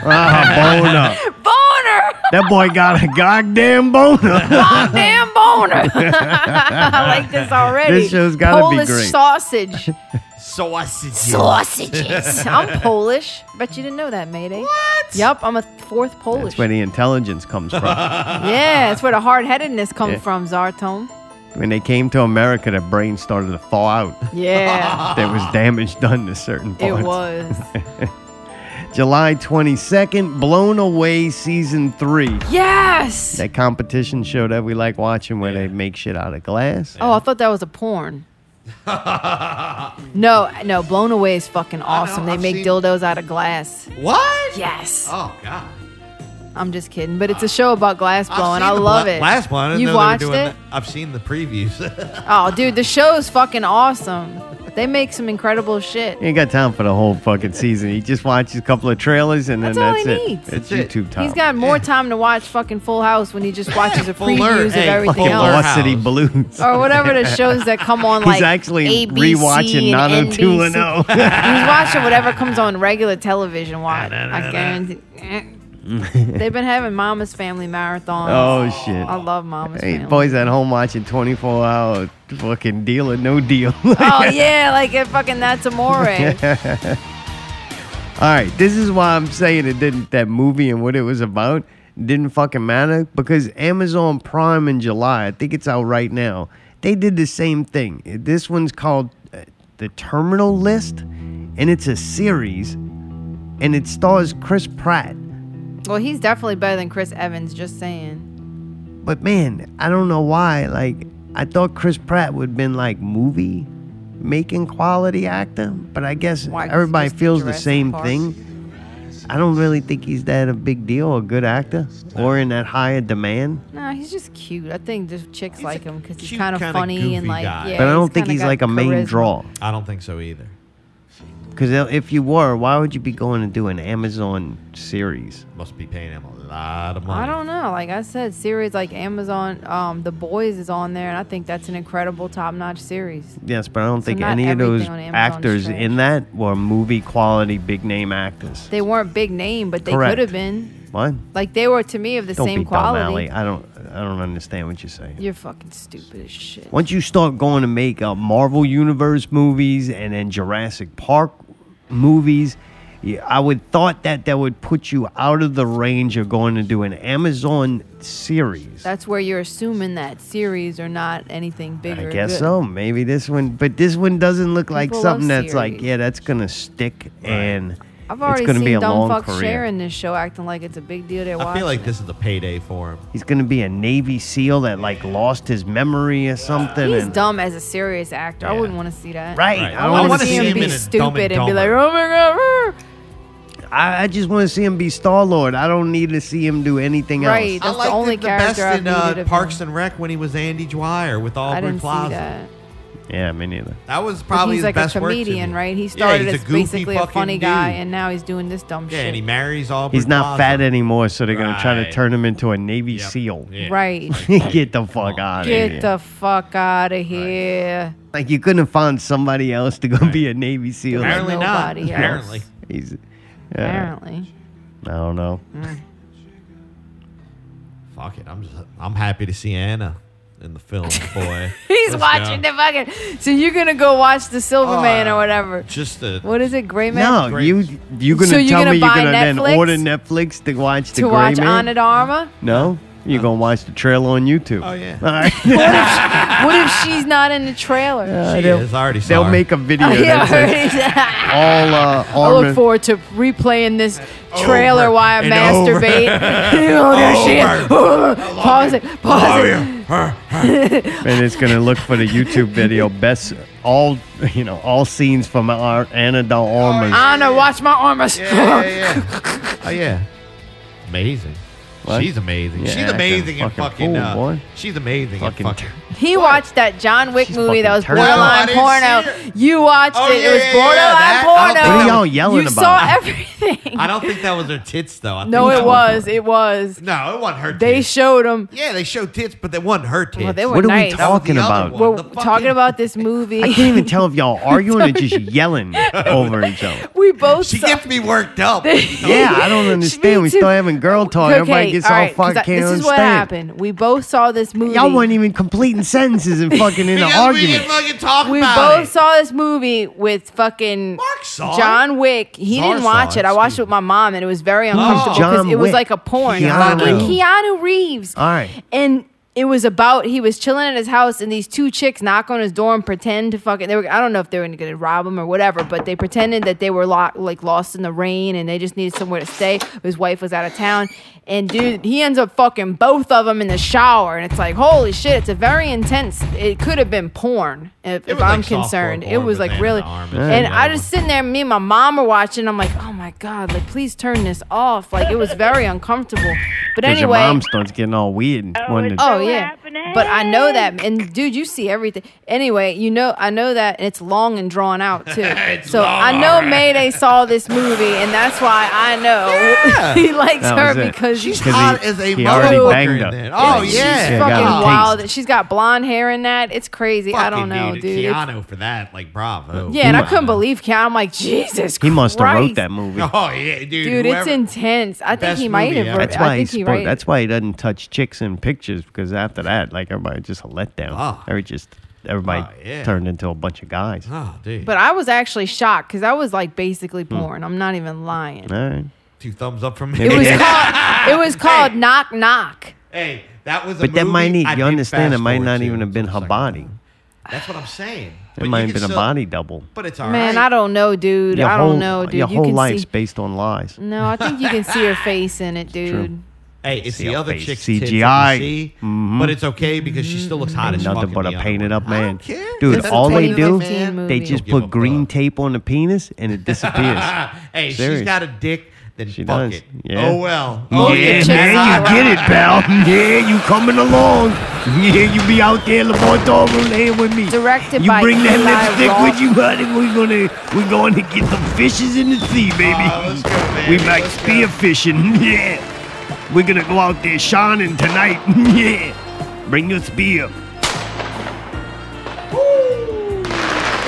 D: Ah, boner.
C: boner.
D: That boy got a goddamn boner.
C: Damn boner. I like this already.
D: This show's gotta be
C: Polish
D: great.
C: sausage.
A: Sausage.
C: Sausages. I'm Polish. Bet you didn't know that, Mayday. What? Yep, I'm a fourth Polish.
D: That's where the intelligence comes from.
C: Yeah, that's where the hard headedness comes
D: Uh-huh. Yeah.
C: from, Zartome.
D: when they came to America, their brain started to fall out.
C: Yeah,
D: There was damage done to certain
C: Ah. it
D: parts.
C: was.
D: July 22nd, Blown Away Season 3.
C: Yes.
D: That competition show that we like watching where they make shit out of glass.
C: Oh, I thought that was a porn. no, no, Blown Away is fucking awesome. They
A: I've
C: make
A: seen-
C: dildos out of glass.
A: What?
C: Yes.
A: Oh god.
C: I'm just kidding, but it's a show about glass
A: I've
C: blowing.
A: seen
C: I
A: the
C: love
A: bla-
C: it.
A: Last one. I didn't
C: You've
A: know they were
C: watched
A: doing
C: it?
A: that. I've seen the previews.
C: Oh, dude, the show's fucking awesome. They make some incredible shit.
D: You ain't got time for the whole fucking season. He just watches a couple of trailers and then
C: That's all
D: that's
C: he
D: it.
C: needs.
D: It's
A: That's it.
D: YouTube time.
C: He's got more time to watch fucking Full House when he just watches the
A: Fuller,
C: previews of
A: hey,
C: everything
D: fucking
A: Fuller
C: else.
D: Varsity
A: House.
D: Blues.
C: or whatever the shows that come on
D: He's
C: like
D: actually
C: ABC
D: rewatching
C: and
D: 90210.
C: NBC. He's watching whatever comes on regular television. Watch, I guarantee. eh. They've been having Mama's Family marathons.
D: Oh, shit.
C: I love Mama's
D: Hey,
C: Family.
D: boys at home watching 24 hour fucking deal or no deal.
C: Oh yeah, like it fucking that's amore.
D: All right, this is why I'm saying it didn't that movie and what it was about didn't fucking matter because Amazon Prime in July, I think it's out right now. They did the same thing. This one's called uh, The Terminal List and it's a series and it stars Chris Pratt.
C: well, he's definitely better than Chris Evans. Just saying.
D: But man, I don't know why like I thought Chris Pratt would been like movie making quality actor, but I guess
C: Why, 'cause
D: everybody
C: it's
D: feels the
C: Jurassic
D: same
C: Park?
D: thing. I don't really think he's that a big deal, a good actor, or in that higher demand.
C: Nah, he's just cute. I think just chicks like him because he's
A: cute,
C: kind of
A: kinda
C: funny and
A: goofy
C: like.
A: guy.
C: Yeah,
D: but I don't think
C: kinda
D: he's
C: got
D: like a main
C: charisma.
D: draw.
A: I don't think so either.
D: Because if you were, why would you be going to do an Amazon series?
A: Must be paying him a lot of money.
C: I don't know. Like I said, series like Amazon, um, The Boys is on there, and I think that's an incredible, top-notch series.
D: Yes, but I don't think
C: not
D: any of
C: everything
D: those
C: on Amazon's
D: actors
C: trash.
D: in that were movie quality, big name actors.
C: They weren't big name, but they
D: Correct.
C: could have been.
D: What?
C: Like they were to me of the
D: Don't
C: same
D: be
C: quality.
D: dumb, Allie. I don't. I don't understand what you're saying.
C: You're fucking stupid as shit.
D: Once you start going to make uh, Marvel Universe movies and then Jurassic Park movies, yeah, I would thought that that would put you out of the range of going to do an Amazon series.
C: That's where you're assuming that series or not anything big
D: I
C: or
D: guess
C: good.
D: so. Maybe this one, but this one doesn't look like
C: People love
D: something that's like,
C: series.
D: yeah, that's gonna stick and
C: I've already
D: gonna
C: seen
D: be a long
C: dumb fuck
D: career.
C: sharing this show acting like it's a big deal. They're watching.
A: I feel like
C: it.
A: this is a payday for him.
D: He's gonna be a Navy SEAL that like lost his memory or something.
C: He's
D: and-
C: dumb as a serious actor. I
A: Yeah.
C: wouldn't want to see that.
D: Right.
A: Right. I
D: I, don't
C: I
A: wanna
D: want
C: want
D: to
C: to see him
A: in
C: be
A: a Dumb and
C: stupid and be
A: Dumber.
C: like, oh my god. rrr."
D: I, I just want to see him be Star Lord. I don't need to see him do anything
C: Right.
D: else.
C: That's the only character I've
A: best in
C: needed
A: uh,
C: of
A: Parks
C: him.
A: and Rec when he was Andy Dwyer with
C: I
A: Aubrey
C: didn't
A: Plaza.
C: see that.
D: Yeah, me neither.
A: That was
C: But
A: probably
C: he's
A: his
C: like
A: best
C: a
A: work to
C: comedian,
A: me.
C: right? He
A: Yeah,
C: started
A: he's
C: as
A: a goofy
C: basically a
A: fucking
C: funny guy,
A: dude.
C: and now he's doing this dumb
A: yeah,
C: shit.
A: and he marries Aubrey.
D: He's not
A: Plaza.
D: fat anymore, so they're gonna try to
A: Right.
D: turn him into a Navy
A: Yep.
D: SEAL.
A: Yeah.
C: Right.
D: Get the fuck out of here.
C: Get the fuck out of here.
D: like you couldn't have found somebody else to go be a Navy SEAL.
A: Apparently not.
C: Nobody else.
A: Apparently.
D: He's, yeah,
C: Apparently.
D: I don't know.
A: Fuck it. I'm just. I'm happy to see Anna in the film, boy.
C: He's
A: Let's
C: watching
A: go.
C: the fucking. So you're gonna go watch the Silver
A: Oh,
C: Man
A: yeah.
C: or whatever.
A: Just the.
C: What is it, Gray Man?
D: No,
A: Great.
D: you you gonna
C: So you're
D: tell
C: gonna
D: me you're
C: buy
D: gonna
C: Netflix?
D: then order Netflix to watch the
C: to
D: Gray
C: watch
D: Man?
C: Ana de Arma?
D: No, you're gonna watch the trailer on YouTube.
A: Oh, yeah.
D: All right.
C: What if she's not in the trailer?
A: She
D: they'll-
A: is. I already saw
D: They'll
A: her.
D: make a video.
C: Oh, yeah,
D: that's like
C: I
D: all uh, all
C: look forward to replaying this trailer
A: Over
C: while I
A: and
C: masturbate. oh, there she is. pause it. Pause it.
D: and it's gonna look for the YouTube video best all you know all scenes from our Anna Del Armas.
C: Anna, watch my armors.
A: Yeah, yeah, yeah. oh yeah. Amazing.
D: What?
A: She's amazing.
D: Yeah,
A: she's
D: that's a
A: amazing and
D: fucking
A: fucking.
D: fool,
A: uh,
D: boy.
A: She's amazing
D: Fucking
A: and fucking.
C: He watched that John Wick
D: She's
C: movie that was
D: fucking terrible.
C: borderline
A: No, I didn't see
C: porno. You watched
A: Oh,
C: it.
A: yeah,
C: it was
A: yeah, yeah, that-
C: borderline
A: I don't
C: porno.
A: think
D: What are y'all yelling
C: you
D: about?
C: saw everything.
A: I don't think that was her tits though. I
C: No,
A: think
C: it was. It was.
A: No, it wasn't her.
C: They
A: tits.
C: showed him.
A: yeah, they showed tits, but they wasn't her tits.
C: Well, they were
D: what are
C: nice.
D: we
A: That was the
D: talking
A: other
D: about?
A: one.
C: We're
A: The fucking-
C: talking about this movie.
D: I can't even tell if y'all arguing or just yelling over each other.
C: we both
A: She
C: saw.
A: gets me worked up.
D: Yeah, I don't understand. We
C: too.
D: still having girl talk. Everybody
C: Okay,
D: gets
C: all
D: all,
C: right, 'cause
D: fucked.
C: I-
D: Can't
C: This is
D: understand.
C: what happened. We both saw this movie.
D: Y'all weren't even completing sentences and fucking in an
A: Because we didn't
D: argument.
A: fucking talk
C: We
A: about
C: both
A: it.
C: saw this movie with fucking
A: Mark saw it.
C: John Wick. He
A: Czar
C: didn't
A: saw
C: watch
A: it, Oh.
C: it. I watched
A: excuse
C: it with my mom, and it was very uncomfortable
D: John
C: because it was
D: Wick.
C: like a porn.
D: Keanu.
C: Fucking Keanu Reeves.
D: All right.
C: And it was about he was chilling at his house, and these two chicks knock on his door and pretend to fucking. They were I don't know if they were going to rob him or whatever, but they pretended that they were lo- like lost in the rain and they just needed somewhere to stay. His wife was out of town, and dude, he ends up fucking both of them in the shower, and it's like holy shit, it's a very intense. It could have been porn if,
A: It
C: if
A: was
C: I'm
A: like softcore
C: concerned. It
A: porn
C: was
A: with
C: like
A: Anna
C: really,
A: de Armas and
C: and
A: the
C: I
A: other
C: just
A: one.
C: sitting there, me and my mom were watching. I'm like, oh my god, like please turn this off. Like it was very uncomfortable. But
D: Because your
C: anyway,
D: mom starts getting all weird. and wanting to-
C: Oh yeah, but I know that, and dude, you see everything. Anyway, you know, I know that, and it's long and drawn out too. so I know Mayday saw this movie, and that's why I know
A: Yeah.
C: he likes
D: That was
C: her
D: it.
C: because
A: She's
C: she's
D: Because
A: hot
D: he-
A: as a
D: he already
A: motherfucker
D: banged
A: in
D: her.
A: that. Oh
C: she's
A: yeah,
D: Yeah,
C: fucking
D: got a
C: wild.
D: taste.
C: She's got blonde hair in that. It's crazy. I
A: Fucking
C: don't know, dude. It's-
A: Keanu for that, like bravo.
C: Yeah, and I
D: He-
C: couldn't believe Keanu. I'm like, Jesus
D: He must have wrote
C: Christ.
D: that movie.
A: Oh yeah, dude.
C: Dude, it's
A: whoever-
C: intense. I think
A: Best
C: he might
A: movie
C: have.
A: ever.
C: Wrote,
D: That's
C: I
D: why
C: think
D: he's
C: he
D: sport,
C: wrote.
D: that's why he doesn't touch chicks in pictures because after that, like everybody just a letdown.
A: Ah.
D: Everybody just everybody
A: Ah, yeah.
D: turned into a bunch of guys.
A: Oh, dude.
C: But I was actually shocked because I was like basically
D: Hmm.
C: porn. I'm not even lying.
D: All right.
A: Two thumbs up from me.
C: It was called. It was called Knock Knock.
A: hey, that was. A
D: But that
A: movie
D: might need
A: I
D: you
A: did
D: understand it
A: fast
D: might
A: forward
D: not
A: to.
D: even have been
A: It's
D: her
A: like-
D: body.
A: That's what I'm saying. But
D: It
A: you
D: might
A: can
D: have been a
A: still-
D: body double.
A: But it's alright.
C: Man, I don't know, dude. I
D: whole,
C: don't know, dude.
D: Your
C: you
D: whole
C: can
D: life's
C: see.
D: based on lies.
C: No, I think you can see her face in it, dude.
A: Hey, it's
D: CL
A: the other
D: face,
A: chick's tits that you
D: CGI.
A: see, but it's okay because she still looks hot as fuck.
D: Mm-hmm. Nothing
A: in
D: but
A: the
D: a
A: other
D: painted
A: one.
D: up
A: I
D: man.
A: don't care.
D: Dude,
C: It's a
D: all they do,
C: 2015
D: they
C: movie.
D: just
A: Don't give
D: put
A: a
D: green
A: fuck.
D: tape on the penis and it disappears.
A: Hey,
D: Serious.
A: she's got a dick. Then
D: She
A: fuck
D: does.
A: it.
D: Yeah.
A: Oh well.
C: Oh,
D: yeah,
C: yeah,
D: man,
C: check
D: you
C: it
D: get it, pal. Yeah, you coming along. Yeah, you be out there, laboratory laying with me.
C: Directed
D: you
C: by
D: bring that
C: Eli
D: lipstick
C: Roth.
D: with you, honey. We're gonna we're going to get some fishes in the
C: Ah,
D: sea, baby.
A: Oh, let's go, baby.
D: We like
A: Let's go.
D: spear fishing. Yeah, we're gonna go out there shining tonight. yeah, bring your spear.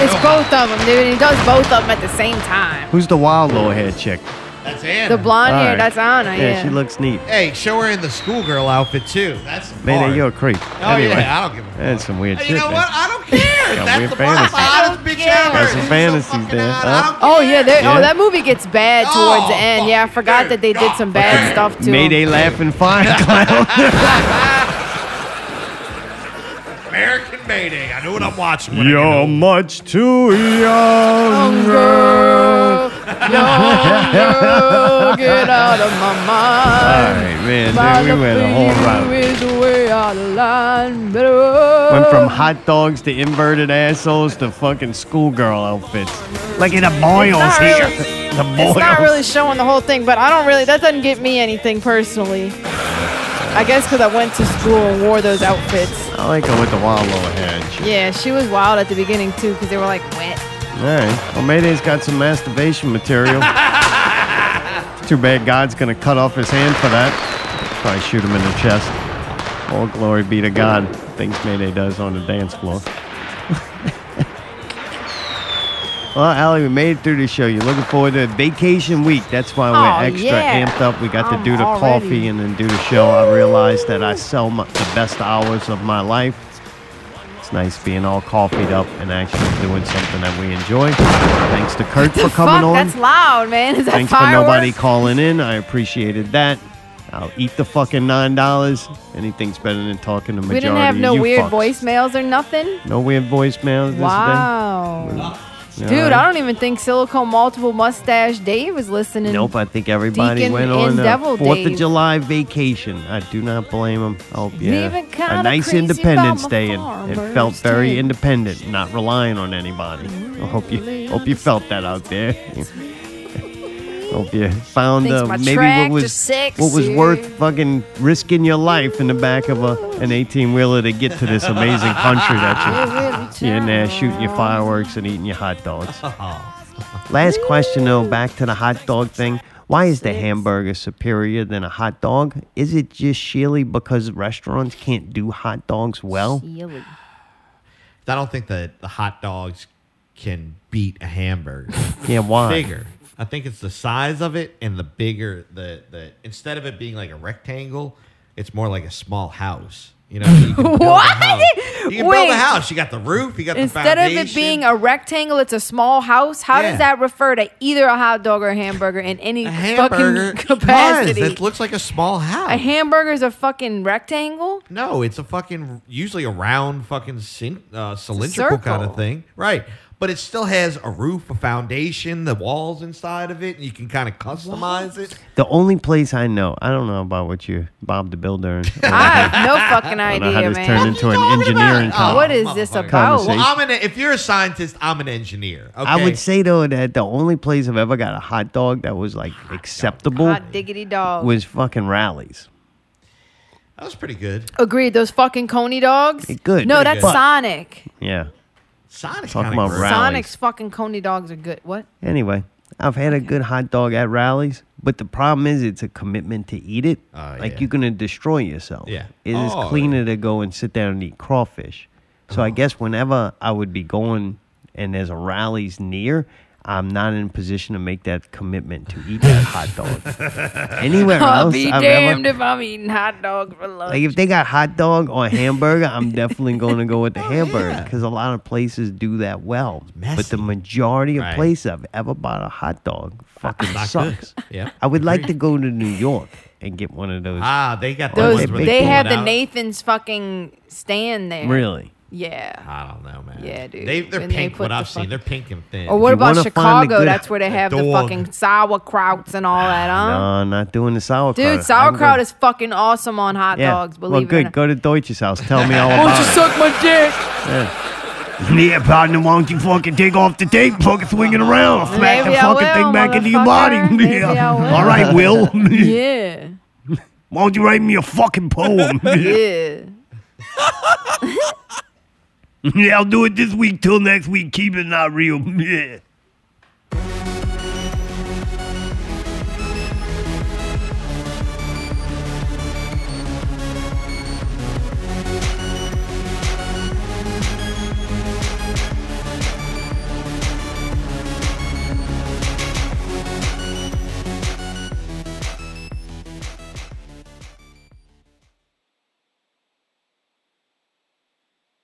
C: It's both of them, dude. And he does both of them at the same time.
D: Who's the wild little hair chick?
A: That's Anna.
C: The blonde hair,
D: Alright.
C: that's Anna. Yeah,
D: she looks neat.
A: Hey, show her in the schoolgirl outfit too. That's
D: Man,
A: hard.
D: you're a creep.
A: Oh
D: anyway,
A: yeah, I don't give a fuck.
D: that's some weird
A: Hey,
D: shit.
A: you know
D: man.
A: what? I don't care.
D: Got weird
A: That's the fucking
D: fantasies.
A: hottest bitch ever.
D: Got some
A: She's so
D: fantasies
A: fucking
D: there,
A: hot.
D: huh?
A: I don't
C: Oh yeah, they,
A: Yeah.
C: oh that movie gets bad towards the
A: Oh,
C: end. Yeah, I
A: fuck,
C: forgot
A: dude.
C: that they did some bad stuff to
D: Mayday
C: him.
D: laughing fine clown.
A: American Mayday. I know what I'm watching. When I
D: You're
A: get home.
D: much too young.
C: Girl,
F: No, get out of my mind.
D: Alright, man,
F: My
D: dude,
F: love
D: we went
F: for
D: a whole
F: you
D: route.
F: is way out of line.
D: Went from hot dogs to inverted assholes to fucking schoolgirl outfits. Like in the boils
F: not
D: here.
F: really-
D: The
F: It's
D: boils.
F: not really showing the whole thing, but I don't really. That doesn't get me anything personally. I guess because I went to school and wore those outfits.
D: I like her with the wild little hair and shit.
F: Yeah, she was wild at the beginning too, because they were like wet.
D: Alright. Well, Mayday's got some masturbation material. Too bad God's gonna cut off his hand for that. Probably shoot him in the chest. All glory be to God. Things Mayday does on the dance floor. well, Allie, we made it through the show. You're looking forward to vacation week. That's why
F: Aw,
D: we're extra
F: Oh, yeah.
D: amped up. We got
F: I'm
D: to do the
F: already-
D: coffee and then do the show. I realized that I sell my, the best hours of my life. It's nice being all coffeed up and actually doing something that we enjoy. Thanks to Kurt for coming
C: Fuck,
D: on.
C: that's loud, man. Is that
D: Thanks for
C: fireworks?
D: nobody calling in. I appreciated that. I'll eat the fucking nine dollars. Anything's better than talking to majority
C: We didn't have no
D: of you
C: weird
D: fucks.
C: voicemails or nothing.
D: No weird voicemails this
C: Wow.
D: day.
C: Dude, I don't even think Silicone Multiple Mustache Dave was listening.
D: Nope, I think everybody
C: Deacon
D: went
C: and
D: on a
C: Devil
D: Fourth of
C: Dave.
D: July vacation. I do not blame them. Oh yeah,
C: Leaving kinda
D: a nice
C: crazy
D: Independence
C: about my
D: Day, and it
C: farmer's
D: felt very
C: tent.
D: independent, not relying on anybody. I hope you hope you felt that out there. hope you found
C: Thinks
D: uh,
C: my
D: maybe what
C: tractor
D: was
C: sexy.
D: what was worth fucking risking your life in the back of a an eighteen wheeler to get to this amazing country that you you're in there shooting your fireworks and eating your hot dogs. Last question though, back to the hot dog thing. Why is the hamburger superior than a hot dog? Is it just sheerly because restaurants can't do hot dogs well?
C: Really?
A: I don't think that the hot dogs can beat a hamburger.
D: Yeah, why?
A: bigger. I think it's the size of it and the bigger the the instead of it being like a rectangle, it's more like a small house. You know, you can build
C: What?
A: A house. You can build
C: Wait.
A: a house. You got the roof. You got
C: Instead
A: the
C: of
A: foundation.
C: it being a rectangle, it's a small house. How
A: Yeah.
C: does that refer to either a hot dog or a hamburger in any
A: a hamburger,
C: fucking capacity?
A: it looks like a small house.
C: a hamburger's a fucking rectangle?
A: No, it's a fucking usually a round fucking cin- uh, cylindrical kind
C: circle.
A: of thing, right? But it still has a roof, a foundation, the walls inside of it, and you can kind of customize it.
D: The only place I know, I don't know about what you, Bob the Builder. and-
C: I have no fucking
D: I don't know how
C: idea,
D: this turned
C: man.
D: into an engineering
A: Oh,
D: con-
C: What is this
A: motherfucker.
C: about?
A: Well,
D: Conversation.
A: I'm an. If you're a scientist, I'm an engineer. Okay?
D: I would say though that the only place I've ever got a hot dog that was like acceptable
C: Hot diggity dog.
D: was fucking rallies.
A: that was pretty good.
C: Agreed. Those fucking coney dogs.
D: They're good,
C: No,
D: they're
C: that's
D: good.
C: Sonic.
D: Yeah.
A: Sonic's
D: Talking
A: kind
D: about
A: of gross.
D: rap. Rallies.
C: Sonic's fucking coney dogs are good. What?
D: Anyway, I've had a good hot dog at rallies, but the problem is it's a commitment to eat it.
A: Oh,
D: like
A: yeah.
D: you're gonna destroy yourself.
A: Yeah.
D: It is
A: Oh,
D: cleaner to go and sit down and eat crawfish. So I guess whenever I would be going and there's a rallies near, I'm not in a position to make that commitment to eat that hot dog. Anywhere
C: I'll
D: else,
C: be
D: I've ever-
C: damned if I'm eating hot dogs for lunch.
D: like if they got hot dog or hamburger, I'm definitely going to go with
A: Oh,
D: the hamburger because a lot of places do that well. But
A: messy.
D: the majority of
A: Right.
D: places I've ever bought a hot dog fucking
A: Not good.
D: sucks.
A: Yeah.
D: I would like to go to New York and get one of those.
A: Ah, they got the
C: Those
A: ones
D: They
A: where
C: they,
D: big
A: pull
C: have
A: it
C: the
A: out.
C: Nathan's fucking stand there.
D: really,
C: Yeah.
A: I don't know, man.
C: Yeah, dude.
A: They, they're
C: When they
A: pink.
C: put
A: what
C: the
A: I've
C: fuck- Oh,
A: seen, they're pink and thin.
C: Or what
D: you
C: about
D: wanna find a
C: Chicago?
D: good-
C: That's where they
A: a
C: have the
A: dog.
C: fucking sauerkrauts and all that, huh?
D: no, not doing the sauerkraut. I
C: Dude,
D: can
C: sauerkraut
D: go-
C: is fucking awesome on hot
D: yeah.
C: dogs. Believe
D: well,
C: it
D: good.
C: or not.
D: Go to Deutsch's house. Tell me all about it.
F: suck my dick?
D: Yeah, partner, why don't you fucking take off the tape, fucking swing it around, I'll smack
C: Maybe
D: the
C: I
D: fucking
C: will,
D: thing back into your
C: motherfucker.
D: body.
C: Maybe I
D: yeah.
C: will.
D: All right, Will.
C: Yeah.
D: Why don't you write me a fucking poem?
C: Yeah.
D: Yeah, I'll do it this week till next week. Keep it not real. Yeah.